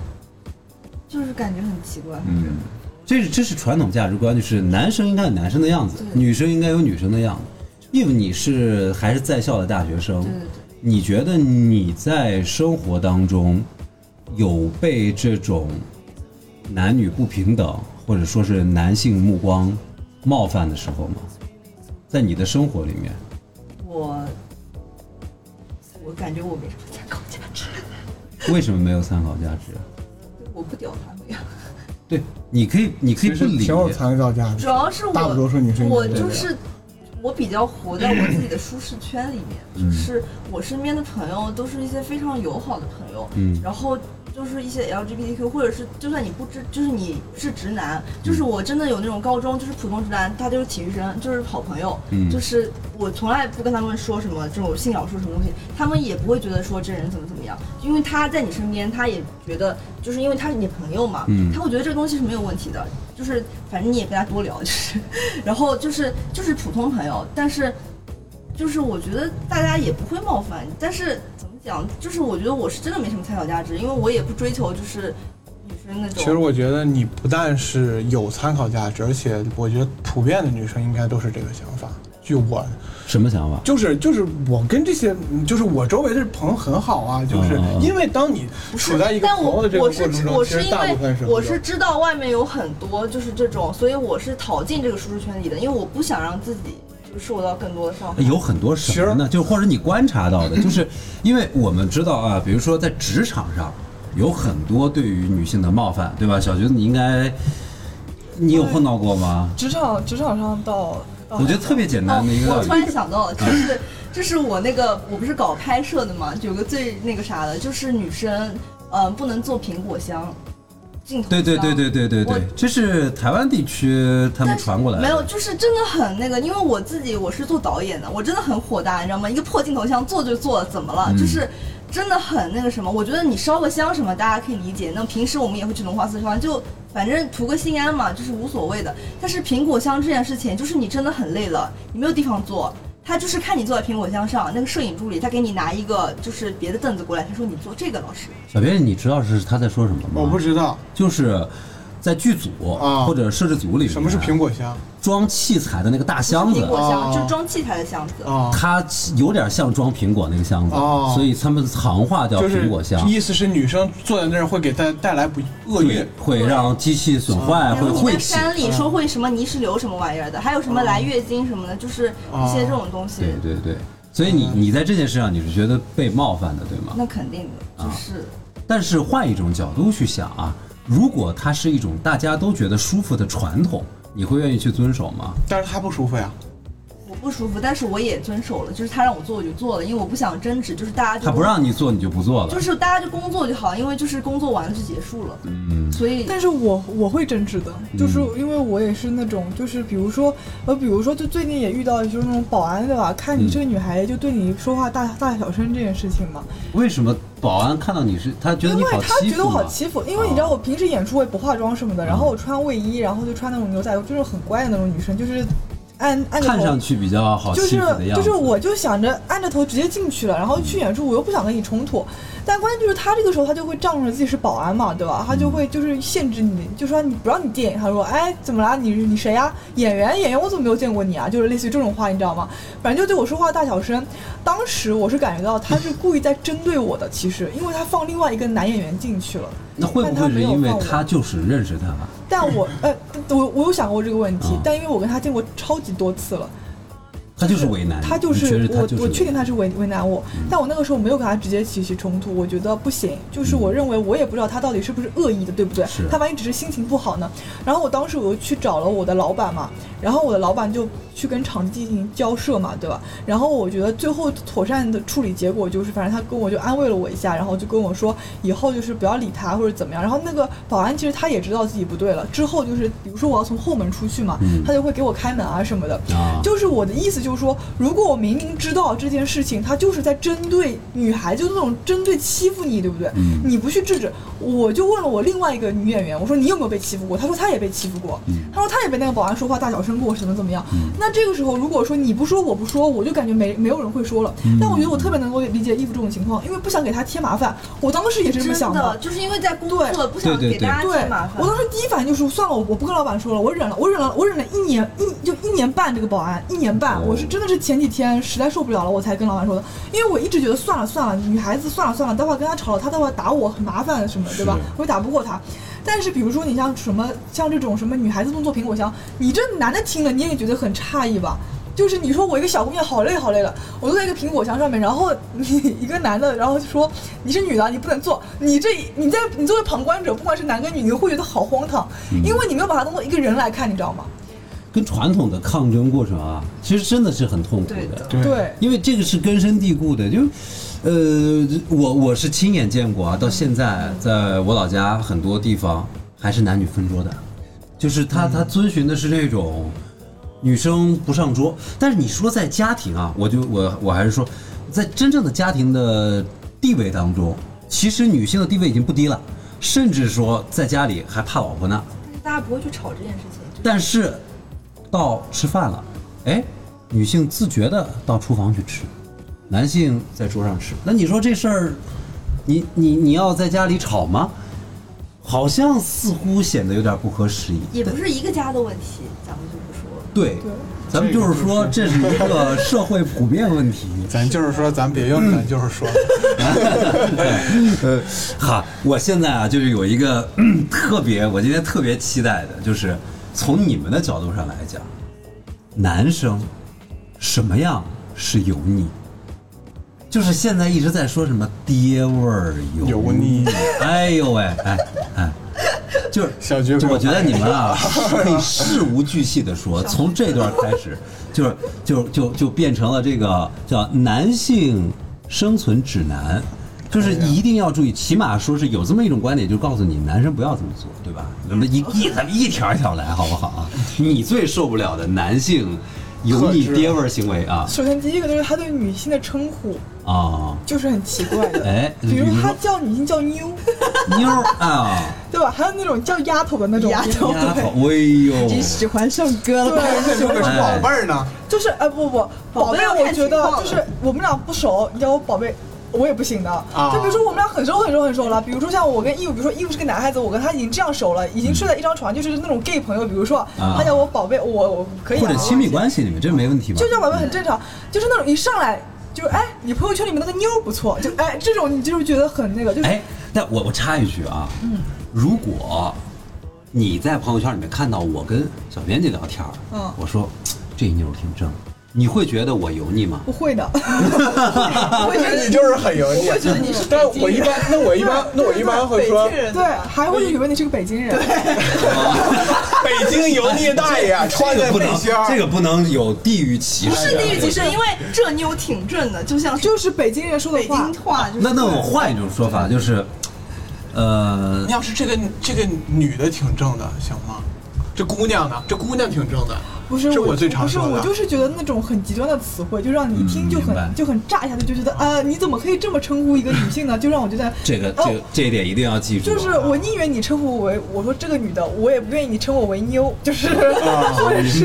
S1: 就是感觉很奇怪。
S5: 嗯，这是这是传统价值观，就是男生应该有男生的样子，
S1: 对
S5: 女生应该有女生的样子。因为你是还是在校的大学生
S1: 对，
S6: 嗯
S1: 对对。
S5: 你觉得你在生活当中有被这种男女不平等，或者说是男性目光冒犯的时候吗？在你的生活里面，
S1: 我我感觉我没什么参考价值，
S5: 为什么没有参考价值？
S1: 我不屌他 们呀。
S5: 对，你可以，你可以
S6: 其
S5: 不
S6: 实
S5: 理
S6: 挺
S5: 解。
S6: 有参考价值
S1: 主。要是我
S6: 大不多数女生也
S1: 我
S6: 是这
S1: 就
S6: 样
S1: 是我比较活在我自己的舒适圈里面，
S6: 嗯
S1: 就是我身边的朋友都是一些非常友好的朋友，
S5: 嗯
S1: 然后就是一些 LGBTQ，或者是就算你不知，就是你是直男，就是
S5: 嗯
S1: 我真的有那种高中就是普通直男，他就是体育生，就是好朋友，
S5: 嗯
S1: 就是我从来不跟他们说什么这种性少数什么东西，他们也不会觉得说这人怎么怎么样，因为他在你身边，他也觉得就是因为他是你朋友嘛，
S5: 嗯
S1: 他会觉得这个东西是没有问题的，就是反正你也跟他多聊，就是， 然后就是就是普通朋友，但是就是我觉得大家也不会冒犯，但是怎么讲，就是我觉得我是真的没什么参考价值，因为我也不追求就是女生那种。
S6: 其实我觉得你不但是有参考价值，而且我觉得普遍的女生应该都是这个想法。据我
S5: 什么想法？
S6: 就是就是我跟这些就是我周围的朋友很好啊，就是
S5: 嗯嗯嗯
S6: 因为当你
S1: 不是
S6: 处在一个
S1: 但
S6: 朋
S1: 我
S6: 友的这个
S1: 我
S6: 过
S1: 是
S6: 程中，
S1: 我
S6: 其
S1: 是
S6: 实
S1: 因
S6: 大
S1: 为
S6: 部分是
S1: 我
S6: 朋友
S1: 是知道外面有很多就是这种，所以我是逃进这个舒适圈里的，因为我不想让自己就受到更多的伤害。
S5: 有很多什么呢？就或者你观察到的，就是因为我们知道啊，比如说在职场上有很多对于女性的冒犯，对吧？小橘子，你应该你有碰到过吗？
S3: 职场职场上到，呃
S5: 我觉得特别简单的一个
S1: 哦，
S5: 道
S1: 我突
S5: 理，
S1: 然想到了，就是就是我那个我不是搞拍摄的嘛，有个最那个啥的，就是女生嗯、呃不能做苹果箱，镜头
S5: 对对对
S1: 箱
S5: 对对对对
S1: 我，
S5: 这是台湾地区他们
S1: 但是
S5: 传过来的，
S1: 没有，就是真的很那个，因为我自己我是做导演的，我真的很火大，你知道吗？一个破镜头箱做就做，怎么了？
S5: 嗯
S1: 就是真的很那个什么，我觉得你烧个香什么，大家可以理解。那平时我们也会去龙华寺烧香，就反正图个心安嘛，就是无所谓的。但是苹果香这件事情，就是你真的很累了，你没有地方坐。他就是看你坐在苹果箱上，那个摄影助理他给你拿一个就是别的凳子过来，他说你坐这个，老师。
S5: 小编，你知道是他在说什么吗？
S6: 我哦不，知道
S5: 就是在剧组
S6: 啊
S5: 或者摄制组里面，
S6: 什么是苹果箱
S5: 装器材的那个大箱
S1: 苹
S5: 子，
S1: 果箱
S6: 哦
S1: 就是装器材的箱子。
S6: 啊，
S5: 它有点像装苹果那个箱子，
S6: 哦
S5: 所以他们行话叫
S6: 就是
S5: 苹果箱。
S6: 意思是女生坐在那儿会给带带来不厄运
S5: 对，会让机器损坏，
S1: 哦然
S5: 哎会嗯
S1: 后你
S5: 晦
S1: 在
S5: 气。
S1: 山里说会什么泥石流什么玩意儿的，还有什么来月经什么的，就是一些这种东西。
S5: 哦对对对，所以你你在这件事上你是觉得被冒犯的，对吗？
S1: 那肯定的，
S5: 哦
S1: 就是、
S5: 但是换一种角度去想啊，如果它是一种大家都觉得舒服的传统，你会愿意去遵守吗？
S6: 但是她不舒服呀。
S1: 我不舒服，但是我也遵守了，就是他让我做我就做了，因为我不想争执，就是大家就
S5: 他不让你做，你就不做了。
S1: 就是大家就工作就好，因为就是工作完了就结束了，
S5: 嗯，
S1: 所以
S3: 但是我我会争执的，就是因为我也是那种，就是比如说，呃，比如说，就最近也遇到就是那种保安对吧？看你
S5: 嗯
S3: 这个女孩就对你说话大大小声这件事情嘛，
S5: 为什么保安看到你是他觉得
S3: 因
S5: 你
S3: 为
S5: 好
S3: 他
S5: 欺
S3: 觉得
S5: 负哦
S3: 我好
S5: 吗？
S3: 欺负，因为你知道我平时演出我也不化妆什么的，然后我穿卫衣，然后就穿那种牛仔裤，就是很乖的那种女生，就是按按着
S5: 看
S3: 头
S5: 上。去比较好
S3: 就
S5: 哦欺
S3: 是
S5: 负的样
S3: 就
S5: 子。
S3: 是，我就想着按着头直接进去了，然后去演出，我又不想跟你冲突，但关键就是他这个时候他就会仗着自己是保安嘛，对吧？他
S5: 嗯
S3: 就会就是限制你，就说你不让你电影，他说哎怎么啦？你你谁呀、演员演员我怎么没有见过你啊？就是类似于这种话，你知道吗？反正就对我说话大小声。当时我是感觉到他是故意在针对我的，其实因为他放另外一个男演员进去了。
S5: 那会不
S3: 但他
S5: 会是
S3: 没有
S5: 因为
S3: 放我
S5: 他就是认识他？
S3: 但我呃，我我有想过这个问题，
S5: 啊
S3: 但因为我跟他见过超级多次了，
S5: 他就是为难你，
S3: 他就
S5: 你觉
S3: 是
S5: 得
S3: 我
S5: 他就是为难你，嗯
S3: 我确定他是为为难我，但我那个时候没有跟他直接起起冲突，我觉得不行，就是我认为我也不知道他到底是不是恶意的，对不对
S5: 嗯是？
S3: 他万一只是心情不好呢？然后我当时我就去找了我的老板嘛，然后我的老板就去跟场地进行交涉嘛，对吧？然后我觉得最后妥善的处理结果就是，反正他跟我就安慰了我一下，然后就跟我说以后就是不要理他或者怎么样。然后那个保安其实他也知道自己不对了，之后就是比如说我要从后门出去嘛，
S5: 嗯
S3: 他就会给我开门啊什么的，
S5: 啊
S3: 就是我的意思就是说，如果我明明知道这件事情，他就是在针对女孩，就是那种针对欺负你，对不对？
S5: 嗯
S3: 你不去制止，我就问了我另外一个女演员，我说你有没有被欺负过？她说她也被欺负过，
S5: 嗯
S3: 她说她也被那个保安说话大小声过，怎么怎么样。
S5: 嗯
S3: 那这个时候如果说你不说，我不说，我就感觉没没有人会说了。
S5: 嗯
S3: 但我觉得我特别能够理解义父这种情况，因为不想给他添麻烦。我当时也是这么
S1: 真
S3: 想的
S1: 的，就是因为在工作
S3: 对
S1: 不想
S5: 对对
S1: 给大家
S3: 对
S1: 添麻，烦
S3: 我。当时第一反应就是算了，我我不跟老板说了，我忍了，我忍了，我忍了一年一就一年半这个保安一年半，
S5: 哦
S3: 我是真的是前几天实在受不了了，我才跟老板说的，因为我一直觉得算了算了，女孩子算了算了，待会儿跟她吵了，她待会儿打我很麻烦什么的，对吧
S5: 是？
S3: 我也打不过她。但是比如说你像什么像这种什么女孩子动作苹果箱，你这男的听了你也觉得很诧异吧？就是你说我一个小姑娘好累好累了，我坐在一个苹果箱上面，然后你一个男的，然后就说你是女的，你不能坐，你这你在你作为旁观者，不管是男跟女，你会觉得好荒唐，因为你没有把他当做一个人来看，你知道吗？
S5: 跟传统的抗争过程啊，其实真的是很痛苦
S1: 对
S5: 的
S1: 的。
S6: 对
S3: 对，
S5: 因为这个是根深蒂固的，就，呃，我我是亲眼见过啊，到现在在我老家很多地方还是男女分桌的，就是他他遵循的是那种女生不上桌，但是你说在家庭啊，我就我我还是说，在真正的家庭的地位当中，其实女性的地位已经不低了，甚至说在家里还怕老婆呢，
S1: 但是大家不会去吵这件事情。就
S5: 但是到吃饭了，哎，女性自觉的到厨房去吃，男性在桌上吃。那你说这事儿，你你你要在家里吵吗？好像似乎显得有点不合时宜。
S1: 也不是一个家的问题，咱们就不说。
S5: 对，咱们就是说这是一个社会普遍问题。
S6: 咱就是说，咱别用咱就是说，
S5: 嗯呃， 哈，我现在啊，就是有一个、嗯特别，我今天特别期待的，就是从你们的角度上来讲，男生什么样是油腻？就是现在一直在说什么爹味儿油
S6: 油腻，
S5: 哎呦喂，哎哎，就是
S6: 小菊
S5: 就我觉得你们啊， 是可以事无巨细的说，从这段开始，就是就就就变成了这个叫男性生存指南，
S6: 哎
S5: 就是一定要注意，起码说是有这么一种观点，就告诉你男生不要这么做，对吧？那么一一咱们一条一条来，好不好啊？你最受不了的男性油腻
S6: 特质
S5: 爹味儿行为啊
S3: 首先第一个就是他对女性的称呼
S5: 啊，
S3: 就是很奇怪的，
S5: 哎，
S3: 比如
S5: 说
S3: 他叫女性叫妞，
S5: 妞儿啊，
S3: 对吧？还有那种叫丫头的那种
S8: 丫头
S5: 丫头，哎呦，
S8: 你喜欢上歌了吧？
S6: 这是个宝贝儿呢，
S3: 就是哎不不，宝贝，
S1: 宝贝
S3: 我觉
S1: 要
S3: 得
S1: 看
S3: 就
S1: 情
S3: 是我们俩不熟，你叫我宝贝。我也不行的，
S6: 啊
S3: 就比如说我们俩很熟很熟很熟了，比如说像我跟义务，比如说义务是个男孩子，我跟他已经这样熟了，已经睡在一张床，就是那种 gay 朋友，比如说他叫我宝贝，我我可以啊
S5: 或者亲密关系里面这没问题吧？
S3: 就叫宝贝很正常，就是那种一上来就是哎，你朋友圈里面那个妞儿不错，就哎这种你就是觉得很那个，就是
S5: 哎，但我我插一句啊，如果你在朋友圈里面看到我跟小编辑聊天儿，
S3: 嗯
S5: 我说嘖这妞儿挺正，你会觉得我油腻吗？
S3: 不会 的，
S6: 我觉得你就是很油腻。我觉得你是，但我一般，那我一般，那我一般会说，
S3: 对，还会以为你是个北京人，
S6: 北京油腻大爷哎穿
S5: 这
S6: 的
S5: 个不
S6: 背
S5: 能
S6: 心儿，，
S5: 这个不能有地域歧
S1: 不
S5: 视啊
S1: 是。地域歧视，因为这妞挺正的，就像是
S3: 就是北京人说的
S1: 北
S3: 话
S1: 京。话，就是
S5: 那那我换一种说法，就是，呃
S6: 你，要是这个这个女的挺正的，行吗？这姑娘呢？这姑娘挺正的，
S3: 不是
S6: 这
S3: 我
S6: 最常
S3: 不是
S6: 说的。
S3: 我就是觉得那种很极端的词汇，就让你一听就
S5: 嗯明
S3: 很、
S5: 白
S3: 就很炸一下子，就觉得呃你怎么可以这么称呼一个女性呢？就让我觉得
S5: 这个这个
S3: 哦
S5: 这一点一定要记住啊。
S3: 就是我宁愿你称呼我为我说这个女的，我也不愿意你称我为妞，就是、或者是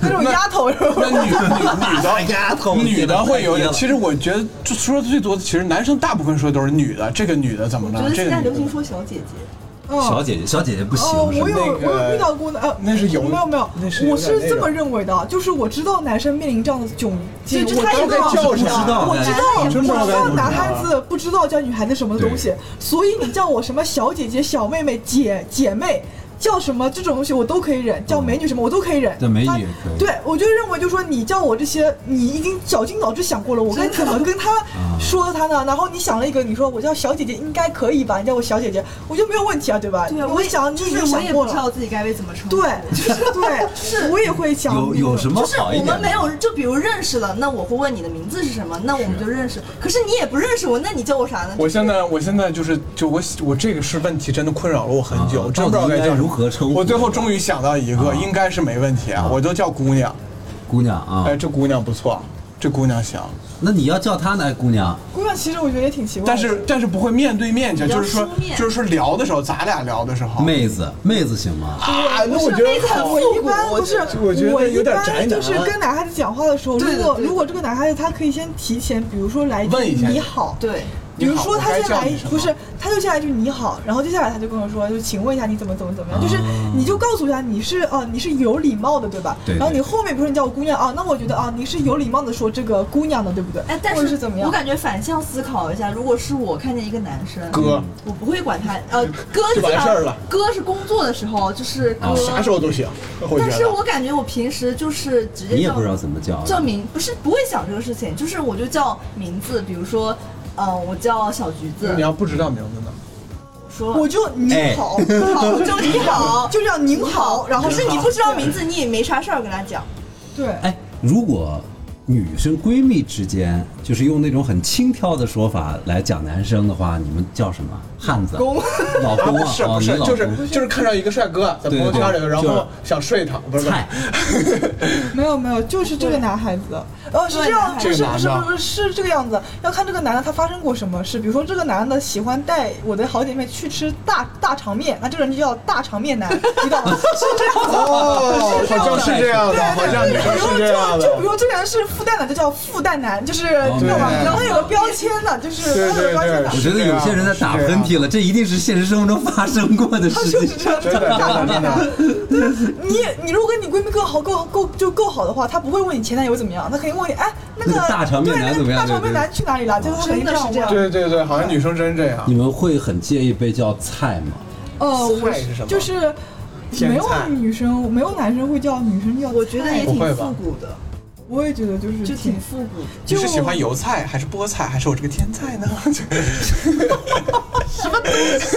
S3: 那种丫头是吧？
S6: 哦那女女女的
S5: 丫头
S6: 女的会有
S5: 太低
S6: 点。
S5: 了
S6: 其实我觉得就说的最多的，其实男生大部分说的都是女的，这个女的怎么
S1: 我觉
S6: 了？
S1: 得
S6: 这
S1: 现
S6: 个
S1: 在
S6: 女的
S1: 流行说小姐姐，
S3: 嗯
S5: 小姐姐，小姐姐不行
S3: 哦，，
S5: 是吧
S3: 我有
S6: 那
S3: 我有
S6: 个
S3: 遇到过的，呃，
S6: 那是有
S3: 没有没有
S6: 那是，有
S3: 我是
S6: 点那
S3: 这么
S6: 个
S3: 认为的，就是我知道男生面临这样的窘境，
S1: 就
S3: 我
S1: 他
S3: 知
S1: 也
S3: 道
S6: 不知道
S3: 我知道，我
S5: 我
S3: 知
S5: 知
S1: 道
S3: 道，我
S6: 真不知道
S3: 知
S6: 该
S3: 道
S6: 怎么
S3: 男
S6: 说
S3: 孩子不知道叫女孩子什么东西
S5: 对，
S3: 所以你叫我什么小姐姐、小妹妹、姐姐妹。叫什么这种东西我都可以忍，
S6: 嗯
S3: 叫美女什么我都可以忍。
S5: 对美女
S3: 他
S5: 也可以
S3: 对我就认为就说你叫我这些，你已经绞尽脑汁想过了，我该怎么跟他
S6: 啊
S3: 说他呢？然后你想了一个，你说我叫小姐姐应该可以吧？你叫我小姐姐，我就没有问题啊，对吧？
S1: 对啊，
S3: 我
S1: 我也
S3: 想你
S1: 就
S3: 已
S1: 是
S3: 经
S1: 我
S3: 想
S1: 也
S3: 过
S1: 不知
S3: 了，
S1: 道自己该为怎么称呼。
S3: 对，对， 我也会想
S5: 有有什么
S1: 就是
S5: 好一
S1: 我
S5: 点的？
S1: 们没有，就比如认识了，那我会问你的名字是什么，那我们就认识。可是你也不认识我，那你叫我啥呢？
S6: 啊我现在我现在就是就我我这个是问题，真的困扰了我很久，
S5: 啊
S6: 我真不知道
S5: 到底
S6: 该
S5: 应
S6: 叫
S5: 该如何
S6: 什么
S5: 称呼
S6: 我最后终于想到一个
S5: 啊，
S6: 应该是没问题啊，我就叫姑娘。
S5: 姑娘啊
S6: 哎，，这姑娘不错，这姑娘行，
S5: 那你要叫她呢，姑娘，
S3: 姑娘，其实我觉得也挺奇怪的。
S6: 但是但是不会面对面叫，
S1: 比较
S6: 就是说
S1: 书面
S6: 就是说聊的时候，咱俩聊的时候，
S5: 妹子，妹子行吗？
S6: 啊，那我觉
S3: 妹
S6: 得
S3: 子很
S6: 好
S3: 哦我一般不是，
S6: 我觉得有点
S3: 我一般
S6: 啊宅男
S3: 就是跟男孩子讲话的时候，
S1: 对
S3: 如
S1: 对
S3: 果
S1: 对
S3: 如果这个男孩子他可以先提前，比如说来一句
S6: 问一下
S3: 你好，，
S1: 对，
S3: 比如说
S6: 你好
S3: 他
S6: 我该
S3: 先来
S6: 叫你什么
S3: 不是，他就先来一句你好，然后接下来他就跟我说，就请问一下你怎么怎么怎么样，就是
S5: 啊
S3: 你就告诉他你是哦你是有礼貌的对吧？
S5: 对对
S3: 然后你后面比如说你叫我姑娘啊，那我觉得啊你是有礼貌的说这个姑娘的对不对？
S1: 哎，但
S3: 或者
S1: 是
S3: 是怎么样
S1: 我？感觉反向思考一下，如果是我看见一个男生，
S6: 哥
S1: 我不会管他，呃，哥是
S6: 就完事儿了啊
S1: 哥是工作的时候，就是哥。
S6: 啥时候都行。我觉
S1: 但是
S6: 得
S1: 我感觉我平时就是直接
S5: 你也
S1: 叫
S5: 不知道怎么
S6: 啊
S5: 叫，
S1: 叫名，不是不会想这个事情，就是我就叫名字，比如说，呃，我叫小橘子
S6: 你，要不知道名字呢，
S1: 说
S3: 我就
S6: 哎
S3: 您 好，
S1: 好，就你
S6: 哦
S1: 好，
S3: 就叫您好，然后
S1: 可是你不知道名字，你也没啥事儿跟他讲。
S3: 对，
S5: 哎，如果女生闺蜜之间就是用那种很轻佻的说法来讲男生的话，你们叫什么？汉子、 老
S6: 啊，
S5: 公
S6: 不
S5: 啊，
S6: 是
S5: 哦
S6: 不
S5: 你
S6: 是，
S5: 老
S6: 就是
S5: 公
S6: 就是看上一个帅哥在朋友
S5: 对
S6: 圈
S5: 对
S6: 里
S5: 对
S6: 头，然
S5: 就是
S6: 后想睡他，不是
S5: 菜，
S3: 没有没有，就是这个男孩子，呃，是这样，
S6: 这
S3: 是
S6: 个
S3: 是
S6: 男
S3: 是
S6: 的
S3: 不是是这个样子？要看这个男的他发生过什么事，比如说这个男的喜欢带我的好姐妹去吃大大肠面，那这个人就叫大肠面男， 你懂吗？是这样子。
S6: 哦，好像是这样的，哦好像女生是这样
S3: 就就比
S6: 的。
S3: 如
S6: 哦
S3: 这个人是复旦的，就叫复旦男，就是你懂吗？
S6: 对
S3: 然后他有个标签的，就是
S6: 对
S3: 他有个
S6: 对
S3: 标签
S6: 对
S3: 的
S5: 我。觉得有些人在打喷嚏了，这一定是现实生活中发生过的事情。
S6: 真的真的真的，
S3: 你你如果跟你闺蜜够好够够就够好的话，她不会问你前男友怎么样，她肯定问你哎那个
S5: 那个大肠面男
S3: 对那个
S5: 怎么样
S3: 大肠面
S5: 对对
S3: 男去哪里了？就是她肯定
S1: 哦真的是这样
S3: 问
S6: 对对对，好像女生真这样
S5: 你。们会很介意被叫菜吗？
S3: 呃，我
S6: 菜是什么
S3: 就是没
S6: 甜
S3: 有
S6: 菜
S3: 女生没有男生会叫女生叫菜，
S1: 我觉得也挺
S6: 不会吧
S1: 复古的，
S3: 我也觉得就是
S1: 就
S3: 挺
S1: 挺复古的。
S6: 你是喜欢油菜还是菠菜还是我这个天菜呢？ 什么 东西？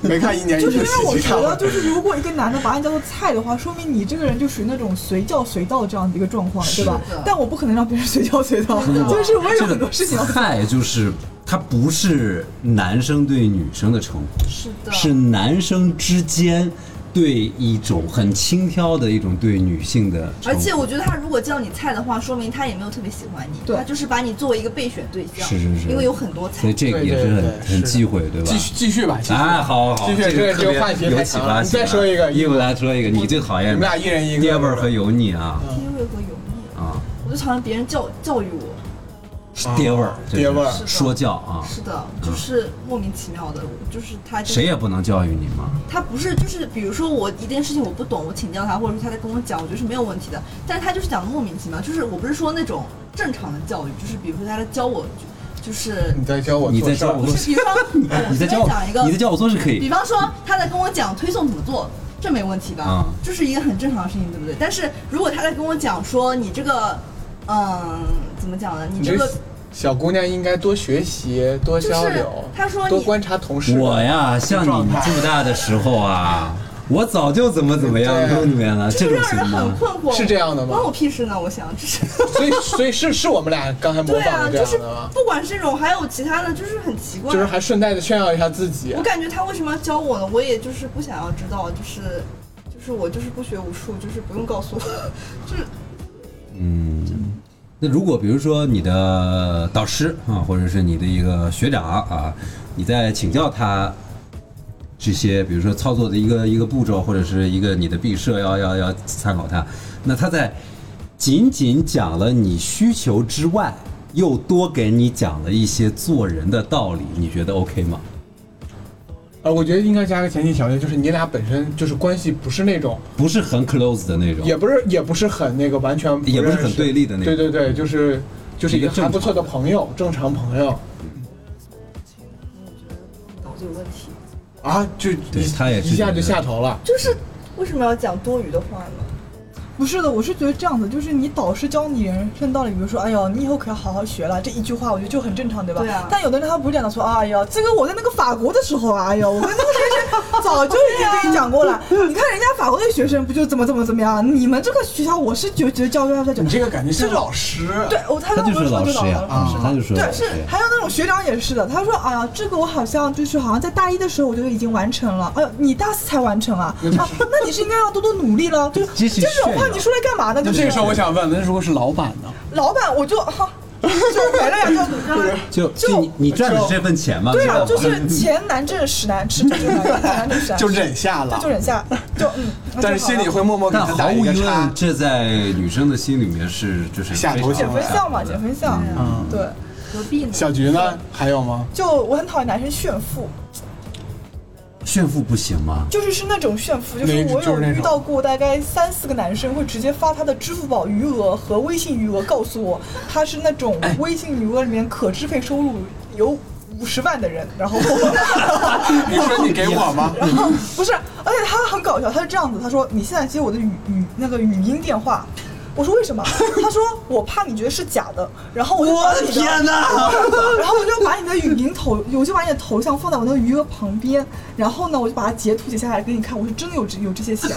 S6: 没看一年一
S3: 就是因
S6: 度
S3: 为我
S6: 喜剧
S3: 觉
S6: 大
S3: 得，就
S6: 会，
S3: 是如果一个男的把你叫做菜的话，说明你这个人就属于那种随叫随到这样的一个状况，对吧
S1: 是的？
S3: 但我不可能让别人随叫随到，
S5: 不不
S3: 就是我有
S5: 这
S3: 很
S5: 个
S3: 多事情要
S5: 菜就是它不是男生对女生的称呼，
S1: 是的，
S5: 是男生之间对一种很轻佻的一种对女性的称
S1: 而
S5: 呼。
S1: 且我觉得他如果叫你菜的话，说明他也没有特别喜欢你，
S3: 对
S1: 他就是把你作为一个备选对象，
S5: 是是是
S1: 因为有很多
S5: 所以
S1: 菜。
S5: 这个也
S6: 对
S5: 是很
S6: 对对是
S5: 很
S6: 的
S5: 忌讳，对吧？
S6: 继续继续吧，继续
S5: 哎，好好好，
S6: 继续
S5: 个
S6: 这个这个
S5: 特别
S6: 话题
S5: 有
S6: 太
S5: 启
S6: 长了
S5: 发
S6: 你
S5: 性啊
S6: 再说一个
S5: 义务来说一个，你最讨厌
S6: 你
S5: 的，
S6: 们俩一人一个嗯
S5: 爹味儿和油腻啊
S1: 爹味和油腻，
S5: 啊，
S1: 我就讨厌别人教教育我。
S5: 是爹味儿，这是
S6: 爹味儿
S1: 是的
S5: 说教啊，
S1: 是的，就是莫名其妙的，就是他就是
S5: 谁也不能教育你嘛。
S1: 他不是就是比如说我一件事情我不懂，我请教他，或者说他在跟我讲，我觉得是没有问题的。但是他就是讲的莫名其妙，就是我不是说那种正常的教育，就是比如说他在教我，就是
S6: 你在教我
S5: 你
S6: 做
S5: 在
S6: 事
S5: 教
S6: 儿
S5: 我
S1: 不
S5: 做，
S1: 是比方
S5: 你在
S1: 呃随
S5: 教
S1: 便讲一
S5: 我，
S1: 个，
S5: 你在教我做是可
S1: 比
S5: 以，
S1: 方说他在跟我讲推送怎么做，这没问题吧？
S5: 啊
S1: 这是一个很正常的事情，对不对？但是如果他在跟我讲说你这个，嗯，怎么讲呢？你
S6: 你
S1: 这
S6: 这
S1: 个
S6: 小姑娘应该多学习，多交
S1: 就是
S6: 流。
S1: 他说你
S6: 多观察同事。
S5: 我呀，像你们这么大的时候啊，我早就怎么怎么样
S6: 对啊
S5: 弄你们了，
S1: 这
S5: 这
S1: 就
S5: 种
S1: 让
S5: 行
S1: 人很
S5: 吗？
S1: 困惑。
S6: 是这样的吗
S1: 关我屁事呢！我想，这是。
S6: 所以所以是是我们俩刚才模
S1: 对
S6: 仿
S1: 啊，
S6: 的这
S1: 就
S6: 样
S1: 是
S6: 的吗？
S1: 不管是这种，还有其他的，就是很奇怪。
S6: 就是还顺带的炫耀一下自己
S1: 我。感觉他为什么要教我呢？我也就是不想要知道，就是就是我就是不学无术，就是不用告诉我，就是
S5: 嗯，那如果比如说你的导师啊，或者是你的一个学长啊，你在请教他这些，比如说操作的一个一个步骤，或者是一个你的毕设，要要要参考他，那他在仅仅讲了你需求之外，又多给你讲了一些做人的道理，你觉得 OK 吗？
S6: 呃，我觉得应该加个前提条件，就是你俩本身就是关系不是那种，
S5: 不是很 close 的那
S3: 嗯
S5: 种，
S6: 也不是也不是很那个完全
S5: 也不是很
S6: 认识
S5: 对立的那种嗯
S6: 对对对，就是就是一个还不错的朋友，正常朋友
S1: 脑子有问题。
S6: 啊，就
S5: 对
S6: 一
S5: 他也是
S6: 一下
S5: 觉
S6: 就
S5: 得
S6: 下头了。
S1: 就是为什么要讲多余的话呢？
S3: 不是的，我是觉得这样子，就是你导师教你人生道理，比如说，哎呦，你以后可要好好学了，这一句话，我觉得就很正常，对吧？
S1: 对啊
S3: 但有的人他不是讲的说，哎呀，这个我在那个法国的时候啊，哎呦，我跟那个学生早就已经跟你讲过了。你看人家法国的学生不就怎么怎么怎么样？你们这个学校我是觉觉得教育教育
S6: 你这个感觉像老师，
S3: 对，我他
S5: 他
S3: 跟
S5: 就
S3: 我
S5: 是
S3: 说
S5: 老
S3: 这
S5: 师呀，
S3: 老
S5: 啊
S3: 师，
S5: 他就说老
S3: 嗯对，
S5: 师
S3: 是
S5: 呀。
S3: 还有那种学长也是的，他说：“哎呀，这个我好像就是好像在大一的时候我就已经完成了，哎呦，你大四才完成啊，啊那你是应该要多多努力 了。”就
S5: 这
S3: 这
S5: 是
S3: 种话
S5: 炫耀
S3: 你说来干嘛呢？
S6: 那
S3: 就是
S6: 这个时候我想问，那如果是老板呢？
S3: 老板，我就哈、就没了呀，就让
S5: 就就你你赚的是这份钱吗？
S3: 对
S5: 知道
S3: 啊，
S5: 吗
S3: 就是钱难挣，屎难吃，就是钱难挣，屎难吃，
S6: 就忍下
S3: 对，
S6: 了
S3: 就，忍下，就嗯，那就
S6: 但是
S3: 好了
S6: 心里会默默给
S5: 但
S6: 自己
S5: 毫
S6: 打一
S5: 无
S6: 个
S5: 疑
S6: 叉
S5: 问，。这在女生的心里面是就是
S6: 下头
S5: 非常
S6: 行
S3: 减
S6: 为
S3: 肥项嘛，
S5: 下头的
S3: 减肥项，
S6: 嗯
S3: 对，
S1: 何必呢？
S6: 小菊呢？还有吗？
S3: 就我很讨厌男生炫富，
S5: 炫富不行吗？
S3: 就是是那种炫富，就是
S6: 那
S3: 我
S6: 就是
S3: 有
S6: 那种
S3: 遇到过大概三四个男生会直接发他的支付宝余额和微信余额，告诉我他是那种
S6: 哎
S3: 微信余额里面可支配收入有五十万的人，然后
S6: 你说你给我吗？
S3: 然后不是，而且他很搞笑，他是这样子，他说你现在接我的语语那个语音电话，我说为什么？ 他说我怕你觉得是假的，然后我就
S2: 我
S3: 把
S2: 的
S3: 你的
S2: 天哪！
S3: 然后我就把你的雨林头，我就把你的头像放在我那个余额旁边，然后呢，我就把它截图截下来给你看，我是真的有这有这些钱。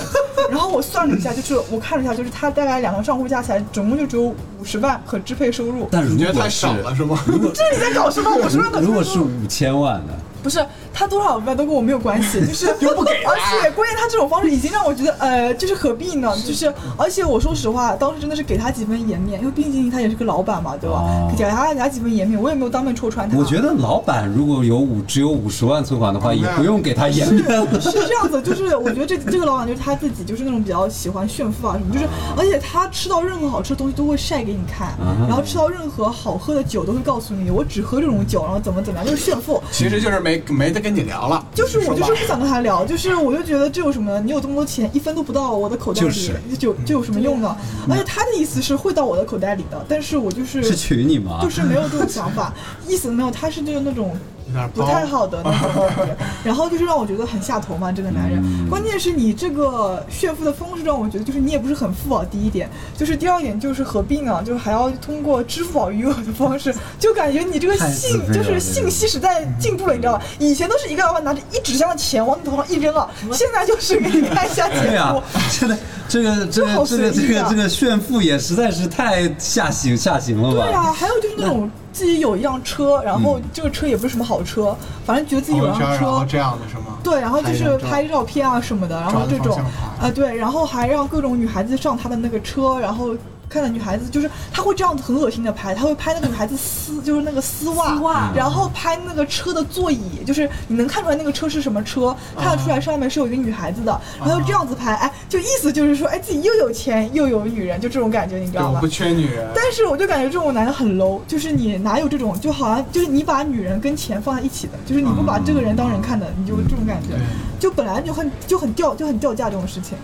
S3: 然后我算了一下，就是我看了一下，就是他大概两个账户加起来，总共就只有五十万可支配收入。
S5: 但如
S6: 你觉
S5: 果
S6: 得太
S5: 是
S6: 少了是吗？
S3: 这你在搞什么？我说的
S5: 如果是五千万呢？
S3: 不是他多少万都跟我没有关系，就是
S6: 又不给了
S3: 而且关键他这种方式已经让我觉得，呃，就是何必呢？就是而且我说实话，当时真的是给他几分颜面，因为毕竟他也是个老板嘛，对吧
S5: 哦？
S3: 给他给他几分颜面，我也没有当面戳穿他。
S5: 我觉得老板如果有五只有五十万存款的话，
S6: 嗯
S5: 也不用给他颜面了。
S3: 是这样子，就是我觉得这这个老板就是他自己，就是那种比较喜欢炫富啊什么，就是而且他吃到任何好吃的东西都会晒给你看
S5: 啊，
S3: 然后吃到任何好喝的酒都会告诉你，我只喝这种酒，然后怎么怎么样，就是炫富。
S6: 其实就是没没得跟你聊了，
S3: 就是我就是
S6: 吧
S3: 不想跟他聊，就是我就觉得这有什么呢？你有这么多钱，一分都不到我的口袋里，
S5: 就是啊
S3: 就就有什么用呢？而且他的意思是会到我的口袋里的，但是我就是
S5: 是娶你吗？
S3: 就是没有这种想法，意思没有，他是就是那种
S6: 有点
S3: 不
S6: 包
S3: 太好的那种感觉，然后就是让我觉得很下头嘛，这个男人。
S5: 嗯
S3: 关键是你这个炫富的方式让我觉得就是你也不是很富啊，第一点，就是第二点就是何必呢？就是还要通过支付宝余额的方式，就感觉你这个
S5: 太自
S3: 信
S5: 卑了
S3: 就是信息时代进步了，你知道吧？以前都是一个老板拿着一纸箱的钱往你头上一扔了，现在就是给你看一下
S5: 对
S3: 截
S5: 啊
S3: 图。，
S5: 现在这个这
S3: 这好
S5: 个这
S3: 随意
S5: 个
S3: 啊
S5: 这个这个炫富也实在是太下行下行了吧？
S3: 对啊，还有就是那种自己有一辆车，然后这个车也不是什么好车，反正觉得自己
S6: 朋
S3: 有辆
S6: 友圈，然
S3: 车
S6: 后，这样的是吗？
S3: 对，然后就
S6: 拍
S3: 是
S6: 一张照
S3: 拍照片啊什么的，然后这种
S6: 找个方向
S3: 啊、
S6: 盘
S3: 对，然后还让各种女孩子上他的那个车，然后看到女孩子就是他会这样很恶心的拍，他会拍那个女孩子丝就是那个丝袜，
S1: 丝袜
S3: 然后拍那个车的座椅，就是你能看出来那个车是什么车，看得
S6: 嗯
S3: 出来上面是有一个女孩子的，然后这样子拍，哎，就意思就是说，哎，自己又有钱又有女人，就这种感觉，你知
S6: 对，
S3: 道
S6: 我
S3: 吗
S6: 不？缺女人。
S3: 但是我就感觉这种男人很 low，就是你哪有这种，就好像就是你把女人跟钱放在一起的，就是你不把这个人当人看的，你就这种感觉
S6: 对，
S3: 就本来就很就很掉就很掉价这种事情。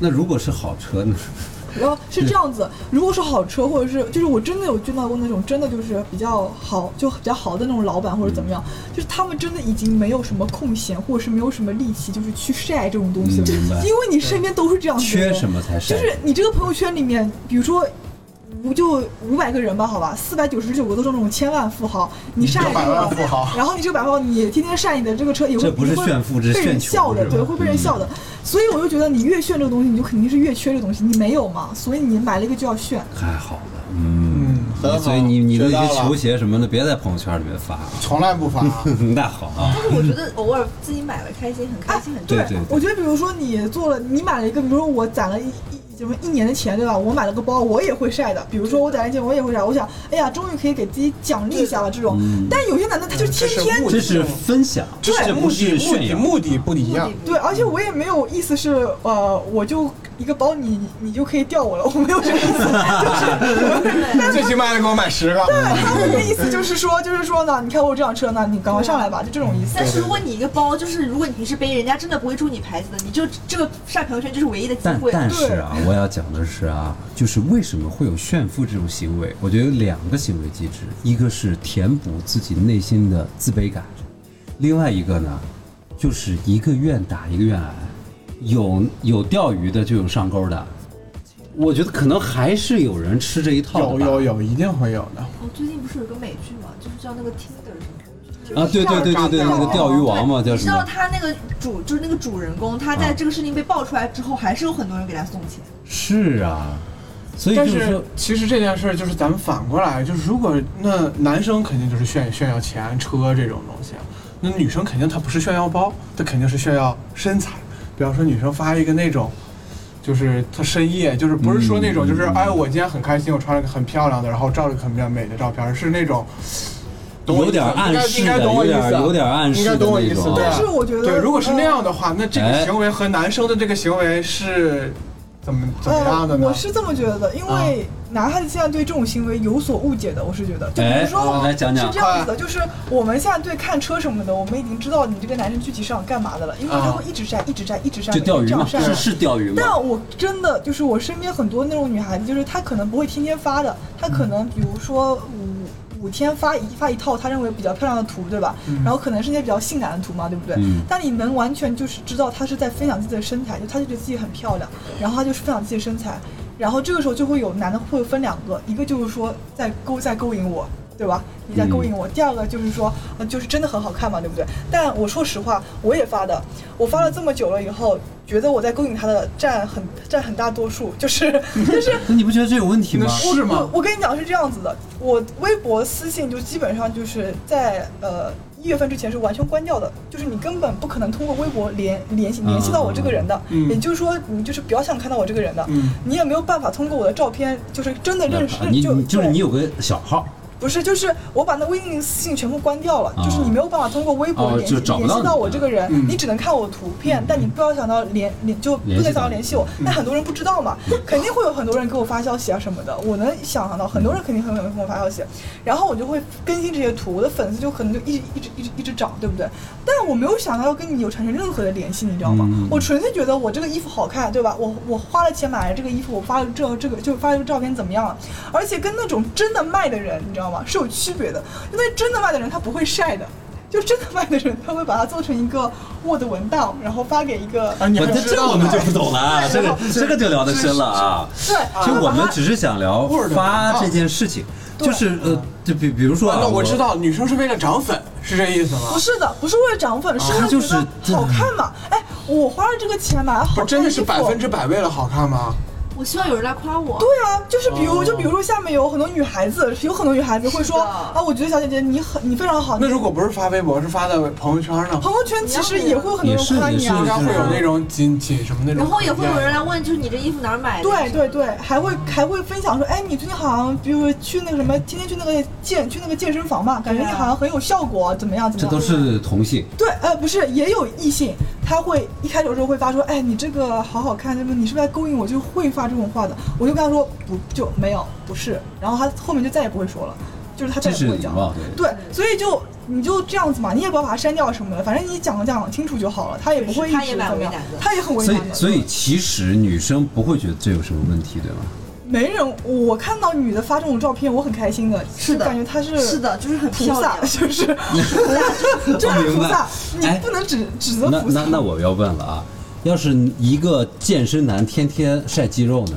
S5: 那如果是好车呢？
S3: 然后是这样子，如果是好车，或者是就是我真的有见到过那种真的就是比较好就比较好的那种老板或者怎么样，
S5: 嗯
S3: 就是他们真的已经没有什么空闲，或者是没有什么力气，就是去晒这种东西了，
S5: 嗯明白
S3: 因为你身边都是这样子的
S5: 缺
S3: 人
S5: 什么才
S3: 就
S5: 晒？
S3: 是你这个朋友圈里面，比如说。我就五百个人吧，好吧，四百九十九个都是那种千万富豪，
S5: 嗯
S3: 你晒一
S6: 百
S3: 个
S6: 万富豪
S3: 然后你这个百万富豪，你天天晒你的这个车，也会
S5: 这不是
S3: 也会
S5: 炫富这是
S3: 被人
S5: 炫穷
S3: 笑的，
S5: 是吧嗯
S3: 对，会被人笑的。所以我就觉得，你越炫这个东西，你就肯定是越缺这个东西，你没有嘛，所以你买了一个就要炫。
S5: 太好了，嗯。
S6: 嗯，很好
S5: 所以你你的一些
S6: 学到了
S5: 球鞋什么的，别在朋友圈里面发。啊
S6: 从来不发，
S5: 那好啊，
S1: 但是我觉得偶尔自己买了开心，很开心，很
S5: 对
S1: 赚。
S5: 对
S3: 我觉得，比如说你做了，你买了一个，比如说我攒了一一什么一年的钱，对吧？我买了个包，我也会晒的。比如说我攒了钱，我也会晒。我想，哎呀，终于可以给自己奖励一下了这种。
S5: 嗯
S3: 但有些男的他就天天
S6: 嗯
S5: 这是分享，
S6: 这是啊
S5: 这
S6: 目
S5: 不
S6: 的，
S5: 是
S6: 目
S5: 炫
S6: 的
S5: 耀。
S6: 目的不一样。
S3: 对，而且我也没有意思是，呃，我就一个包你你就可以掉我了，我没有这个意思， 就是。
S6: 最起码得给我买十个。
S3: 对，他的那意思就是说，就是说呢，你看我有这辆车呢，你赶快上来吧，就这种意思。
S1: 但是如果你一个包，就是如果你是背人家真的不会注你牌子的，你就这个晒朋友圈就是唯一的机
S5: 但
S1: 会。
S5: 但是
S3: 对
S5: 啊，我要讲的是啊，就是为什么会有炫富这种行为？我觉得有两个行为机制，一个是填补自己内心的自卑感，另外一个呢，就是一个愿打一个愿挨，有有钓鱼的就有上钩的。我觉得可能还是有人吃这一套
S6: 有
S5: 的吧
S6: 有有，一定会有的。
S1: 哦，最近不是有个美剧嘛，就是叫那个 Tinder 什么的。就是
S5: 啊，对对对对对，那个钓鱼王嘛，叫
S1: 你
S5: 什
S1: 知道
S5: 么？
S1: 他那个主就是那个主人公，他
S5: 啊
S1: 在这个事情被爆出来之后，还是有很多人给他送钱。
S5: 是啊，所以就
S6: 但
S5: 是
S6: 是
S5: 说，
S6: 其实这件事儿就是咱们反过来，就是如果那男生肯定就是炫炫耀钱、车这种东西，啊那女生肯定她不是炫耀包，她肯定是炫耀身材。比方说女生发一个那种，就是她深夜，就是不是说那种
S5: 嗯
S6: 就是、哎我今天很开心，我穿了个很漂亮的，然后照了个很美的照片，是那种。懂
S5: 有
S6: 我意思
S5: 点暗示的
S6: 应该应该懂我意
S5: 有
S6: 思，啊
S5: 点有点暗示
S6: 应该懂我意
S5: 的
S6: 思
S5: 那。种
S6: 对啊
S5: 但
S3: 是我觉得呃
S6: 对，如果是那样的话，那这
S5: 哎
S6: 个行为和男生的这个行为是怎么怎么样的
S3: 呃，
S6: 呢？啊
S3: 我是这么觉得，因为男孩子现在对这种行为有所误解的，我是觉得，就比
S5: 哎
S3: 如说，
S5: 来讲讲
S3: 是这样子的，就是我们现在对看车什么的，我们已经知道你这个男生具体上干嘛的了，因为他
S6: 啊
S3: 会一直晒，一直晒，一直晒，
S5: 就钓
S3: 每天
S5: 鱼
S3: 这
S5: 嘛，
S3: 样晒
S5: 是是钓鱼嘛。
S3: 但我真的就是我身边很多那种女孩子，就是她可能不会天天发的，她可能比如说五五天发一发一套她认为比较漂亮的图，对吧？然后可能是那些比较性感的图嘛，对不对？
S5: 嗯
S3: 但你能完全就是知道她是在分享自己的身材，就她就觉得自己很漂亮，然后她就是分享自己的身材。然后这个时候就会有男的会分两个，一个就是说在勾在勾引我，对吧？你在勾引我。第二个就是说，呃就是真的很好看嘛，对不对？但我说实话，我也发的，我发了这么久了以后，觉得我在勾引他的占很占很大多数，就是就是
S2: 那你不觉得这有问题吗
S6: 那？
S3: 我
S6: 是吗
S3: 我？我跟你讲是这样子的，我微博私信就基本上就是在呃一月份之前是完全关掉的，就是你根本不可能通过微博联联系联系到我这个人的，
S6: 嗯
S3: 也就是说你就是比较想看到我这个人的，
S6: 嗯
S3: 你也没有办法通过我的照片就是真的认识，
S5: 啊你你就是
S3: 对
S5: 你有个小号，
S3: 不是，就是我把那微信私信全部关掉了，
S5: 啊
S3: 就是你没有办法通过微博
S5: 哦
S3: 联系、
S5: 就找不
S3: 联
S5: 到
S3: 系
S5: 你嗯
S3: 到我这个人，
S6: 嗯
S3: 你只能看我图片，但你不要想到联联就不能想到联系我。那很多人不知道嘛，
S5: 嗯
S3: 肯定会有很多人给我发消息啊什么的，我能想象到很多人肯定很有人给我发消息，然后我就会更新这些图，我的粉丝就可能就一直一直一直一直涨，对不对？但我没有想到要跟你有产生任何的联系，你知道吗？
S5: 嗯
S3: 我纯粹觉得我这个衣服好看，对吧？我我花了钱买了这个衣服，我发了这这个就发了这个照片怎么样？而且跟那种真的卖的人，你知道吗？是有区别的，因为真的卖的人他不会晒的。就真的卖的人，他会把它做成一个 Word 文档，然后发给一个
S6: 啊，你
S5: 我
S6: 还
S5: 这
S6: 知
S5: 这
S6: 道
S5: 我们
S6: 呢
S5: 就不懂了啊，这个这个就聊得深了啊。
S3: 对，
S5: 其实
S3: 然后
S5: 我
S3: 把它
S5: 们只是想聊发这件事情，就是呃，就比比如说
S6: 完
S5: 啊，
S6: 了，我知道女生是为了涨粉，是这意思吗
S3: 不？是的，不是为了涨粉，是为
S5: 他
S3: 了
S5: 啊就是
S3: 觉得好看嘛。哎，我花了这个钱买了好
S6: 不
S3: 看
S6: 是真的是
S1: 哦
S3: 衣服
S6: 百分之百为了好看吗？
S1: 我希望有人来夸我。
S3: 对啊，就是比如，
S6: 哦
S3: 就比如说下面有很多女孩子，有很多女孩子会说
S1: 是的
S3: 啊，我觉得小姐姐你很你非常好。
S6: 那如果不是发微博，是发在朋友圈呢？
S3: 朋友圈其实也会有很多人夸你
S5: 也
S6: 应
S5: 是
S6: 该
S3: 啊，
S6: 会有那种紧紧什么那种，
S1: 然后也会有人来问，就是你这衣服哪儿买的？
S3: 对对对，还会还会分享说，哎，你最近好像，比如说去那个什么，天天去那个健去那个健身房嘛，感觉
S1: 对啊
S3: 你好像很有效果，怎么样怎么样？
S5: 这都是同性，
S3: 对，呃，不是，也有异性，他会一开始的时候会发说，哎，你这个好好看，那么你是不是在勾引我？就会发这种话的，我就跟他说不，就没有，不是，然后他后面就再也不会说了，就是他再
S5: 这
S3: 也不
S5: 是
S3: 会
S5: 礼
S3: 讲。
S5: 貌，对。
S3: 对，所以就你就这样子嘛，你也不要把它删掉什么的，反正你讲讲清楚就好了，他也不会一
S1: 是他
S3: 直
S1: 也
S3: 怎
S1: 蛮
S3: 么样
S1: 为难的，
S3: 他也很为
S5: 所
S3: 难
S5: 以
S3: 的。
S5: 所以其实女生不会觉得这有什么问题，对吧？
S3: 没人，我看到女的发这种照片，我很开心的，
S1: 是的
S3: 就感觉她是
S1: 是的，就是很
S3: 菩
S1: 漂
S3: 萨
S1: 亮，。
S3: 就是菩 萨，真是菩萨，你
S5: 哎
S3: 不能指指责
S5: 那
S3: 菩萨
S5: 那。那我要问了啊，要是一个健身男天天晒肌肉呢？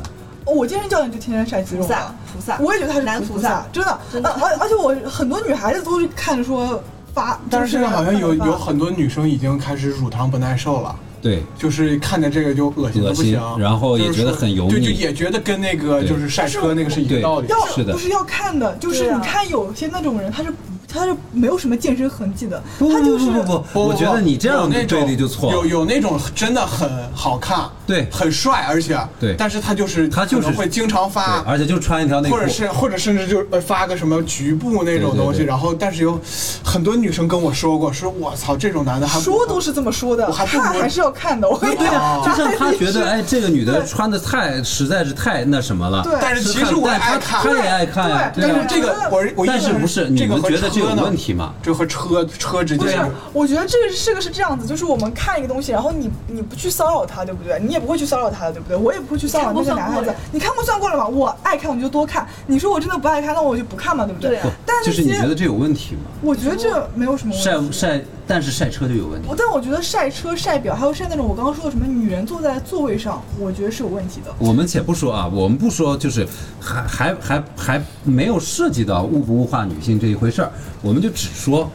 S3: 哦我健身教练就天天晒肌肉
S1: 菩萨
S3: 啊，，
S1: 菩萨，
S3: 我也觉得他是
S1: 男
S3: 菩
S1: 菩萨。
S3: 真的，呃
S1: 真的
S3: 而而而且我很多女孩子都是看着说发，
S6: 但是
S3: 就
S6: 现在好像有
S3: 发
S6: 有很多女生已经开始乳糖不耐受了。
S5: 对，
S6: 就是看见这个就恶心的不行
S5: 恶，心然后也觉得很油腻
S6: 就是说对，就也觉得跟那个
S5: 对
S6: 就是晒车那个是一个道理。
S3: 要
S5: 是的
S3: 不是要看的，就是
S1: 对啊
S3: 你看有些那种人，他是不他是没有什么健身痕迹的，
S5: 不
S3: 他
S5: 不
S3: 就是
S5: 不不不，
S6: 不
S5: 我觉得你这
S6: 有
S5: 样
S6: 那
S5: 的
S6: 种
S5: 对立就错
S6: 有
S5: 了。
S6: 有那种真的很好看，
S5: 对
S6: 很帅，而且
S5: 对
S6: 但是他就是
S5: 他就是
S6: 可能会经常
S5: 对
S6: 发，
S5: 而且就穿一条内裤
S6: 啊或，者是或者甚至就是呃发个什么局部那种
S5: 对
S6: 东
S5: 对
S6: 西，
S5: 对
S6: 然后但是有很多女生跟我说过，说我操这种男的还不
S3: 说都是这么说的，
S6: 我还不如
S3: 看还是要看的。我跟你
S5: 对
S3: 讲，
S5: 呀，
S6: 啊
S5: 就像他 觉得，哎，这个女的
S3: 对
S5: 穿的太实在是太那什么了。
S3: 对
S6: 但是其实我也
S5: 但她
S6: 爱看
S5: 她也爱看呀。
S3: 对
S5: 对
S6: 但
S5: 啊
S6: 是这个我我
S5: 但是不是你
S6: 这个
S5: 们
S6: 和
S5: 觉得这有
S6: 车呢
S5: 问题吗？
S6: 这和车车之
S3: 不
S6: 间
S3: 是
S6: 有，
S3: 我觉得这个是这个是这样子，就是我们看一个东西，然后你你不去骚扰他，对不对？你也不会去骚扰他的，对不对？我也不会去骚扰那个男孩子。你看过算过了嘛？我爱看我就多看，你说我真的不爱看，那我就不看嘛，对不对？
S1: 对啊
S3: 但
S5: 哦就是
S3: 是
S5: 你
S3: 其实
S5: 觉得这有问题吗？
S3: 我觉得这没有什么
S6: 嗯
S3: 问题。
S5: 晒晒，但是晒车就有问题
S3: 我。但我觉得晒车、晒表，还有晒那种我刚刚说的什么女人坐在座位上，我觉得是有问题的。
S5: 我们且不说啊，我们不说，就是还还还还没有涉及到物不物化女性这一回事儿，我们就只说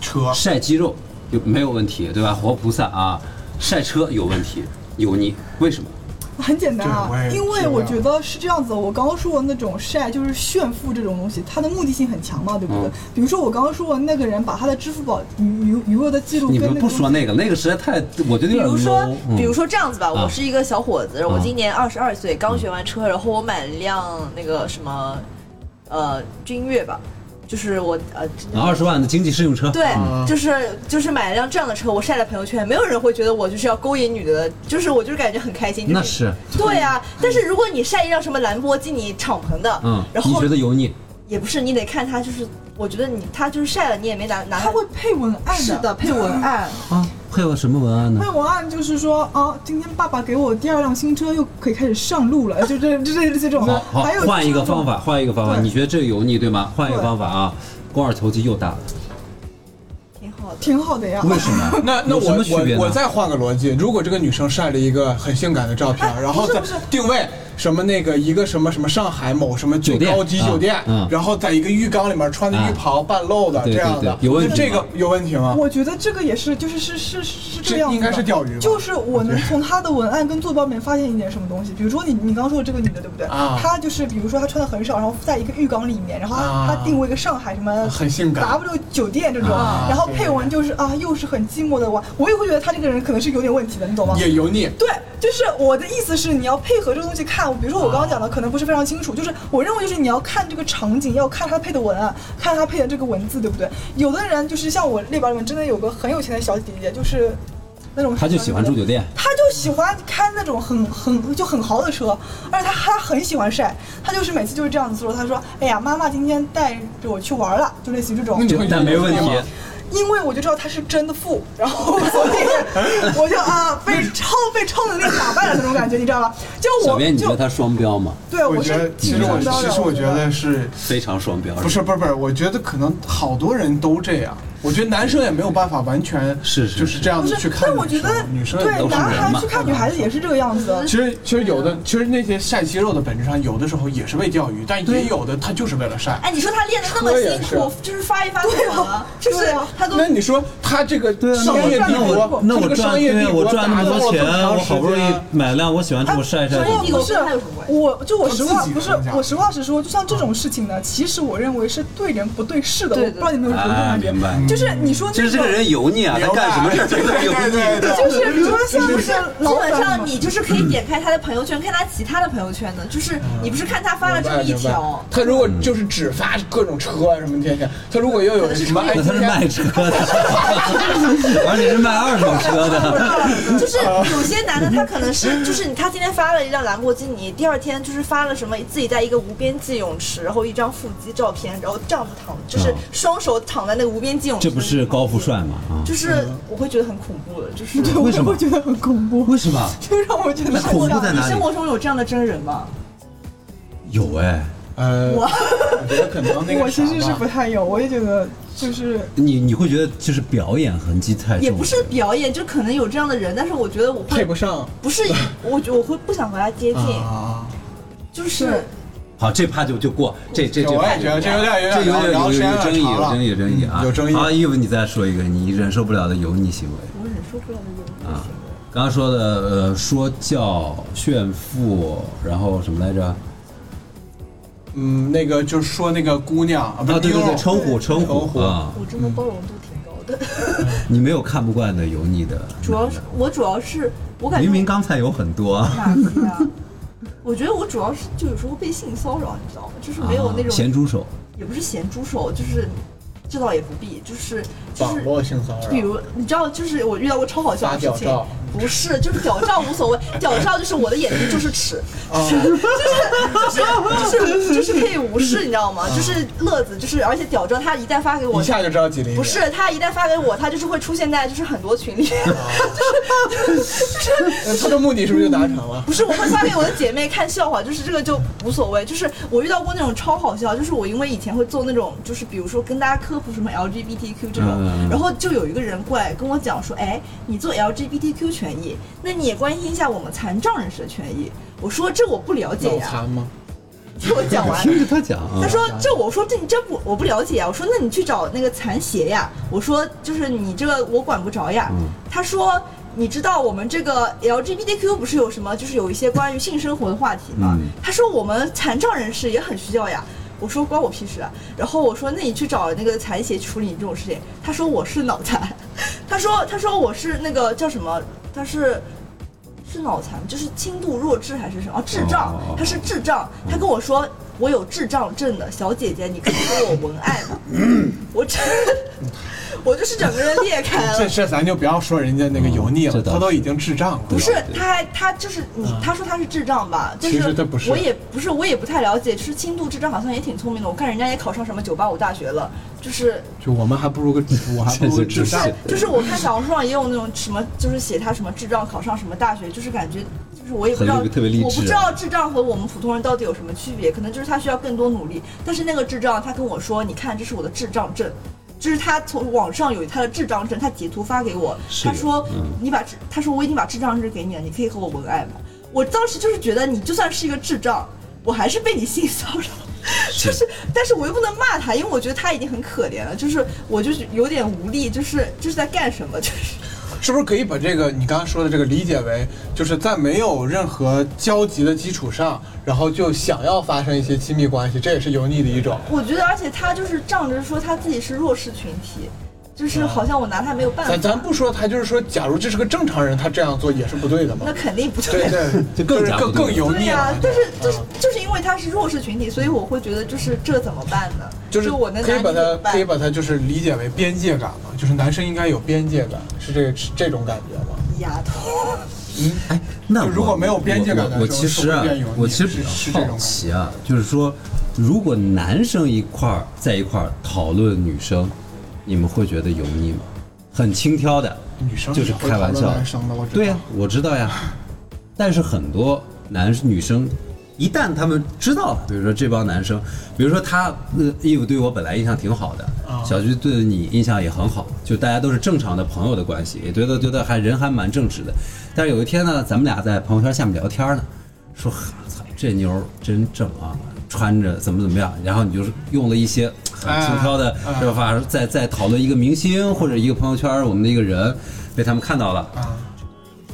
S6: 车
S5: 晒肌肉有没有问题，对吧？活菩萨啊，晒车有问题，油腻，为什么？
S3: 很简单啊
S6: 对我也，
S3: 因为我觉得是这样子。我刚刚说过那种晒就是炫富这种东西，它的目的性很强嘛，对不对？
S5: 嗯
S3: 比如说我刚刚说过那个人把他的支付宝余余额的记录
S5: 你
S3: 跟那
S5: 们
S3: 个
S5: 不说那个，那个实在太，我觉得
S1: 比
S5: 有点
S1: 如说
S5: low。，嗯
S1: 比如，说这样子吧，
S5: 啊
S1: 我是一个小伙子，我
S5: 啊
S1: 今年二十二岁，刚学完车，然后我买了一辆那个什么，呃，君越吧，就是我呃，
S5: 二十万的经济适用 车，嗯
S1: 对
S6: 啊，
S1: 就是就是买了辆这样的车，我晒了朋友圈，没有人会觉得我就是要勾引女的，就是我就是感觉很开心。
S5: 那，
S1: 就是对啊，但是如果你晒一辆什么兰博基尼敞篷的，
S5: 嗯，
S1: 然
S5: 你
S1: 后
S5: 觉得油腻？
S1: 也不是，你得看他就是，我觉得你他就是晒了，你也没拿拿
S3: 他会配文案
S1: 是的嗯配文案，
S5: 啊，配合什么文案呢
S3: 配？文案就是说啊，今天爸爸给我第二辆新车，又可以开始上路了，就这就这这种
S5: 好
S3: 的。
S5: 好
S3: 还有，
S5: 换一个
S3: 就是那种
S5: 方法，换一个方法。
S3: 对
S5: 你觉得这个油腻对吗？换一个
S3: 对
S5: 方法啊，肱二头肌又大了，
S1: 挺好的。
S3: 挺好的呀。
S5: 为什么？
S6: 那那
S5: 有什
S6: 我
S5: 么区别
S6: 我
S5: 呢
S6: 我再换个逻辑，如果这个女生晒了一个很性感的照片，然后
S3: 不是
S6: 再
S3: 不是
S6: 定位什么那个一个什么什么上海某什么最
S5: 酒店
S6: 高级酒店，
S5: 嗯嗯
S6: 然后在一个浴缸里面穿的浴袍半露的、
S5: 对
S6: 这样
S5: 对
S6: 的
S5: 对，有问题
S6: 这个有问题吗？
S3: 我觉得这个也是，就是是是是这
S6: 这
S3: 个样子
S6: 应
S3: 的，
S6: 该是钓鱼吧
S3: 就是我能从他的文案跟坐标里面发现一点什么东西，比如说你你刚刚说的这个女的对不对？
S6: 啊
S3: 她就是比如说她穿的很少，然后在一个浴缸里面，然后她、
S6: 啊
S3: 她定位一个上海什么
S6: 很性感
S3: W 酒店这种，
S6: 啊
S3: 然后配文就是啊又是很寂寞的我，我也会觉得她这个人可能是有点问题的，你懂吗？
S6: 也油腻，
S3: 对，就是我的意思是，你要配合这个东西看。比如说我刚刚
S5: 啊
S3: 讲的可能不是非常清楚，就是我认为就是你要看这个场景，要看他配的文案，看他配的这个文字，对不对？有的人就是像我列表里面真的有个很有钱的小姐姐，就是那种
S5: 他就喜欢住酒店，
S3: 他就喜欢开那种很很就很豪的车，而且他他很喜欢晒，他就是每次就是这样子说，他说：“哎呀，妈妈今天带着我去玩了，就类似于这种。”
S6: 那你会
S5: 但没问题。
S3: 因为我就知道他是真的富，然后所以 我就啊被 超被超能力打败了那种感觉，你知道吧？就
S5: 小
S3: 我
S5: 编，你觉
S3: 就
S5: 得他双标吗？
S3: 对
S6: 我
S3: 我
S6: 觉得
S3: 是
S6: 其
S3: 挺
S6: 实我
S3: 双标的。
S6: 其实我觉得是
S5: 非常双标，
S6: 不是不是不是，我觉得可能好多人都这样。我觉得男生也没有办法完全
S5: 是是
S6: 就是这样
S3: 不
S6: 子去
S3: 是，
S6: 看
S3: 但
S6: 女
S3: 我觉
S6: 生
S3: 得，
S6: 女生也
S3: 对
S5: 都是
S3: 男
S5: 人
S3: 孩
S5: 嘛
S3: 去看女孩子也是这个样子的。
S6: 其实其实有的其实那些晒肌肉的本质上有的时候也是为钓鱼，但也有的他就是为了晒。
S1: 哎，你说他练的那么
S6: 车也
S1: 辛苦，就是发一发火了，就是
S3: 对啊
S1: 他都
S6: 那你说他这个
S2: 对啊，那
S6: 商
S2: 我
S6: 业帝
S2: 那
S6: 国
S2: 我，那
S6: 这
S2: 我
S6: 个
S2: 赚
S6: 商业帝
S5: 啊
S2: 对
S6: 国
S2: 我赚那
S6: 打
S2: 么
S6: 造
S2: 多
S6: 了
S2: 钱
S6: 这么，长
S2: 我好不容
S6: 时
S2: 易
S6: 间
S2: 买辆我喜欢这么晒晒
S1: 哎
S2: 的
S1: 商业帝
S2: 车
S1: 国
S3: 不是
S1: 跟他有什么关系
S3: 我就我实
S6: 他
S3: 话
S6: 自己
S3: 不是
S6: 评价
S3: 我实话实说，就像这种事情呢，其实我认为是对人不对事的。
S1: 对
S3: 我不知道你们有没有这种
S5: 啊，
S3: 感觉
S5: 明，白。
S3: 就是你说
S5: 就是这
S3: 那
S5: 个人油腻啊，他干什么事儿都是油
S6: 对对
S5: 腻。
S6: 对，
S3: 就是你说像
S1: 就是是
S3: 老
S1: 基本
S3: 板嘛
S1: 上你就是可以点开他的朋友圈，看他其他的朋友圈的，就是你不是看他发了这么一
S6: 明白
S1: 条，
S6: 他如
S2: 嗯
S6: 果就是只发各种车啊什么天天，他如果又有什么
S5: 那
S6: 哎，
S5: 他
S6: 今
S5: 是
S6: 天
S5: 卖车的， 而且是卖二手车的。
S1: 就是有些男的他可能 是就是他今天发了一辆兰博基尼，第二天就是发了什么自己在一个无边际泳池，然后一张腹肌照片，然后这样子躺，就是双手躺在那个无边际泳池，
S5: 这不是高富帅？吗？啊，
S1: 就是我会觉得很恐怖的，就是
S5: 为什 么
S3: 我？觉得很恐怖，
S5: 为什么？
S3: 就让我觉得
S5: 那
S3: 很
S5: 恐怖
S3: 像
S5: 在
S1: 你
S5: 哪
S1: 生
S5: 里？
S1: 活中有这样的真人吗？
S5: 有哎，
S6: 呃，我觉得可能那个
S3: 我其实
S6: 啥
S3: 是
S6: 吧
S3: 不太有，我也觉得就是
S5: 你你会觉得就是表演痕迹太重，
S1: 也不是表演，就可能有这样的人，但是我觉得我
S6: 配
S1: 会
S6: 不上
S1: 不是我我会不想和他接近，
S6: 啊。
S1: 就是
S5: 好，这趴就就过，这这这
S6: 我
S5: 趴
S6: 也
S5: 就
S6: 觉得
S5: 过。
S6: 这有点
S5: 这有点
S6: 点聊
S5: 有
S6: 聊时
S5: 有
S6: 间有
S5: 争
S6: 点
S5: 议，
S6: 长
S5: 有
S6: 了嗯
S5: 争议，有争议啊！
S6: 有争
S5: 好，
S6: 议。
S5: 义务你再说一个你忍受不了的油腻行为。
S1: 我忍受不了的有
S5: 啊刚刚说的呃，说教、炫富，然后什么来
S6: 啊
S5: 着？
S6: 嗯，那个就是说那个姑娘啊，不
S5: 啊，
S6: 是
S5: 对对
S6: 妞
S5: 对，
S6: 儿
S5: 称呼称
S6: 称
S5: 呼
S6: 呼
S5: 啊，
S1: 我真的包容度挺高的，
S5: 你没有看不惯的油腻的，
S1: 主要是我主要是我感觉
S5: 明明刚才有很多啊，
S1: 哪些啊？我觉得我主要是就有时候被性骚扰，你知道吗？就是没有那种、
S5: 啊咸猪手，
S1: 也不是咸猪手，就是这倒也不必，就是就
S6: 网
S1: 是。
S6: 络性骚扰，
S1: 比如，你知道，就是我遇到过超好笑的事
S6: 发
S1: 情
S6: 屌照，
S1: 不是，就是屌照无 所谓，屌照就是我的眼睛就是尺，
S6: 啊
S1: 就是就是就是就是可以无视，你知道吗？就是乐子，就是而且屌照他一旦发给我
S6: 啊一，下就知道几零。
S1: 不是他一旦发给我，他就是会出现在就是很多群里，
S6: 那他的目的是不是就达成了？
S1: 不是，我会发给我的姐妹看笑话，就是这个就无所谓。就是我遇到过那种超好笑，就是我因为以前会做那种，就是比如说跟大家科普什么 LGBTQ 这种，
S5: 嗯
S1: 然后就有一个人过来跟我讲说，哎，你做 LGBTQ 权益，那你也关心一下我们残障人士的权益。我说这我不了
S6: 脑
S1: 解啊呀、
S6: 残吗？
S1: 听我讲完。
S5: 听着他讲啊
S1: 他，说：“这我说这你这不我不了解呀。”我说：“那你去找那个残协呀。”我说：“就是你这个我管不着呀。
S5: 嗯
S1: 他说：“你知道我们这个 LGBTQ 不是有什么，就是有一些关于性生活的话题吗？”
S5: 嗯
S1: 他说：“我们残障人士也很需要呀。”我说：“关我屁事啊。”然后我说：“那你去找那个残协处理你这种事情。”他说：“我是脑残。”他说：“他说我是那个叫什么？他是。”是脑残，就是轻度弱智还是什么？哦，智障
S5: 哦哦哦，
S1: 他是智障。
S6: 嗯
S1: 他跟我说我有智障症的小姐姐，你可以给我文案吗？
S6: 嗯
S1: 我真， 我就是整个人裂开
S6: 这
S1: 了。
S6: 这咱就 不要说人家那个油腻
S5: 这
S6: 了，
S5: 倒
S6: 他都
S5: 是
S6: 已经智障了。
S1: 不是，他还他就是你，他说他是智障吧？但
S6: 嗯其实他不是
S1: 我也不是，我也不太了解。就是轻度智障好像也挺聪明的，我看人家也考上什么九八五大学了，就是
S6: 就我们还不如个，我还不如个智障。
S1: 就是我看小红书上也有那种什么，就是写他什么智障考上什么大学，就是感觉就是我也不知道，
S5: 很特别励志啊
S1: 我不知道智障和我们普通人到底有什么区别，可能就是他需要更多努力。但是那个智障他跟我说，你看这是我的智障证。就是他从网上有他的智障证，他截图发给我，
S5: 是
S1: 他说、
S5: 嗯
S1: 你把智，他说我已经把智障证给你了，你可以和我文案吗？我当时就是觉得你就算是一个智障，我还是被你性骚扰。就是，但是我又不能骂他，因为我觉得他已经很可怜了。就是我就是有点无力，就是就是在干什么，就是
S6: 是不是可以把这个你刚刚说的这个理解为，就是在没有任何交集的基础上，然后就想要发生一些亲密关系，这也是油腻的一种。
S1: 我觉得，而且他就是仗着说他自己是弱势群体，就是好像我拿他没有办法。
S6: 嗯 咱咱不说他，就是说，假如这是个正常人，他这样做也是不对的嘛
S1: 那。肯定不对
S6: 对对，
S5: 就更
S6: 就是
S5: 加
S6: 更
S5: 不对
S6: 更油
S1: 对
S6: 腻
S1: 呀、
S6: 了。嗯
S1: 但是就是就是因为他是弱势群体，所以我会觉得就是这怎么办呢？
S6: 就是
S1: 我能
S6: 可以
S1: 拿
S6: 把
S1: 你怎么
S6: 它可以
S1: 办？
S6: 把它就是理解为边界感嘛，就是男生应该有边界感，是这个是这种感觉吗？
S1: 丫头，
S5: 哎，那
S6: 就
S5: 我
S6: 如果没有边界感
S5: 我我我
S6: 的时候
S5: 其实啊
S6: 是会变油腻，
S5: 我其实
S6: 是
S5: 比
S6: 是
S5: 较
S6: 这种
S5: 好
S6: 感觉
S5: 奇啊，就是说，如果男生一块儿在一块儿讨论女生，你们会觉得油腻吗？很轻佻的，
S6: 女生
S5: 就是
S6: 也会
S5: 开玩
S6: 讨论
S5: 笑
S6: 男生的，我知道。
S5: 对呀、我知道呀。但是很多男女生，一旦他们知道，比如说这帮男生，比如说他呃，义务对我本来印象挺好的，
S6: 啊
S5: 小菊对你印象也很好，就大家都是正常的朋友的关系，也觉得觉得还人还蛮正直的。但是有一天呢，咱们俩在朋友圈下面聊天呢，说哈操这妞儿真正啊，穿着怎么怎么样，然后你就是用了一些很轻佻的
S6: 啊啊
S5: 说法，在在讨论一个明星或者一个朋友圈我们的一个人被他们看到了。
S6: 啊，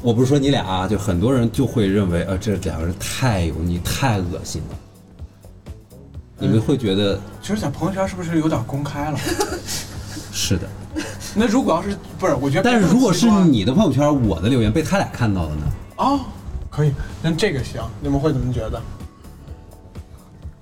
S5: 我不是说你俩啊，就很多人就会认为，呃，这两个人太油腻、太恶心了。你们会觉得
S6: 其实，在朋友圈是不是有点公开了？
S5: 是的，
S6: 那如果要是不是，我觉得
S5: 但是如果是
S6: 更奇怪
S5: 你的朋友圈，我的留言被他俩看到了呢？
S6: 哦，可以，那这个行，你们会怎么觉得？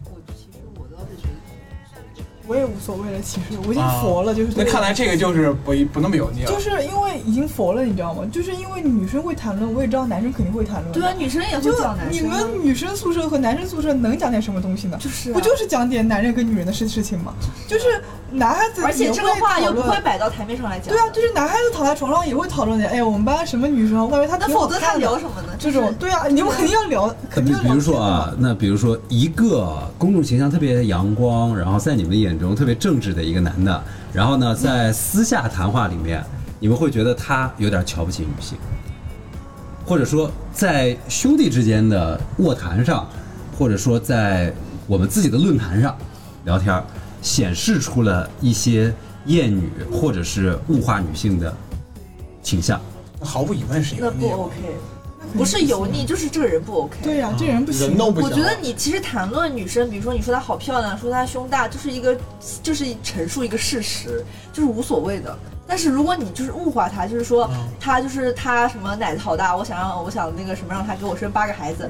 S1: 我其实我倒是觉得，
S3: 我也无所谓了，其实我已经
S5: 啊
S3: 佛了，就是
S6: 啊那
S3: 对
S6: 看来这个就是不不那么油腻了。
S3: 就是因为已经佛了，你知道吗？就是因为女生会谈论，我也知道男生肯定会谈 论。
S1: 对啊，，女生也会
S3: 就
S1: 叫男
S3: 你
S1: 生啊。
S3: 们女生宿舍和男生宿舍能讲点什么东西呢？
S1: 就是啊啊
S3: 不就是讲点男人跟女人的事事情吗？就是男孩子
S1: 而且
S3: 也
S1: 这个
S3: 会
S1: 话
S3: 讨
S1: 又不
S3: 论
S1: 会摆到台面上来讲。
S3: 对啊，就是男孩子躺在床上也会讨论的。哎呀，我们班什么女生，我感觉她
S1: 那
S3: 挺好
S1: 否则他
S3: 看的。
S1: 聊什么呢？
S3: 这种对啊，你们肯定要 聊，
S5: 呃
S3: 肯
S5: 比
S3: 定要聊
S5: 比如说啊
S3: 天的嘛，，
S5: 那比如说一个公众形象特别阳光，然后在你们眼中特别正直的一个男的，然后呢，在私下谈话里面，你们会觉得他有点瞧不起女性，或者说在兄弟之间的卧谈上，或者说在我们自己的论坛上聊天儿，显示出了一些厌女或者是物化女性的倾向。
S6: 毫无疑问是
S1: 那
S6: 油腻
S1: 不
S6: 的。
S1: OK，不是油腻，就是这个人不 OK。
S3: 对啊
S5: 啊
S3: 呀，这人不
S6: 人
S3: 行。
S6: 都不
S1: 我
S6: 行。
S1: 觉得你其实谈论女生，比如说你说她好漂亮，说她胸大，就是一个就是陈述一个事实，就是无所谓的。但是如果你就是物化她，就是说
S6: 嗯
S1: 她就是她什么奶子好大，我想让我想那个什么让她给我生八个孩子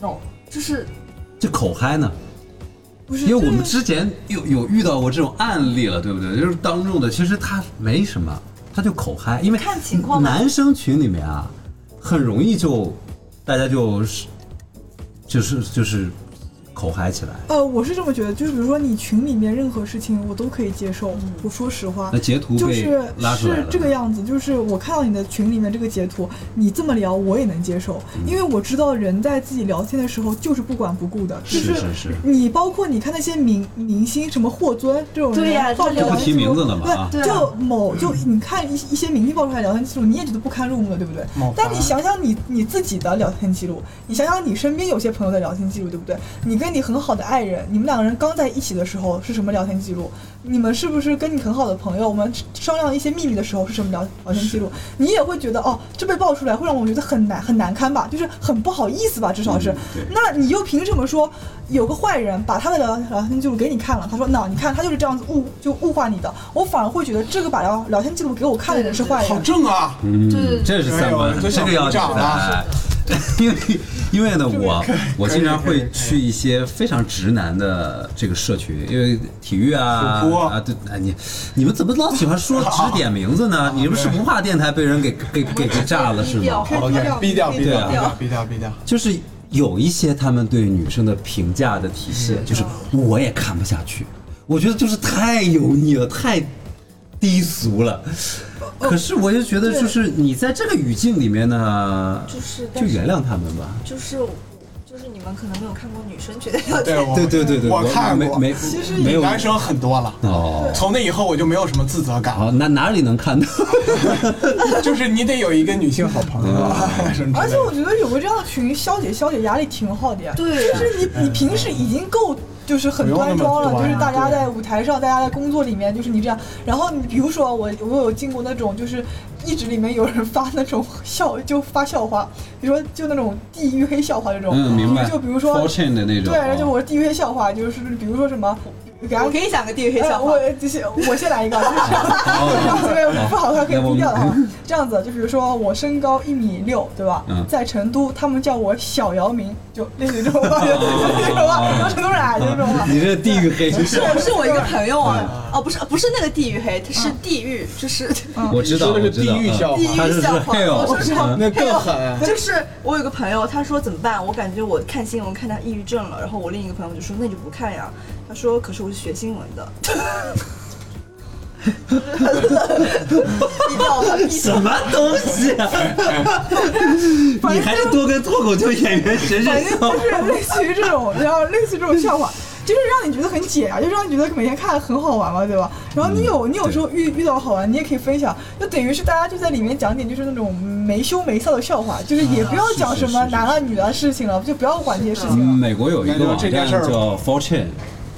S1: ，no，就是
S5: 这口嗨呢？
S3: 不是
S5: 因为我们
S3: 就是
S5: 之前有有遇到过这种案例了，对不对？就是当众的，其实他没什么，他就口嗨，因为
S1: 看情况吧
S5: 男生群里面啊，很容易就大家就是就是就是口嗨起来。
S3: 呃，我是这么觉得，就是比如说你群里面任何事情我都可以接受。
S1: 嗯
S3: 我说实话
S5: 那，截图
S3: 就
S5: 被
S3: 是
S5: 拉出来
S3: 是
S5: 了，
S3: 这个样子，就是我看到你的群里面这个截图，你这么聊我也能接受，
S5: 嗯
S3: 因为我知道人在自己聊天的时候就是不管不顾的，就是
S5: 是是
S3: 你包括你看那些明明星什么霍尊这种人，
S1: 对呀
S3: 爆出来
S1: 就不
S3: 聊天
S5: 提
S3: 记录
S5: 名字了嘛啊
S3: 对，
S1: 对啊
S3: 就某就你看一一些明星爆出来聊天记录，你也觉得不堪入目的，对不对
S6: 某？
S3: 但
S6: 凡
S3: 你想想你你自己的聊天记录，你想想你身边有些朋友的聊天记录，对不对？你跟你很好的爱人，你们两个人刚在一起的时候是什么聊天记录？你们是不是跟你很好的朋友，我们商量一些秘密的时候是什么聊聊天记录？你也会觉得哦，这被爆出来会让我觉得很难很难堪吧，就是很不好意思吧，至少哦是。
S5: 对
S3: 那你又凭什么说有个坏人把他的聊聊天记录给你看了？他说那你看他就是这样子物就物化你的，我反而会觉得这个把聊聊天记录给我看的人是坏
S6: 好
S3: 人。
S6: 正啊！
S5: 嗯
S1: 对对对，
S5: 这是三观
S6: 哎呦，这
S5: 这个要
S6: 小鼓掌
S5: 的
S6: 啊。
S5: 因为因为呢，我我
S6: 可以
S5: 经常
S6: 可以
S5: 会
S6: 可以
S5: 去一些非常直男的这个社群，因为体育啊
S6: 虎扑
S5: 啊，对，哎你你们怎么老喜欢说指点名字
S6: 啊
S5: 呢？你们是不怕电台被人给给给给炸了是
S1: 低调
S5: 吗？
S1: 低
S6: OK，
S1: 调
S6: 逼掉，逼
S5: 对
S6: 掉，
S5: 啊
S6: 逼掉，逼掉，逼掉。
S5: 就是有一些他们对女生的评价的体现，就是我也看不下去，我觉得就是太油腻了，太低俗了。可是我就觉得，就是你在这个语境里面呢，
S1: 就是但
S5: 就是原谅他们吧。
S1: 就是就是你们可能没有看过女生觉得 要
S6: 对
S5: 对对对对，
S6: 哦我看
S5: 没
S6: 过，
S5: 没没有
S6: 男生很多了。
S5: 哦，
S6: 从那以后我就没有什么自责感
S5: 好，哪哪里能看到？
S6: 了， 就是你得有一个女性好朋友啊，
S5: 嗯
S6: 什么之类的。
S3: 而且我觉得有个这样的群消解消解压力挺好的呀。
S1: 对啊
S3: 就是你你平时已经够就是很端庄了，
S6: 不
S3: 就
S6: 用那么
S3: 是大家
S6: 端
S3: 在舞台上，大家在工作里面，就是你这样。然后你比如说我我有进过那种就是一直里面有人发那种笑就发笑话，比如说就那种地域黑笑话这种，
S5: 嗯，明白。
S3: 就比如说
S5: fortune 的那种，
S3: 对，然后就我是地域黑笑话，就是比如说什么，给大家
S1: 我给你讲个地狱黑笑
S3: 呃
S6: 哎
S1: 话，
S3: 我就是我先来一个，就是这样
S5: 哦
S3: 对不好看可以低调的哈。这样子，就比如说我身高一米六，对吧
S5: 嗯？
S3: 在成都，他们叫我小姚明，就类似于这种话，就是这种话，然后成都人啊，就是这种话。
S5: 你这地狱黑，
S1: 是我是我一个朋友
S6: 嗯
S1: 啊，哦不是不是那个地狱黑，是地狱，就是
S5: 我知道，
S6: 你说的
S5: 我
S6: 是
S5: 知道嗯
S6: 地狱笑话
S1: 地
S5: 哦他是
S1: 狱
S5: 是
S1: 笑 话，
S5: hell，
S1: 我是
S5: 嗯
S6: 那更狠。
S1: 就是我有个朋友，他说怎么办？我感觉我看新闻看到抑郁症了，然后我另一个朋友就说那就不看呀。他说可是我是学新闻的， 你知道吗？
S2: 什么东西啊？你还是多跟脱口秀演员学学
S3: 反正就是类似于这种，然后类似于这种笑话，就是让你觉得很解啊压，就让你觉得每天看很好玩嘛，对吧？然后你有你有时候遇遇到好玩，你也可以分享，就等于是大家就在里面讲点就是那种没羞没臊的笑话，啊就是嗯也不要讲什么男啊女的事情了，就不要管这些事情了。
S5: 美国有一个网站叫 fortune。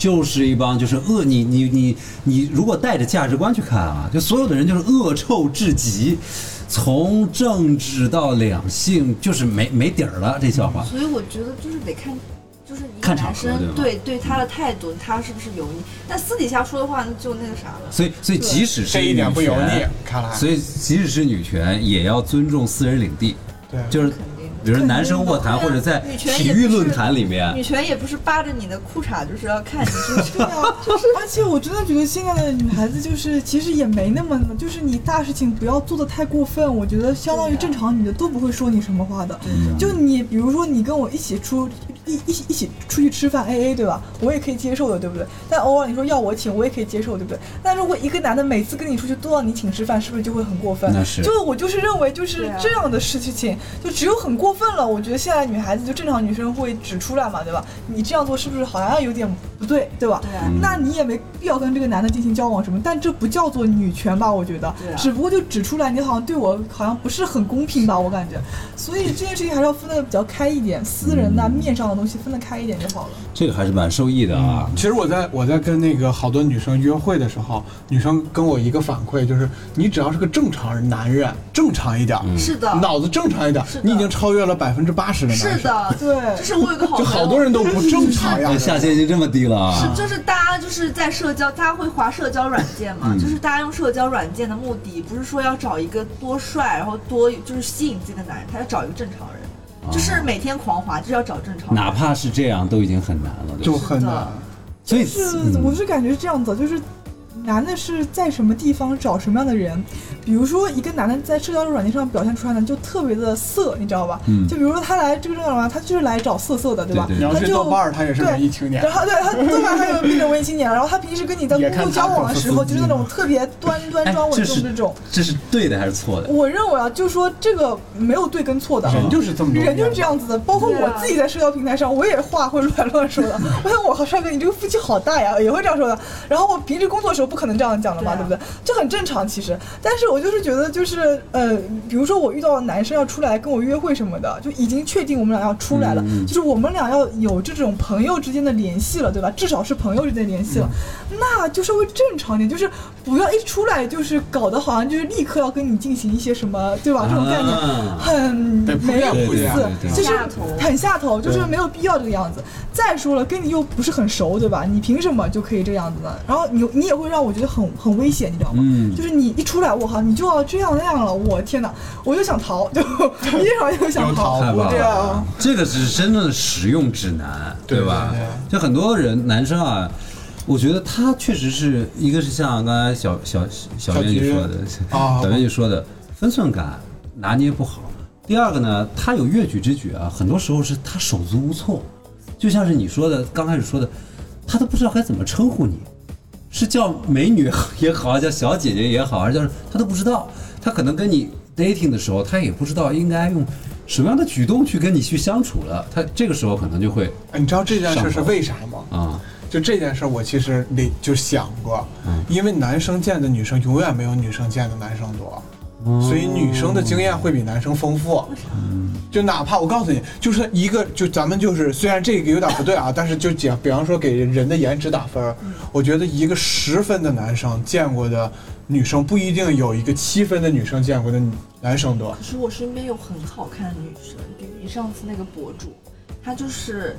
S5: 就是一帮就是恶你你你你，如果带着价值观去看啊，就所有的人就是恶臭至极，从政治到两性，就是没没底儿了这笑话。
S6: 嗯
S1: 所以我觉得就是得看，就是你
S5: 看场
S1: 男
S5: 合
S1: 生
S5: 对
S1: 对对他的态度，他是不是油腻？但私底下说的话就那个啥了。
S5: 所以所以即使是
S6: 这一点不油
S5: 女
S6: 腻
S5: 权，
S6: 看来
S5: 所以即使是女权，也要尊重私人领地，
S6: 对
S5: 就是比如说男生卧谈或者在
S1: 对啊女权
S5: 体
S1: 也
S5: 育
S1: 不是
S5: 论坛里面
S1: 女，权也不是扒着你的裤衩就是要看你是不 是
S3: 而且我真的觉得现在的女孩子就是，其实也没那么，就是你大事情不要做的太过分。我觉得相当于正常女的都不会说你什么话的。
S5: 嗯
S3: 就你比如说你跟我一起出一一起一起出去吃饭 A A 对吧？我也可以接受的，对不对？但偶尔你说要我请，我也可以接受，对不对？但如果一个男的每次跟你出去都让你请吃饭，是不是就会很过分？
S5: 那是
S3: 就我就是认为就是
S1: 对啊
S3: 这样的事情，就只有很过分了，我觉得现在女孩子就正常女生会指出来嘛，对吧？你这样做是不是好像有点不对，对吧？
S1: 对啊
S3: 那你也没必要跟这个男的进行交往什么，但这不叫做女权吧？我觉得，
S1: 对啊
S3: 只不过就指出来，你好像对我好像不是很公平吧？我感觉，所以这件事情还是要分得比较开一点，私人呐、
S1: 嗯
S3: 面上的东西分得开一点就好了。
S5: 这个还是蛮受益的啊。
S6: 其实我在我在跟那个好多女生约会的时候，女生跟我一个反馈就是，你只要是个正常人，男人正常一点，
S5: 嗯
S1: 是的，
S6: 脑子正常一点
S1: 是，的
S6: 你已经超越了百分之八十的男生。
S1: 是，的，
S3: 对
S1: 就是我有个好
S6: 就
S1: 朋友
S6: 好多人都不正常呀
S5: 哎。 下限就这么低了啊
S1: 是，！就是大家就是在社交，大家会划社交软件
S6: 嗯
S1: 嘛？就是大家用社交软件的目的，不是说要找一个多帅，然后多就是吸引自己的男人，他要找一个正常人，
S6: 哦
S1: 就是每天狂滑，就是要找正常人。
S5: 哪怕是这样，都已经很难了。对吧
S6: 就很难，
S5: 所以
S3: 是，
S5: 嗯
S3: 我是感觉是这样子，就是男的是在什么地方找什么样的人，比如说一个男的在社交软件上表现出来呢，就特别的色，你知道吧？
S5: 嗯
S3: 就比如说他来这个社交软件，他就是来找色色的，对吧？
S5: 对
S6: 你
S5: 对
S6: 要
S3: 他
S6: 去
S3: 就
S6: 豆瓣儿，他也是文艺青年
S3: 然。后对他多半他有那种文艺青年，然后他平时跟你在
S6: 也
S3: 工
S6: 看
S3: 作交
S6: 塔可
S3: 往的
S6: 夫
S3: 时
S6: 斯
S3: 候，
S6: 基
S3: 就是那种特别端
S6: 哎
S3: 端庄稳
S5: 哎这
S3: 重
S5: 是
S3: 这种。
S5: 这是对的还是错的？
S3: 我认为啊，就说这个没有对跟错的，
S6: 人就是这么多
S3: 人就是这样子的，包括
S1: 对
S3: 我
S1: 啊
S3: 自己在社交平台上，我也话会乱乱说的。我想我靠，帅哥，你这个腹肌好大呀，也会这样说的。然后我平时工作的时候不可能这样讲的嘛，对
S1: 对啊
S3: 不对？这很正常其实。但是我就是觉得，就是呃，比如说我遇到男生要出来跟我约会什么的，就已经确定我们俩要出来了，就是我们俩要有这种朋友之间的联系了，对吧？至少是朋友之间的联系了，那就稍微正常一点，就是不要一出来就是搞得好像就是立刻要跟你进行一些什么，对吧？这种概念。
S5: 啊
S3: 很
S6: 对不
S3: 没有
S6: 对
S3: 意
S6: 对
S3: 思
S5: 对对，
S3: 就是
S1: 下头
S3: 很下头，就是
S6: 对
S3: 没有必要这个样子。再说了，跟你又不是很熟，对吧？你凭什么就可以这样子呢？然后你你也会让我觉得很很危险，你知道吗？
S5: 嗯
S3: 就是你一出来，我靠，你就要这样那样了，我天哪，我就想逃， 就一上就想逃
S6: 有，
S5: 太棒
S3: 对啊
S5: 了，，这个是真正的实用指南，
S6: 对
S5: 吧
S6: 对对？
S5: 就很多人男生啊，我觉得他确实是一个是像刚才小小小编你说的
S6: 小菊， 啊
S5: 小编你说的分寸感拿捏不好。第二个呢，他有越矩之举啊，很多时候是他手足无措，就像是你说的刚开始说的，他都不知道该怎么称呼你。是叫美女 也好，叫小姐姐也好，还是叫他都不知道。他可能跟你 dating 的时候，他也不知道应该用什么样的举动去跟你去相处了，他这个时候可能就会
S6: 哎你知道这件事是
S5: 上头
S6: 为啥吗？
S5: 啊，
S6: 就这件事，我其实里就想过，因为男生见的女生永远没有女生见的男生多，所以女生的经验会比男生丰富。就哪怕我告诉你，就是一个，就咱们就是，虽然这个有点不对啊，但是就讲，比方说给人的颜值打分儿，
S1: 嗯
S6: 我觉得一个十分的男生见过的女生不一定有一个七分的女生见过的男生多。
S1: 可是我身边有很好看的女生，比如你上次那个博主，她就是，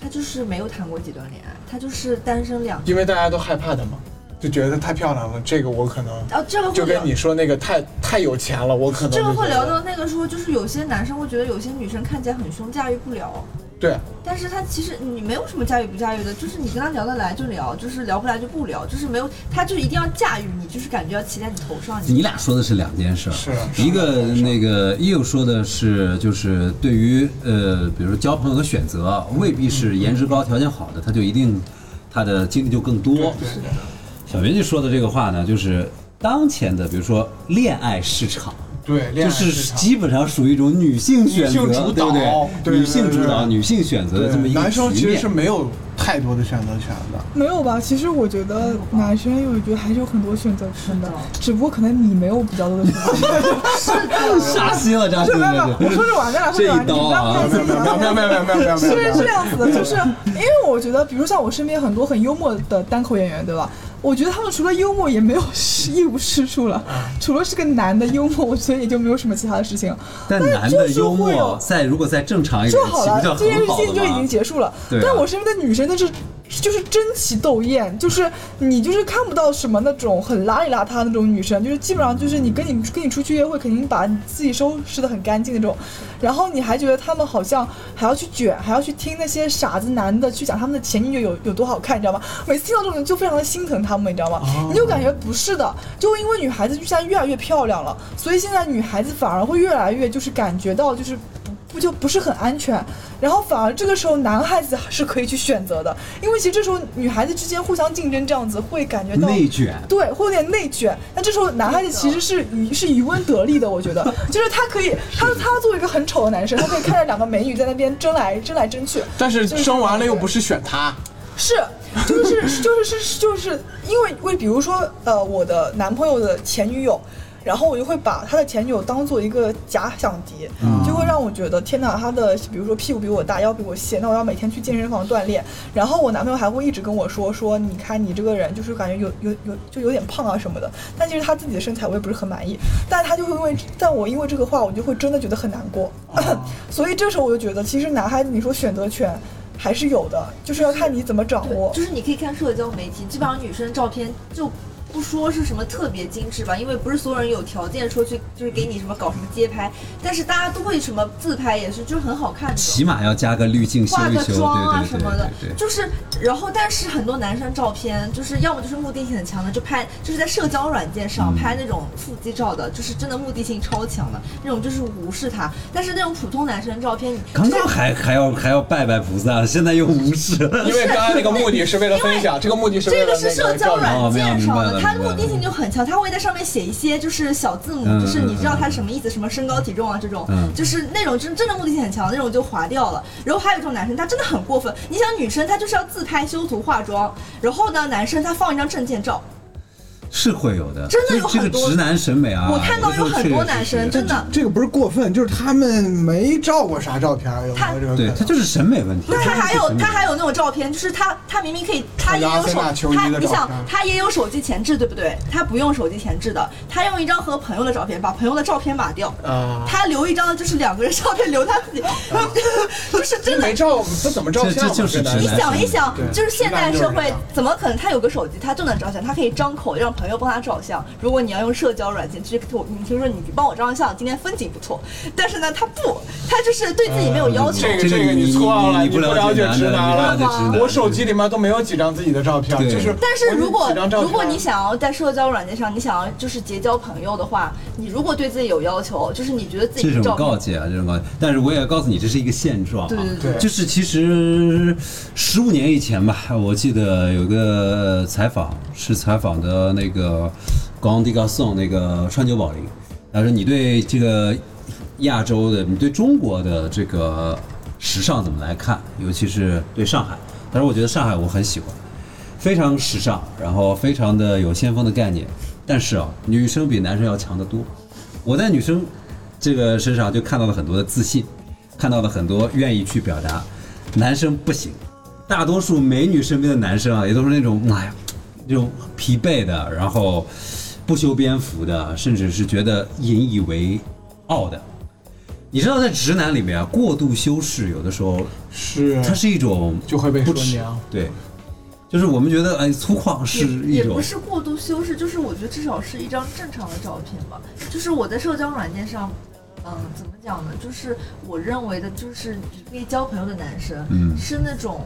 S1: 她就是没有谈过几段恋爱，她就是单身两。
S6: 因为大家都害怕她嘛，就觉得太漂亮了，这个我可能
S1: 哦，这个会
S6: 就跟
S1: 聊，
S6: 你说那个太太有钱了，我可能
S1: 这个
S6: 就
S1: 会
S6: 觉
S1: 聊
S6: 得
S1: 到那个说，就是有些男生会觉得有些女生看起来很凶，驾驭不了。
S6: 对。
S1: 但是他其实你没有什么驾驭不驾驭的，就是你跟他聊得来就聊，就是聊不来就不聊，就是没有，他就一定要驾驭你，就是感觉要骑在你头上。
S5: 你俩说的是两件事儿，
S6: 是
S3: 啊
S5: 一个那个 Eve 说的是，就是对于呃，比如说交朋友的选择，未必是颜值高、条件好的，他就一定他的经历就更多。小编就说的这个话呢，就是当前的，比如说恋爱市场，
S6: 对，恋
S5: 就
S6: 爱市
S5: 是
S6: 场
S5: 基本上属于一种女性选择，
S6: 女性主
S5: 对
S6: 导
S5: 不对？
S6: 对对对
S5: 女性主导、女性选择的这么一个
S6: 男生其
S5: 局
S6: 实
S5: 面
S6: 是没有太多的选择权 的，
S3: 没有吧？其实我觉得男生我觉得还是有很多选择权的
S1: 是的，
S3: 只不过可能你没有比较多的选择。
S5: 杀心了，
S6: 啊
S5: 扎心
S3: 是 没有没有
S5: 了，
S3: 我说着玩的啦，说
S5: 这
S3: 着玩的，
S5: 一刀
S3: 你不要
S5: 啊
S3: 太！
S6: 没有没有没有没有没有没有没有没
S3: 是
S6: 有
S3: 这样子的，就是因为我觉得，比如像我身边很多很幽默的单口演员，对吧？我觉得他们除了幽默，也没有是一无是处了。
S5: 啊
S3: 除了是个男的幽默，我觉得也就没有什么其他的事情了。
S5: 但
S3: 是
S5: 男的
S3: 就是
S5: 幽
S3: 会
S5: 默，
S3: 有
S5: 在如果在正常一点
S3: 就
S5: 的，岂
S3: 好
S5: 不叫
S3: 了，这件
S5: 很
S3: 事
S5: 好
S3: 情就
S5: 了
S3: 已
S5: 吗
S3: 经？结束了。
S5: 对啊
S3: 但我身边的女生，那是就是争奇斗艳，就是你就是看不到什么那种很邋里邋遢的那种女生，就是基本上就是你跟你跟你出去约会，肯定把你自己收拾的很干净那种。然后你还觉得他们好像还要去卷，还要去听那些傻子男的去讲他们的前女友有有多好看，你知道吗？每次听到这种就非常的心疼他们，你知道吗？
S5: 哦
S3: 你就感觉不是的，就因为女孩子现在越来越漂亮了，所以现在女孩子反而会越来越就是感觉到就是不不就不是很安全，然后反而这个时候男孩子是可以去选择的，因为其实这时候女孩子之间互相竞争这样子会感觉到
S5: 内卷。
S3: 对，会有点内卷。那这时候男孩子其实是渔是渔翁得利的，我觉得，就是他可 以，他他作为一个很丑的男生，他可以看着两个美女在那边争来争来争去，
S6: 但是生完了又不是选他，
S3: 是，就是就是是就是因为为比如说呃我的男朋友的前女友。然后我就会把他的前女友当做一个假想敌，就会让我觉得天哪，他的比如说屁股比我大，腰比我细，那我要每天去健身房锻炼。然后我男朋友还会一直跟我说说，你看你这个人就是感觉有有有就有点胖啊什么的。但其实他自己的身材我也不是很满意，但他就会因为但我因为这个话，我就会真的觉得很难过。 所以这时候我就觉得，其实男孩子你说选择权还是有的，就是要看你怎么掌握
S1: 对，。就是你可以看社交媒体，基本上女生照片就不说是什么特别精致吧，因为不是所有人有条件说去就是给你什么搞什么街拍，但是大家都会什么自拍也是，就是很好看的。
S5: 起码要加个滤镜修
S1: 化
S5: 一
S1: 个
S5: 修，
S1: 妆啊
S5: 对
S1: 什
S5: 对对
S1: 么的
S5: 对，对。
S1: 就是，然后但是很多男生照片，就是要么就是目的性很强的，就拍就是在社交软件
S5: 嗯
S1: 上拍那种腹肌照的，就是真的目的性超强的那种，就是无视他。但是那种普通男生照片，你
S5: 刚刚还还要还要拜拜菩萨，现在又无视 了。
S6: 因为刚才那个目的是为了分享，这个目的是为
S1: 这
S6: 了
S1: 个是
S6: 那
S1: 社
S6: 个
S1: 交
S6: 教育。
S1: 软件上
S5: 哦明白了
S1: 的，它的
S5: 明白
S1: 目
S5: 了
S1: 的性就很强，它会在上面写一些就是小字母
S5: 嗯，
S1: 就是你知道它什么意思，什么身高体重啊这种
S5: 嗯，
S1: 就是那种真真的目的性很强那种就划掉了。然后还有一种男生，他真的很过分，你想女生她就是要自拍、修图、化妆，然后呢男生他放一张证件照，
S5: 是会有的，
S1: 真的有
S5: 这这
S1: 很
S5: 个
S1: 多
S5: 直男审美啊，
S1: 我看到有很多男生
S5: 有时候
S1: 真的，
S6: 这个不是过分，就是他们没照过啥照片，有没
S1: 他
S6: 有这个可能？
S5: 确实是对他就是审美问题。
S1: 那他还有他
S5: 真的是审美
S1: 还有那种照片，就是他他明明可以，他也有
S6: 穿着阿森
S1: 手
S6: 纳球衣
S1: 他
S6: 的
S1: 你
S6: 照
S1: 想
S6: 片
S1: 他也有手机前置对不对？他不用手机前置的，他用一张和朋友的照片，把朋友的照片码掉，
S6: 啊
S1: 他留一张就是两个人照片留他自己，就是真的
S6: 没。照，他怎么照相嘛？
S5: 这这
S6: 啊
S5: 就是
S6: 男
S5: 直
S1: 你
S5: 男
S6: 生。
S1: 想一想
S6: 对，
S1: 就是现代社
S6: 直男就是这
S1: 会
S6: 样，
S1: 怎么可能他有个手机他就能照相？他可以张口让朋友帮他照相。如果你要用社交软件，就是我你听说你帮我照张相，今天风景不错，但是呢他不，他就是对自己没有要求。
S6: 呃 这个
S5: 这
S6: 这
S5: 个
S6: 个
S5: 你
S6: 你错了，
S5: 你不
S6: 不
S5: 了
S6: 了
S5: 解
S6: 解
S5: 男的
S6: 直男
S5: 你不了解直
S6: 了
S5: 男。
S6: 我手机里面都没有几张自己的照片，
S5: 对
S6: 就是
S1: 但是如
S6: 我有
S1: 果
S6: 几张照片
S1: 如果你想要在社交软件上，你想要就是结交朋友的话，你如果对自己有要求，就是你觉得自
S5: 这
S1: 己
S5: 种
S1: 照
S5: 告
S1: 片
S5: 诫啊，这种告诫。但是我也告诉你，这是一个现状、啊。
S1: 对对
S6: 对
S5: 就是其实十五年以前吧，我记得有个采访是采访的那个《光迪嘎颂》那个川久保玲，他说你对这个亚洲的，你对中国的这个时尚怎么来看？尤其是对上海，但是我觉得上海我很喜欢，非常时尚，然后非常的有先锋的概念。但是啊，女生比男生要强得多。我在女生这个身上就看到了很多的自信，看到了很多愿意去表达。男生不行，大多数美女身边的男生啊，也都是那种哎呀，那种疲惫的，然后不修边幅的，甚至是觉得引以为傲的。你知道，在直男里面啊，过度修饰有的时候
S6: 是
S5: 它是一种
S6: 嗯就会被
S5: 不
S6: 说
S5: 耻
S6: 娘，
S5: 对，就是我们觉得哎，粗犷是
S1: 也
S5: 一
S1: 也
S5: 种
S1: 不是过度修饰，就是我觉得至少是一张正常的照片吧。就是我在社交软件上，嗯，怎么讲呢？就是我认为的，就是可以交朋友的男生，
S5: 嗯
S1: 是那种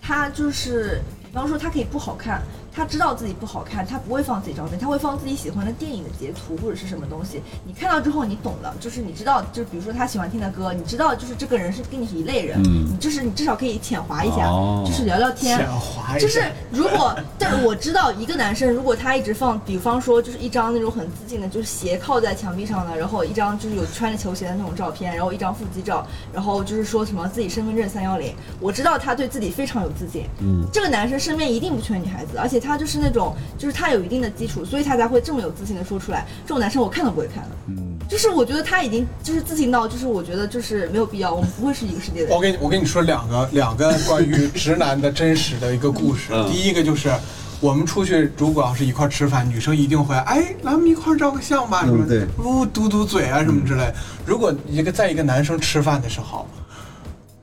S1: 他就是，比方说他可以不好看。他知道自己不好看，他不会放自己照片，他会放自己喜欢的电影的截图或者是什么东西。你看到之后，你懂了，就是你知道，就比如说他喜欢听的歌，你知道就是这个人是跟你是一类人，
S5: 嗯
S1: 你就是你至少可以浅滑一下，
S5: 哦
S1: 就是聊聊天，
S6: 想滑一
S1: 就
S6: 下
S1: 是如果，但是我知道一个男生，如果他一直放，比方说就是一张那种很自信的，就是斜靠在墙壁上的，然后一张就是有穿着球鞋的那种照片，然后一张腹肌照，然后就是说什么自己身份证三幺零，我知道他对自己非常有自信。
S5: 嗯
S1: 这个男生身边一定不缺女孩子，而且他就是那种，就是他有一定的基础，所以他才会这么有自信的说出来。这种男生我看都不会看的，
S5: 嗯，
S1: 就是我觉得他已经就是自信到，就是我觉得就是没有必要，我们不会是一个世界的人
S6: 我。跟你我跟你说两个 两个关于直男的真实的一个故事
S5: 嗯。
S6: 第一个就是我们出去如果要是一块儿吃饭，女生一定会哎，咱们一块儿照个相吧，什么
S5: 嗯对
S6: 呜嘟嘟嘴啊什么之类。如果一个在一个男生吃饭的时候。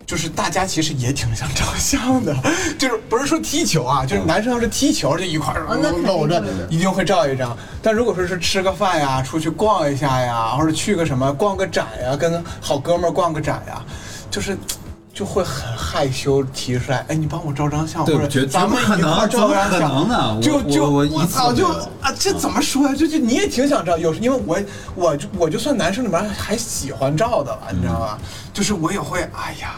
S6: 就是大家其实也挺想照相的， 就是不是说踢球啊，
S5: 嗯
S6: 就是男生要是踢球就一块儿
S1: 哦那肯定
S6: 搂着
S1: 对对，
S6: 一定会照一张。但如果说是吃个饭呀、出去逛一下呀，或者去个什么逛个展呀，跟好哥们儿逛个展呀，就是就会很害羞提出来，哎，你帮我照张相，
S5: 对
S6: 或者
S5: 绝
S6: 咱们
S5: 绝不可
S6: 一块
S5: 能
S6: 儿照
S5: 怎
S6: 张
S5: 么可能
S6: 相
S5: 呢我
S6: 就
S5: 我
S6: 就
S5: 我一次
S6: 操
S5: 都
S6: 就
S5: 没有
S6: 啊，这怎么说呀、就就你也挺想照，有时因为我我就我就算男生里面还喜欢照的了，你知道
S5: 嗯
S6: 吧？就是我也会，哎呀。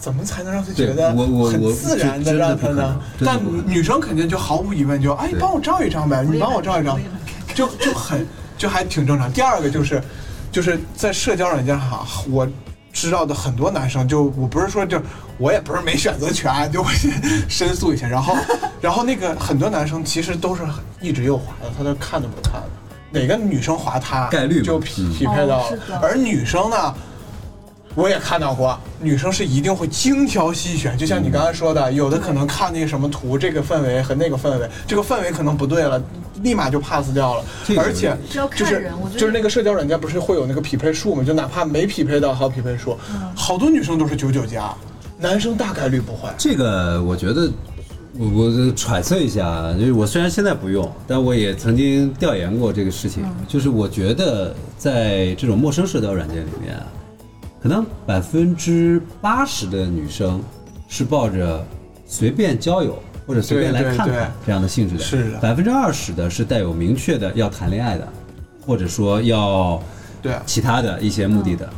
S6: 怎么才能让他觉得
S5: 对我我
S6: 很
S5: 我
S6: 自然
S5: 这真的
S6: 的让他
S5: 不可能
S6: 呢？
S5: 真的
S6: 但
S5: 不可能
S6: 女生肯定就毫无疑问就哎，你
S5: 对
S6: 帮我照一张呗，你帮我照一张
S1: 我也很，
S6: 就就很就还挺正常。第二个就是就是在社交软件上哈，我知道的很多男生，就我不是说就我也不是没选择权，就我先申诉一下。然后然后那个很多男生其实都是一直右滑的，他都看都不看的。哪个女生滑他
S5: 概率嘛
S6: 就匹
S5: 嗯
S6: 匹配到
S1: 哦是的
S6: 了，而女生呢？我也看到过，女生是一定会精挑细选，就像你刚才说的，有的可能看那个什么图，这个氛围和那个氛围，这个氛围可能不对了，立马就 pass 掉了
S5: 这。个
S6: 而且
S1: 是要看
S6: 就是
S1: 人我觉得
S6: 就是那个社交软件不是会有那个匹配数嘛，就哪怕没匹配到好匹配数，好多女生都是九九加，男生大概率不会。
S5: 这个我觉得，我我揣测一下啊，就是我虽然现在不用，但我也曾经调研过这个事情，
S6: 嗯
S5: 就是我觉得在这种陌生社交软件里面啊，可能百分之八十的女生是抱着随便交友或者随便来
S6: 对对
S5: 看
S6: 对
S5: 看这样的性质的，
S6: 是的
S5: 百分之二十的是带有明确的要谈恋爱的，或者说要
S6: 对，嗯
S5: 其他的一些目的的。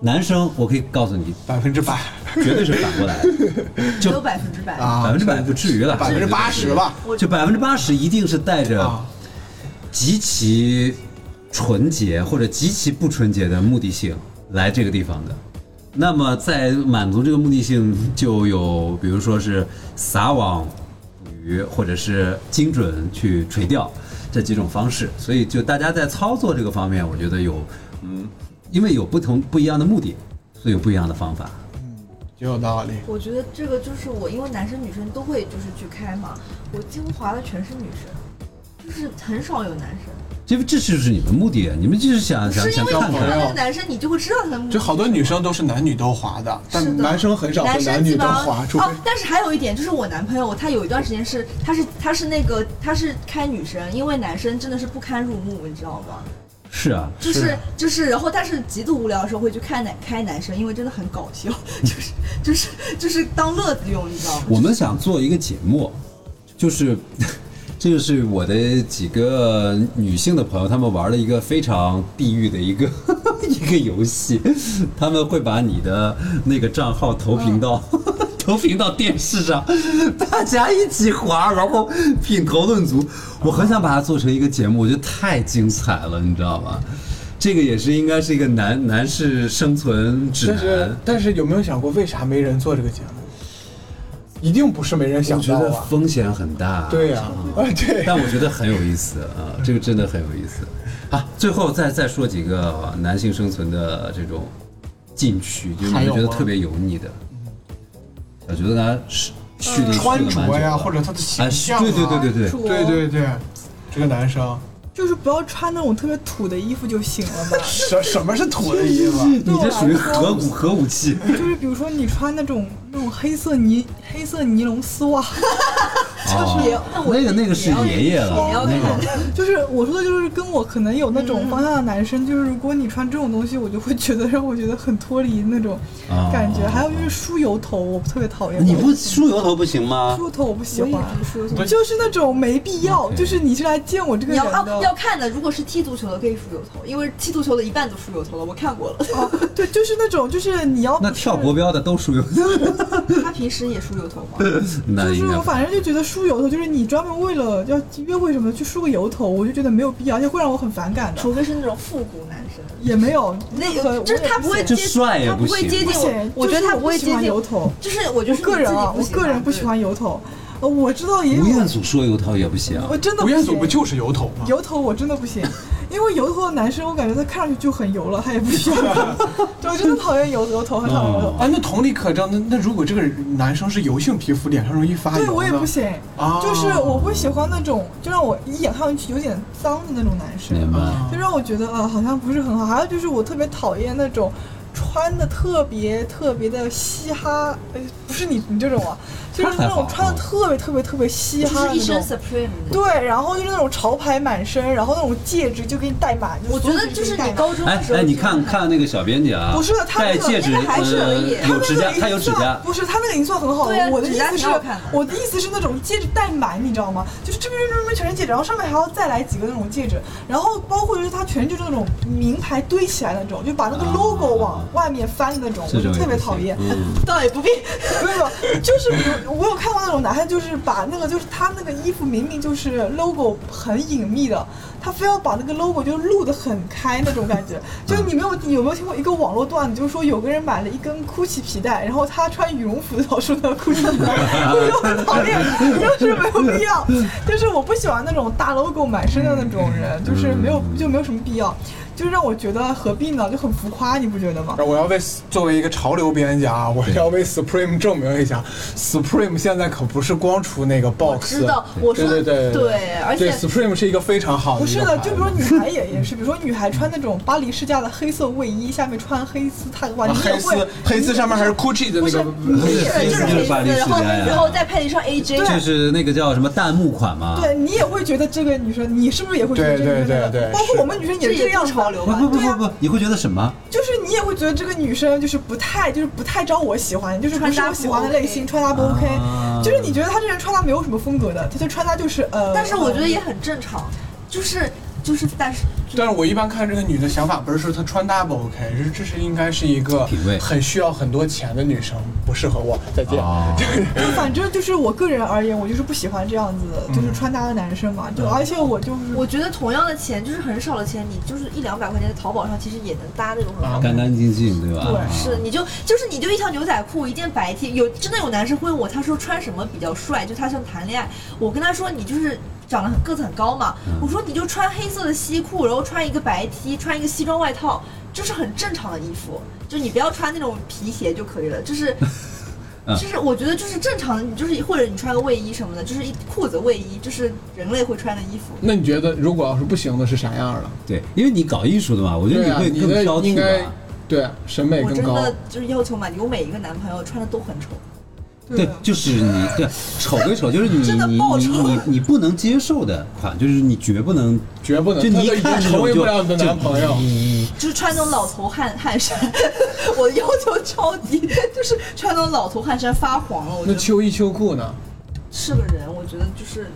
S5: 男生，我可以告诉你，
S6: 百分之百
S5: 绝对是反过来的。
S1: 没有百分之百。
S6: 啊，
S5: 百分之百不至于了，
S6: 百分之八十吧。
S5: 就百分之八十一定是带着
S6: 啊，
S5: 极其纯洁或者极其不纯洁的目的性来这个地方的。那么在满足这个目的性，就有比如说是撒网捕鱼，或者是精准去垂钓这几种方式。所以就大家在操作这个方面，我觉得有，嗯，因为有不同不一样的目的，所以有不一样的方法。
S6: 也有道理。
S1: 我觉得这个就是我，因为男生女生都会就是去开嘛，我几乎滑的全是女生，就是很少有男生。
S5: 这这就是你们目的，啊你们就是想想
S1: 是因
S5: 想
S1: 为
S5: 看
S1: 你
S5: 看哦
S1: 滑。那个男生，你就会知道他的目的。
S6: 就好多女生都是男女都滑的，
S1: 是
S6: 但
S1: 的
S6: 男生很少会
S1: 男
S6: 男
S1: 生
S6: 女
S1: 基
S6: 都
S1: 本上
S6: 滑，除非
S1: 哦。但是还有一点就是，我男朋友他有一段时间是，他是他是那个他是开女生，因为男生真的是不堪入目，你知道吗？
S5: 是啊，
S1: 就是
S6: 是
S1: 就是，然后但是极度无聊的时候会去看男开男生，因为真的很搞笑， 就是就是就是当乐子用，你知道吗？
S5: 我们想做一个节目，就是 这就是我的几个女性的朋友，她们玩了一个非常地狱的一个 一个游戏，他们会把你的那个账号投屏到、 投屏到电视上，大家一起滑，然后品头论足。我很想把它做成一个节目，我觉得太精彩了，你知道吗？这个也是应该是一个男男士生存指
S6: 但是
S5: 南。
S6: 但是有没有想过为啥没人做这个节目？一定不是没人
S5: 我
S6: 想
S5: 觉
S6: 到
S5: 得
S6: 啊。
S5: 风险很大。嗯
S6: 对呀、啊，
S9: 哎
S6: 对。
S5: 但我觉得很有意思啊，这个真的很有意思。啊，最后再再说几个啊男性生存的这种禁区，就是你
S9: 还
S5: 们
S9: 有
S5: 觉得
S9: 吗
S5: 特别油腻的。小觉得他是蓄力
S9: 穿
S5: 蓄了
S9: 着
S5: 蛮久
S9: 呀，
S5: 的
S9: 或者他的
S5: 啊
S9: 形
S5: 是
S9: 象啊，
S5: 对对对对对，
S6: 对对对，这个男生
S3: 就是不要穿那种特别土的衣服就行了嘛。
S6: 什什么是土的啊衣服？
S5: 你这属于核武核武器。
S3: 就是比如说你穿那种那种黑色尼黑色尼龙丝袜，
S5: 就是啊那个那个是爷爷
S1: 也
S5: 了
S1: 要，
S5: 那个
S3: 就是我说的就是跟我可能有那种方向的男生，就是如果你穿这种东西，我就会觉得让我觉得很脱离那种
S5: 啊
S3: 感觉。还有就是梳油头，我特别讨厌。
S2: 你不梳油头不行吗
S3: 梳？油头我不喜
S1: 我也
S3: 欢，
S1: 不说什么。
S3: 就是那种没必要，就是你是来见我这个
S1: 你
S3: 人
S1: 要哦，要
S3: 的。
S1: 看的，如果是踢足球的可以梳油头，因为踢足球的一半都梳油头了，我看过了。
S3: 哦对，就是那种，就是你要
S5: 那跳国标的都属于，
S1: 他平时也梳油头吗？
S5: 啊那
S3: 就是
S5: 应
S3: 我
S5: 该
S3: 反正就觉得梳油头，就是你专门为了要约会什么的去梳个油头，我就觉得没有必要，而且会让我很反感的。
S1: 除非是那种复古男生，
S3: 也没有，
S1: 那
S3: 很
S1: 个
S3: 我
S1: 就是
S3: 也
S1: 他不会
S5: 就
S1: 接，
S5: 帅也
S1: 他
S5: 不
S1: 不会
S5: 行
S1: 接近
S3: 不行
S1: 我，，我觉得
S3: 就是
S1: 他不
S3: 我
S1: 会
S3: 喜
S1: 接
S3: 欢
S1: 近
S3: 油。头。
S1: 就是我觉得
S3: 我
S1: 是
S3: 个人啊，
S1: 你
S3: 我
S1: 自己
S3: 个人不喜
S1: 喜
S3: 欢油头，呃，我知道也有
S5: 吴，彦祖说油头也不行，
S3: 我真的
S6: 吴
S3: 不
S6: 彦祖不
S3: 行。
S6: 就是油头吗？
S3: 油头我真的不行，因为油头的男生，我感觉他看上去就很油了，他也不需要。对我真的讨厌油油头，很讨厌油头。
S5: 哦
S6: 啊，那同理可证，那那如果这个男生是油性皮肤，脸上容易发油呢，
S3: 对我也不行，
S6: 啊，
S3: 就是我不喜欢那种就让我一眼看上去有点脏的那种男
S5: 明
S3: 生，
S5: 白。
S3: 就让我觉得啊、好像不是很好。还有就是我特别讨厌那种。穿的特别特别的嘻哈，呃，不是你你这种啊，就是那种穿的特别特别特别嘻
S1: 就
S3: 哈
S1: 是
S3: 的
S1: 一
S3: 那种
S1: 身。Supreme 的。
S3: 对，然后就是那种潮牌满身，然后那种戒指就给你戴满。
S1: 我觉得就是你高中
S5: 哎
S1: 的时候，
S5: 哎，你 看看那个小编姐啊，
S3: 不是他那
S5: 戴
S3: 个
S5: 戒指，
S1: 那个还是
S5: 呃
S1: 而已
S5: 有指甲，他有指甲，
S3: 不是他那个已经算很好
S1: 对啊
S3: 了。我的
S1: 指
S3: 意
S1: 甲
S3: 思
S1: 挺
S3: 是
S1: 好看的，
S3: 我的意思是那种戒指戴满，你知道吗？就是这边这边全是戒指，然后上面还要再来几个那种戒指，然后包括就是它全就是那种名牌堆起来的那种，就把那个
S5: 啊
S3: logo 往外面翻的那种，
S5: 这
S3: 我就
S5: 种也
S3: 特别
S5: 不行
S3: 讨厌。
S5: 嗯
S3: 倒也不必， 没有，没有就是我我有看过那种男孩，就是把那个就是他那个衣服明明就是 logo 很隐秘的，他非要把那个 logo 就露得很开那种感觉。就是你没有你有没有听过一个网络段子，就是说有个人买了一根 GUCCI 皮带，然后他穿羽绒服的时候穿 GUCCI 皮带，我就很讨厌，就是没有必要。就是我不喜欢那种大 logo 满身的那种人，就是没有就没有什么必要，就是让我觉得何必呢，就很浮夸，你不觉得吗？
S6: 我要为作为一个潮流编辑啊，我要为 Supreme 证明一下，Supreme 现在可不是光出那个 box，
S1: 知道我说
S6: 对对对
S1: 对而且
S6: 对 Supreme 是一个非常好的，
S3: 不是的，就比如说。女孩也也是，比如说女孩穿那种巴黎世家的黑色卫衣，下面穿黑丝太哇，
S6: 啊、
S3: 你也
S6: 黑
S3: 会
S6: 丝，黑丝上面还是 Gucci 的那个，呃
S5: 是
S1: 对，就是
S5: 黑丝
S1: 黑
S5: 就是巴黎
S1: 丝，
S5: 世
S1: 然后
S5: 家呀
S1: 然后再配一双 AJ，
S5: 就是那个叫什么弹幕款嘛。
S3: 对你也会觉得这个女生，你是不是也会觉得这个女生
S6: 对对
S3: 那个？
S6: 对对
S3: 包
S6: 是
S3: 括我们女生也
S1: 这
S3: 是这个
S1: 也
S3: 样
S1: 不
S3: 子
S1: 潮
S3: 吧，
S1: 流
S5: 不
S1: 吧？
S5: 不不
S3: 对呀
S5: 不不，你会觉得什么？
S3: 就是你也会觉得这个女生就是不太就是不太招我喜欢，就是不是我喜欢的类型，穿搭不 OK，
S5: 啊
S3: 就是你觉得她这人穿搭没有什么风格的，她就穿搭就是呃，
S1: 但是我觉得也很正常，就是就是但是
S6: 但是我一般看这个女的想法不是说她穿搭不 OK，是这是应该是一个
S5: 品味
S6: 很需要很多钱的女生，不适合我，再见。
S5: 哦，
S3: 就嗯反正就是我个人而言，我就是不喜欢这样子的就是穿搭的男生嘛，
S6: 嗯
S3: 就而且我就是
S1: 我觉得同样的钱，就是很少的钱，你就是一两百块钱在淘宝上，其实也能搭那种很好看
S5: 干干净净，对吧？
S3: 对
S1: 是，你就就是你就一条牛仔裤，一件白 T，有真的有男生会问我，他说穿什么比较帅？就他想谈恋爱，我跟他说你就是长得很个子很高嘛，我说你就穿黑色的西裤，然后穿一个白 T，穿一个西装外套，就是很正常的衣服，就你不要穿那种皮鞋就可以了，就是。就是我觉得就是正常的，你就是或者你穿个卫衣什么的，就是一裤子卫衣，就是人类会穿的衣服。
S6: 那你觉得如果要是不行的是啥样的？
S5: 对，因为你搞艺术的嘛，我觉
S6: 对啊
S5: 得，会
S6: 你
S5: 更
S6: 的
S5: 挑
S6: 应
S5: 剔
S6: 该
S5: 吧。
S6: 对啊审美
S1: 我
S6: 更
S1: 真
S6: 高。
S1: 的就是要求满点，我每一个男朋友穿的都很丑。
S5: 对，就是你对丑归丑，就是你
S1: 真的
S5: 你
S1: 爆
S5: 你
S1: 丑
S5: 你你不能接受的款，就是你绝不能，
S6: 绝不能，
S5: 就你
S6: 他
S5: 一
S6: 已
S5: 看
S6: 经
S5: 这
S6: 成
S5: 种
S6: 为
S5: 就
S6: 不了你的
S5: 就
S6: 男朋友。
S1: 就是穿那种老头汗汗衫， 我的要求超低，就是穿那种老头汗衫发黄了。我觉
S6: 那
S1: 得
S6: 秋衣秋裤呢？
S1: 是个人，我觉得就是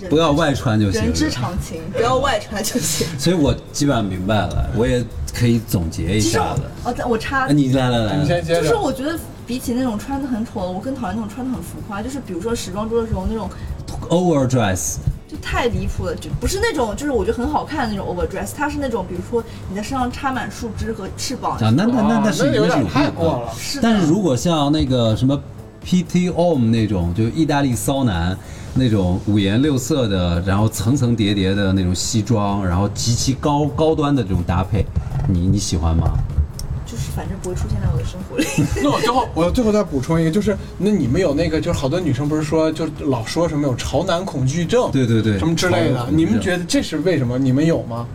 S1: 人
S5: 不要外穿就行
S1: 人之
S5: 了。
S1: 常情，不要外穿就行。
S5: 所以我基本上明白了，我也可以总 结一
S1: 其实
S5: 下
S1: 我
S5: 了。
S1: 哦，但我插
S5: 啊，你来来
S6: 你
S5: 来
S6: 先，接
S1: 就是
S6: 着。
S1: 我觉得比起那种穿的很丑的，我更讨厌那种穿的很浮夸，就是比如说时装周的时候那种
S5: overdress，
S1: 就太离谱了，就不是那种就是我觉得很好看的那种 overdress，它是那种比如说你的身上插满树枝和翅膀
S5: 啊，那那那
S6: 啊
S5: 是
S6: 有点
S5: 病
S6: 太
S5: 啊
S6: 过了。
S1: 是的
S5: 但是如果像那个什么 PT OM 那种，就是意大利骚男那种五颜六色的，然后层层叠叠的那种西装，然后极其高高端的这种搭配，你你喜欢吗？
S1: 就是反正不会出现在我的生活里。
S6: 那我最后我最后再补充一个，就是那你们有那个，就是好多女生不是说就老说什么有潮男恐惧症，
S5: 对对对
S6: 什么之类
S5: 潮男
S6: 的，
S5: 恐惧症
S6: 你们觉得这是为什么？你们有吗？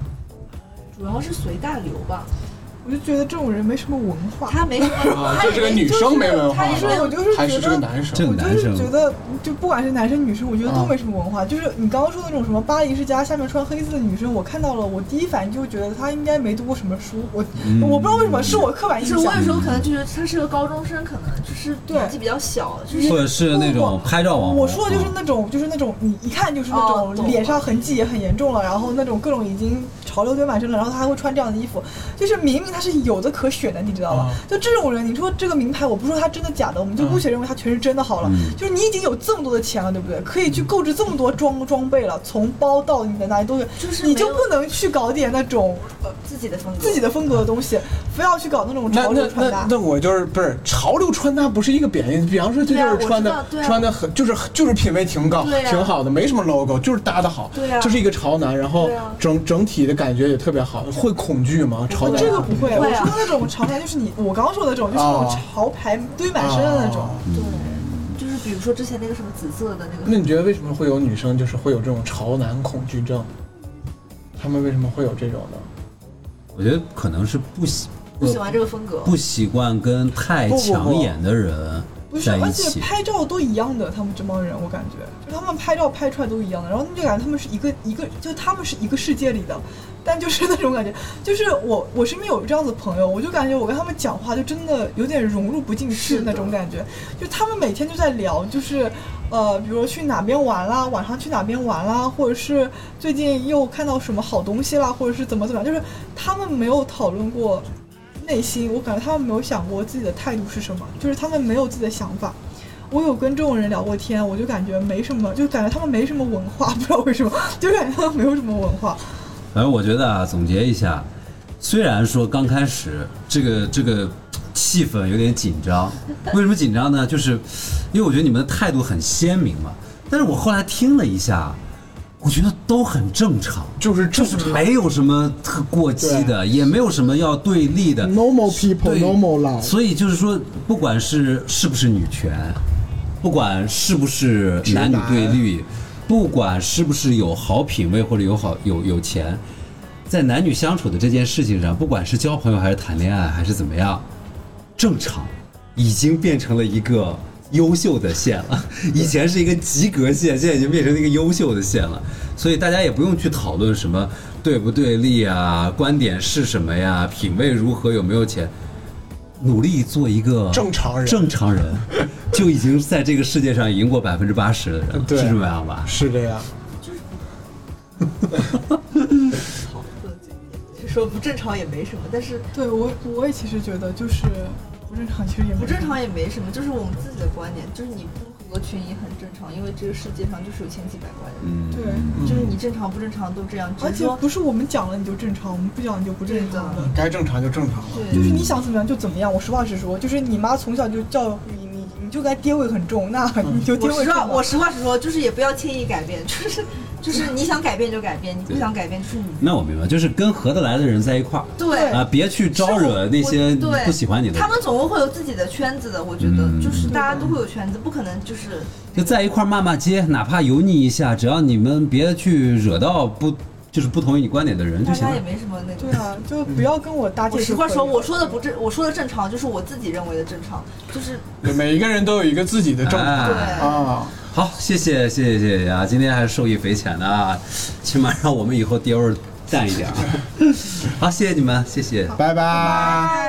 S1: 主要是随大流吧，
S3: 我就觉得这种人没什么文化。
S1: 他没什么，
S6: 啊
S1: 他
S6: 就
S1: 也
S6: 是个
S1: 没
S6: 女生没文化
S1: 他也
S3: 是
S1: 没
S3: 我
S1: 有
S3: 就是
S6: 还是
S3: 觉
S6: 这个
S3: 得
S6: 男
S5: 这
S6: 生？
S5: 个
S3: 我
S5: 男
S3: 就是
S5: 生
S3: 觉得，就不管是男生女生，我觉得
S6: 啊
S3: 都没什么文化。就是你刚刚说的那种什么巴黎世家下面穿黑色的女生，我看到了，我第一反应就觉得她应该没读过什么书。我、
S5: 嗯
S3: 我不知道为什么是我刻板
S1: 就
S3: 印
S1: 是
S3: 象。
S1: 我有时候可能就是他是个高中生，可能就是
S3: 对
S1: 年纪比较小，就是
S5: 或者是那种拍照网红？
S3: 我说的就是
S5: 啊
S3: 那种，就是那种你一看就是
S1: 哦
S3: 那
S1: 懂
S3: 种脸上痕迹也很严重了，然后那种各种已经潮流堆满身了，然后他还会穿这样的衣服，就是明明他是有的可选的，你知道吗
S6: 啊？
S5: 嗯
S3: 就这种人，你说这个名牌，我不说他真的假的，我们就姑且认为他全是真的好了
S5: 嗯。
S3: 就是你已经有这么多的钱了，对不对？可以去购置这么多装装备了，从包到你的哪里都有，
S1: 就是
S3: 你就
S1: 没有
S3: 不能去搞点那种
S1: 自己的风格，
S3: 自己的风格的东西，非要去搞那种
S6: 那
S3: 潮流
S6: 那
S3: 穿
S6: 那
S3: 搭。
S6: 那我就是不是潮流穿搭不是一个贬义，比方说这
S1: 对啊
S6: 就是穿的、
S1: 我知道对啊
S6: 穿的很就是就是品味挺高、
S1: 对啊
S6: 挺好的，没什么 logo，就是搭的好，
S1: 对啊
S6: 就是一个潮男，然后
S1: 对啊
S6: 整整体的感觉也特别好。会恐惧吗？潮男
S3: 哦这个不会，我
S1: 会啊
S3: 说的那种潮牌就是你我刚刚说的那种，就是那种
S6: 哦
S3: 潮牌堆满身的那种。
S6: 啊
S1: 对，就是比如说之前那个什么紫色的那
S6: 那
S1: 个，
S6: 你觉得为什么会有女生就是会有这种潮男恐惧症？他们为什么会有这种呢？
S5: 我觉得可能是不喜
S1: 不喜欢这个风格，
S5: 不习惯跟太
S6: 不不不
S5: 抢眼的人
S3: 不是，
S5: 在
S3: 而
S5: 一
S3: 且
S5: 起。
S3: 拍照都一样的，他们这帮人，我感觉，就他们拍照拍出来都一样的，然后你就感觉他们是一个一个，就他们是一个世界里的，但就是那种感觉，就是我我身边有这样子的朋友，我就感觉我跟他们讲话就真的有点融入不进
S1: 是
S3: 去
S1: 的
S3: 那种感觉，就他们每天就在聊，就是呃，比如去哪边玩啦，晚上去哪边玩啦，或者是最近又看到什么好东西啦，或者是怎么怎么样，就是他们没有讨论过内心，我感觉他们没有想过自己的态度是什么，就是他们没有自己的想法。我有跟这种人聊过天，我就感觉没什么，就感觉他们没什么文化， 不知道为什么，就感觉他们没有什么文化。
S5: 反正我觉得啊，总结一下，虽然说刚开始这个这个气氛有点紧张，为什么紧张呢？就是因为我觉得你们的态度很鲜明嘛。但是我后来听了一下，我觉得都很正常，
S6: 就是正
S5: 就是没有什么特过激的，也没有什么要对立的。
S6: normal people
S5: 对
S6: normal life。
S5: 所以就是说，不管是是不是女权，不管是不是男女对立，不管是不是有好品味或者有好有有钱，在男女相处的这件事情上，不管是交朋友还是谈恋爱还是怎么样，正常已经变成了一个优秀的线了。以前是一个及格线，现在已经变成了一个优秀的线了。所以大家也不用去讨论什么对不对立啊，观点是什么呀，品味如何，有没有钱。努力做一个
S6: 正常人
S5: 正常人就已经在这个世界上赢过百分之八十的人了，
S6: 对
S5: 是这么样吧？
S6: 是这样，
S1: 就说不正常也没什么，但是
S3: 对我，我也其实觉得就是不正常，其实也
S1: 不
S3: 没
S1: 正常也没什么，就是我们自己的观点，就是你不合群也很正常，因为这个世界上就是有千奇百怪的人，
S5: 嗯，
S3: 对，
S1: 就是你正常不正常都这样，只
S3: 而
S1: 是
S3: 且
S1: 说
S3: 不是我们讲了你就正常，我们不讲你就不正常
S1: 对啊
S3: 的。
S6: 嗯该正常就正常了。
S1: 对
S3: 就是你想怎么样就怎么样，我实话实说，就是你妈从小就教育你，你你就该爹味很重，那你就爹
S1: 我
S3: 味
S1: 实
S3: 重
S1: 话，嗯
S3: 了。
S1: 我实话实说，就是也不要轻易改变，就是就是你想改变就改变，你不想改变就是你。
S5: 那我明白，就是跟合得来的人在一块儿，
S1: 对
S5: 啊，别去招惹那些
S1: 是我对
S5: 不喜欢你的人。
S1: 他们总共会有自己的圈子的，我觉得
S5: 嗯
S1: 就是大家都会有圈子，不可能就是
S5: 就在一块儿骂骂街，哪怕油腻一下，只要你们别去惹到不就是不同意你观点的人就
S1: 大
S5: 行
S1: 家也
S5: 了。
S1: 没什么那
S3: 对
S1: 个。
S3: 啊，就不要跟我搭界
S1: 我
S3: 就可以
S1: 实
S3: 了。
S1: 话说，我说的不正，我说的正常就是我自己认为的正常，就是
S6: 对，每一个人都有一个自己的正常
S5: 哎
S1: 对
S6: 啊。
S5: 好，谢谢谢谢谢谢啊！今天还是受益匪浅的啊，起 码让我们以后爹味儿淡一点啊！好，谢谢你们，谢谢。
S6: 拜拜。